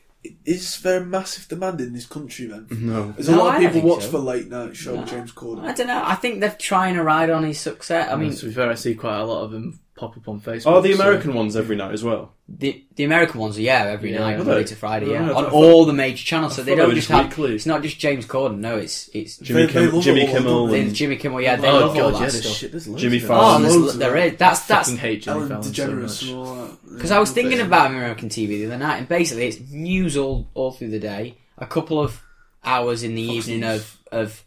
is there a massive demand in this country then?
No.
There's
No,
a
I
lot of
don't
people
think
watch
so.
for late night show with James Corden.
I don't know. I think they're trying to ride on his success. I mean,
to be fair, I see quite a lot of them pop up on Facebook.
Are Oh, the
so-
American ones every night as well?
the the American ones are yeah every
Yeah,
night
are
Monday
they?
to Friday
Oh,
yeah
I
on
thought-
all the major channels so
I
they
thought
don't
they were
just
just
have
weekly.
it's not just James Corden no it's it's
Jimmy,
They-
Kim-
they love
Jimmy
all of them,
Kimmel
don't
it's
and
Jimmy Kimmel yeah they
Oh,
love
God,
all
yeah,
that
there's
stuff
shit, there's loads
Jimmy
of it.
oh
Fallon.
there's,
Loads of
there
them.
is that's
I
that's
fucking hate Jimmy
Ellen
Fallon
DeGeneres
so
and
much.
all that.
because I was thinking about American TV the other night and basically it's news all all through the day a couple of hours in the evening of of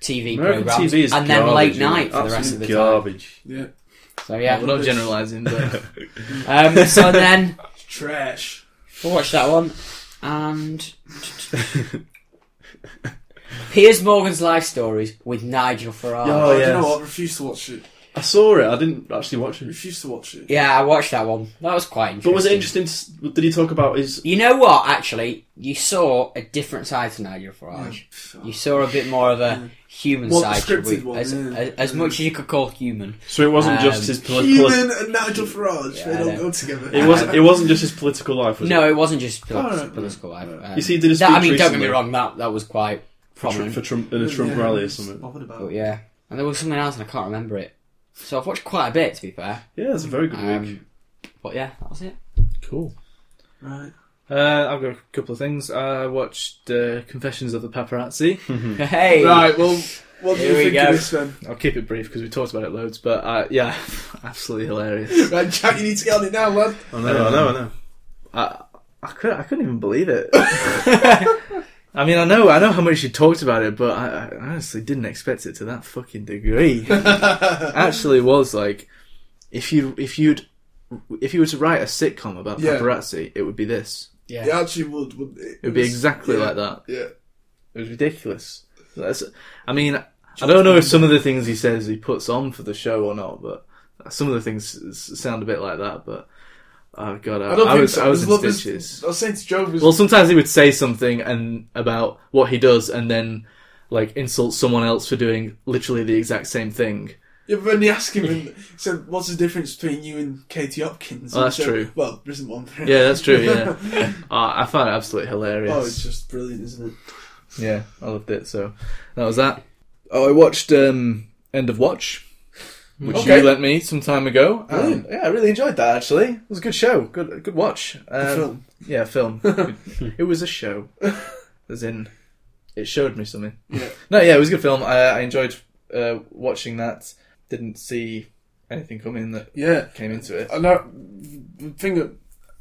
TV
American
programs
TV is
and then
garbage,
late
isn't it?
night for the rest
Absolute
of the
garbage.
Yeah,
time so
Yeah, we're
yeah
not generalising, but
um, so then
trash.
We'll watch that one. And. Piers Morgan's Life Stories with Nigel Farage.
Oh,
Oh, do you
yes.
know what? I refuse to watch it.
I saw it. I didn't actually watch it.
Refuse to watch it.
Yeah, I watched that one. That was quite interesting.
But was it interesting? To, s- did he talk about his?
You know what, actually? You saw a different side to Nigel Farage. You saw a bit more of a human
More
side, should we?
descriptive one,
as,
yeah.
as, as much as you could call human.
So it wasn't
Um,
just his political.
Human and Nigel Farage,
Yeah,
they
I
don't
know.
go together.
It wasn't. It wasn't just his political life. Was
No,
it?
it wasn't just poli-
Alright.
political life. Um,
You see, he did a
that, I
speech
mean, don't get me
recently.
wrong, that, that was quite
Tr-
prominent.
for Trump in a Trump
Yeah,
rally or
it's
something.
bothered about.
But Oh, yeah. And there was something else, and I can't remember it. So I've watched quite a bit, to be fair.
Yeah, it's a very good week.
Um, but yeah, that was it.
cool.
Right.
Uh, I've got a couple of things. Uh, I watched uh, Confessions of the Paparazzi.
Hey,
Right. Well, what do
Here
you
we
think
go.
of this then?
I'll keep it brief because we talked about it loads. But uh, yeah, absolutely hilarious.
Right, Jack, you need to get on it now, lad.
I know. I know. I know.
I, I could I couldn't even believe it. I mean, I know I know how much you talked about it, but I, I honestly didn't expect it to that fucking degree. Actually, was like if you if you'd if you were to write a sitcom about
Yeah.
paparazzi, it would be this.
Yeah.
It actually would, wouldn't it?
It would be exactly
yeah.
like that.
Yeah.
It was ridiculous. That's, I mean, I don't know if some of the things he says he puts on for the show or not, but some of the things s- sound a bit like that. But oh god, I,
I don't
I
think
was I was in
love is-
stitches.
I was saying to Joe, was,
Well, sometimes he would say something and about what he does, and then like insult someone else for doing literally the exact same thing.
Yeah, but when you ask him, and, so what's the difference between you and Katie Hopkins?
Oh,
And
that's
so-
true.
Well, there isn't one.
Yeah, that's true. Yeah, oh, I found it absolutely hilarious.
Oh, it's just brilliant, isn't it?
Yeah, I loved it. So that was that. Oh, I watched um, End of Watch, which
Okay.
you lent me some time ago. Um, and,
Brilliant.
yeah, I really enjoyed that. Actually, it was a good show. Good, good watch. Um,
film.
Yeah, film. it was a show, as in it showed me something.
Yeah.
No, yeah, it was a good film. I, I enjoyed uh, watching that. Didn't see anything coming that
Yeah.
came into it.
And that, the thing that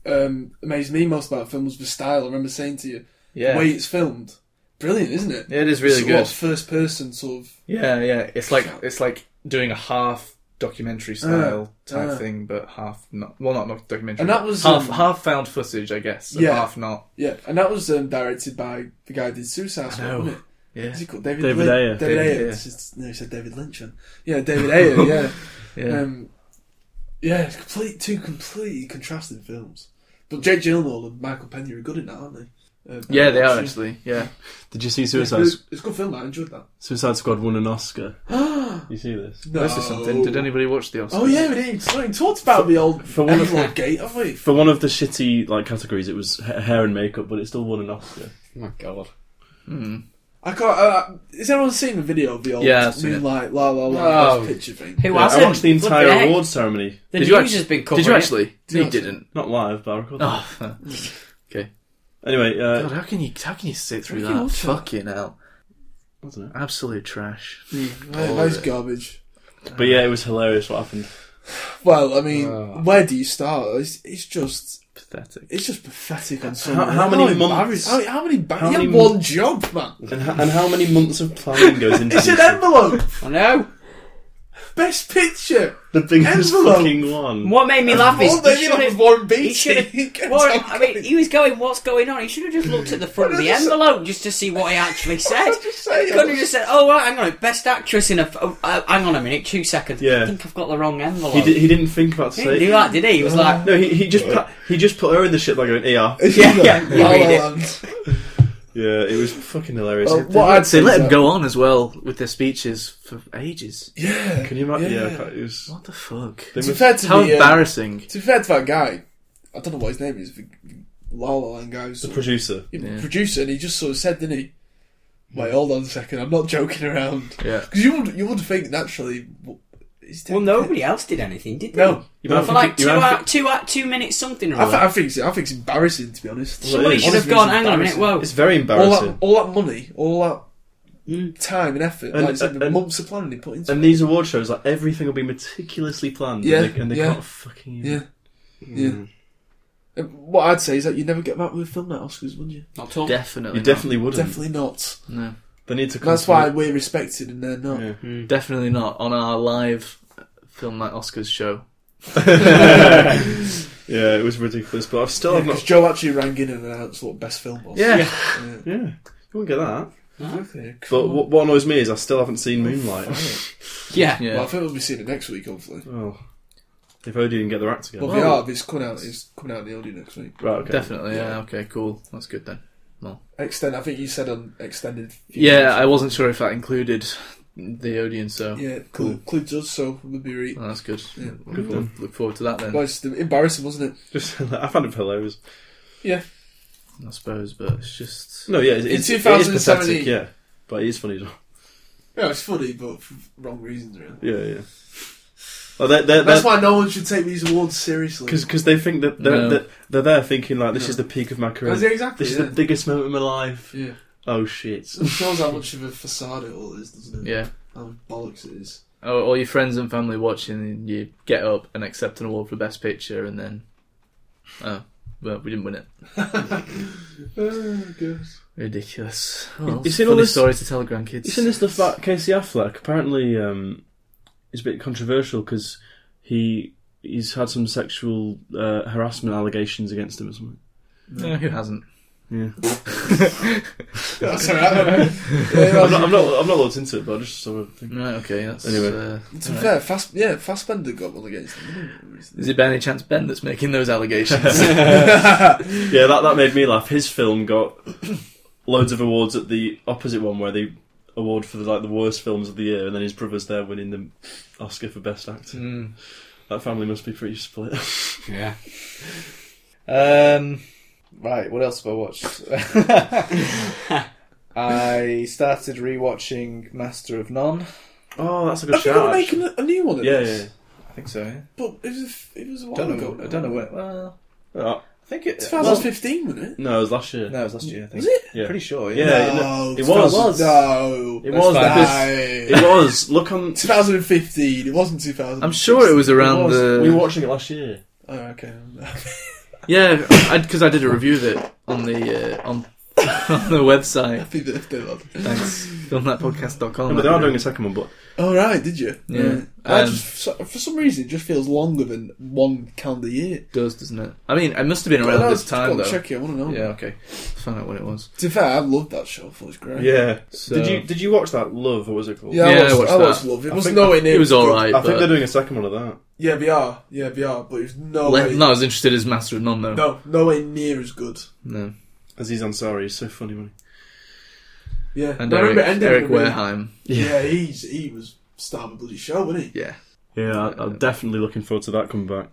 um, amazed me most about the film was the style. I remember saying to you,
Yeah,
the way it's filmed, brilliant, isn't it?
Yeah, it is really
Sort
good.
of first person, sort of.
Yeah, yeah. It's like it's like doing a half documentary style type
uh.
thing, but half not. Well, not not documentary.
And that was,
half
um,
half found footage, I guess. and
Yeah.
half not.
Yeah, and that was um, directed by the guy who did Suicide Squad,
know.
wasn't it?
Yeah,
Is he called David?
David
Lin-
Ayer.
David,
David
Ayer.
Ayer.
It's just- no, he said David Lynch. then. Yeah, David Ayer. Yeah,
yeah.
Um, yeah. It's complete two completely contrasting films. But Jake Gyllenhaal and Michael Pena are good in that, aren't they? Uh,
yeah, they are actually. Yeah,
Did you see
It's,
Suicide
it's a good film. I enjoyed that.
Suicide Squad won an Oscar? you see this?
No.
this is something. Did anybody watch the Oscars?
Oh yeah, we didn't even, sorry, we talked about the old
for one of-
Envelope Gate, have we?
For one of the shitty like categories, it was ha- hair and makeup, but it still won an Oscar.
Oh my god.
Hmm.
I can't. Uh, has everyone seen the video of the old
Yeah, I've seen it.
Moonlight La La La
No.
picture thing?
Who
Yeah, I
hasn't?
watched the entire
Bloody heck.
award ceremony,
Did
The news
you
has
actually-
been covering
Did you
it.
actually?
No,
He
I
didn't.
not live, but I recorded. it.
Oh.
Anyway,
God,
uh,
how can you how can you sit through
How can you
that?
watch that?
Fucking hell!
I don't know.
Absolute trash.
Right, That's garbage.
but yeah, it was hilarious what happened.
Well, I mean,
Oh.
where do you start? It's, it's just
Pathetic.
it's just pathetic on so
How-
many-
how many
embarrass-
months?
How, how many? Ba-
How
he had
many
one job, man.
And, ho- and how many months of planning goes into
It's
this?
an envelope.
I know.
Best picture.
the biggest
envelope.
fucking one.
What made me laugh is
All they
he
did was
should've-
Warren Beatty.
he should have.
Gets
Warren,
on
I mean, he was going, "What's going on?" He should have just looked at the front of the envelope just to see what he actually said.
just saying.
He couldn't have just said, "Oh, right, hang on, best actress in a." F- oh, uh, hang on a minute, two seconds.
Yeah.
I think I've got the wrong envelope.
He, did, he didn't think about
He didn't
saying.
do that, did he? He was like,
No, he, he just pa- he just put her in the shit like an ER.
"Yeah, yeah, you
La La
read it."
Land.
Yeah, it was fucking hilarious.
Well, Uh, what I'd
They
say,
let
is
him
that-
go on as well with their speeches for ages.
Yeah.
Can you imagine?
Yeah.
Yeah, I can't- it was.
What the fuck?
They
To be
were-
fair to
How
the, uh,
embarrassing.
to be fair to that guy, I don't know what his name is. The the La La Land guy. who's
the
sort of-
producer.
you know,
Yeah.
producer, and he just sort of said, didn't he? Wait, hold on a second. I'm not joking around.
Yeah.
Because you would you would think naturally. w- he's
Well,
taking
nobody else did anything, did they?
No.
You might
For
think
like
it- you
two,
might
hour,
think-
two, hour, two minutes something or
I, th-
other.
I think it's, I think it's embarrassing to be honest.
Well, it
Somebody
is.
should have
Honestly,
gone,
it's
hang on a minute, whoa.
It's very
All
embarrassing.
that all that money, all that time and effort,
And-
like you said, the
and-
months of planning he put into. it.
and these award shows, like everything will be meticulously planned.
Yeah,
and they, and they
yeah.
can't fucking. Even...
yeah, yeah. And What I'd say is that you would never get that with a film like Oscars, would Oh. you?
Not at all.
Definitely. not.
You definitely wouldn't.
Definitely not.
No.
They need to. Come
That's
to
why
it.
we're respected and they're not.
Yeah.
Hmm.
Definitely not on our live film night Oscars show.
Yeah, it was ridiculous, but I've still have
Because
not.
Joe actually rang in and announced what best film was.
Yeah.
Yeah, you won't get that.
Okay.
But what, what annoys me is I still haven't seen
Oh,
Moonlight.
Yeah.
Yeah.
Well, I think we'll be seeing it next week, hopefully.
oh, if Odeon didn't get their act together. Oh,
Well, if they are, it's coming out. It's coming out in the audio next week.
Right, okay.
Definitely. Yeah. Okay. Cool. That's good then.
Extend. I think you said on extended.
Yeah, I wasn't sure if that included the Odeon, so
yeah. Cool. Includes us, so we'll be re.
Oh, that's good.
Yeah.
We'll look, look forward to that then,
Well, it's embarrassing, wasn't it?
Just, I found it hilarious.
I suppose. But it's just
No, yeah, it's, it's, it is
2017.
pathetic, yeah. But it is funny as well.
Yeah, it's funny, but for wrong reasons, really.
Yeah, yeah. Oh, they're, they're,
That's why no one should take these awards seriously.
Because they think that they're,
No.
that they're there thinking, like, this is the peak of my career.
That's it, exactly.
This is
yeah.
the biggest moment of my life.
yeah.
Oh, shit.
It shows how much of a facade it all is, doesn't it?
yeah.
How bollocks it is.
Oh, all your friends and family watching, and you get up and accept an award for best picture, and then oh, well, we didn't win it.
Oh, gosh.
Ridiculous. Well,
you
it's
seen
Oh, a
all
funny
this-
story to tell grandkids.
You seen this stuff about Casey Affleck? Apparently, um, it's a bit controversial because he he's had some sexual uh, harassment allegations against him or something.
No, who hasn't?
Yeah,
That's alright.
I'm not, I'm not, I'm not looked into it, but I just sort of think.
Right. Okay. That's
Anyway.
uh,
To be fair, fast yeah, Fassbender got one against him.
Is it by any chance Ben that's making those allegations?
Yeah, that that made me laugh. His film got loads of awards at the opposite one where they award for the, like the worst films of the year, and then his brother's there winning the Oscar for best actor.
Hmm.
That family must be pretty split.
Yeah.
Um, right, what else have I watched? I started rewatching Master of None.
oh, that's a
Are
good
they going
shout.
to make
actually.
a, a new one of
Yeah, yeah.
this?
yeah.
I think so. yeah.
But it was, it was a while
Don't
ago.
know. I don't know when. Well,
Oh,
I think it. well,
2015, wasn't it?
no, it was last year.
no, it was last year. I think.
Was it?
Yeah.
Pretty sure. Yeah.
Yeah,
no,
it, it was.
No.
It was. because-
No.
It was. Look on.
2015. It wasn't 2000.
I'm sure it was around
it was.
the.
We were watching it last year.
Oh, okay.
Yeah, because I, did a review of it on the uh, on on the website.
Happy birthday, lad.
Thanks, filmthatpodcast.com.
but they are doing a second one, but
All right, did you?
Yeah.
I
Um,
just, so- for some reason, it just feels longer than one calendar year.
It does, doesn't it? I mean, it must have been around
I'll-
this
I'll
time though.
Check it. I want to know.
Yeah. Okay.
Find out what it was.
To be fair, I loved that show. I thought it was great.
yeah.
So-
Did you did you watch that Love? What was it called?
Yeah,
Yeah, I
I watched,
watched
I watched
that.
Love. It
I
was
think-
nowhere near.
It was all right.
I think
but
they're doing a second one of that.
Yeah, VR. Yeah, VR. But it was no
le-
way.
not as interested as Master of None though.
no, no way near as good.
No.
Aziz Ansari is so funny. When
Yeah,
And
No, I
Eric,
remember it ended
Eric
with me-
Wareheim.
Yeah, he's he was star of a bloody show, wasn't he?
Yeah.
he... Yeah, I, I'm definitely looking forward to that coming back.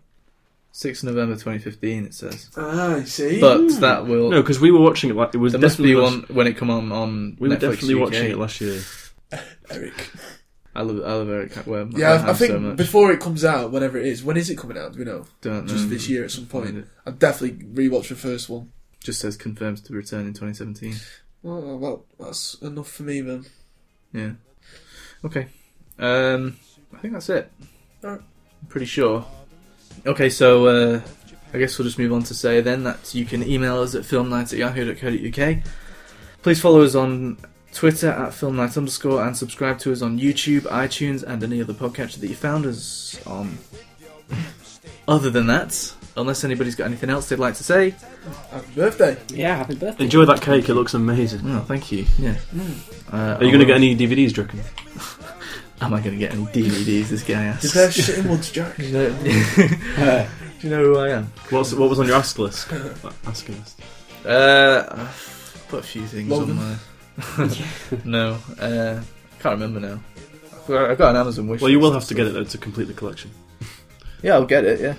6th November 2015 it says.
Ah, I see.
But that will
No, because we were watching it. Like, it was
there must be
definitely
one when it come on on
We were
Netflix
definitely
UK.
watching it last year.
Eric.
I love I love Eric Ware.
Yeah, I,
so
I think
much.
before it comes out, whenever it is, when is it coming out? Do we know?
Don't
Just
know.
this year at some
Find
point.
it.
I'd definitely rewatch the first one.
Just says confirms to return in 2017.
Oh, well, that's enough for me then.
Yeah. Okay. Um, I think that's it.
Alright.
I'm pretty sure. Okay, so uh, I guess we'll just move on to say then that you can email us at filmnight at yahoo.co.uk. Please follow us on Twitter at filmnight underscore and subscribe to us on YouTube, iTunes, and any other podcatcher that you found us on. other than that, unless anybody's got anything else they'd like to say,
Happy birthday.
Yeah, happy birthday. Hmm.
Enjoy that cake. It looks amazing.
no, Oh, thank you. Yeah. Uh,
Are you going to get any DVDs, do you reckon?
Am I going to get any DVDs? This guy
Did
asks.
they shit in Woods Jack?
Do you know, uh, do you know who I am?
What's what was on your ask list? ask list.
Uh, I've put a few things
Logan?
on there. no, uh, I can't remember now. I've got- I've got an Amazon wish.
Well, you
list
will
and
have to
stuff.
get it though to complete the collection.
Yeah, I'll get it. Yeah,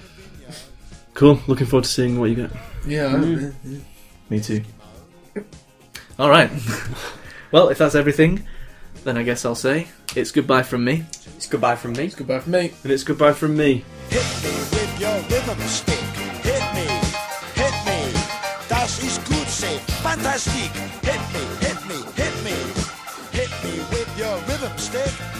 Cool. Looking forward to seeing what you get.
Yeah.
me too. All right. well, if that's everything, then I guess I'll say it's goodbye from me.
It's goodbye from me.
It's goodbye for me.
And it's goodbye from me.
Hit me with your rhythm stick.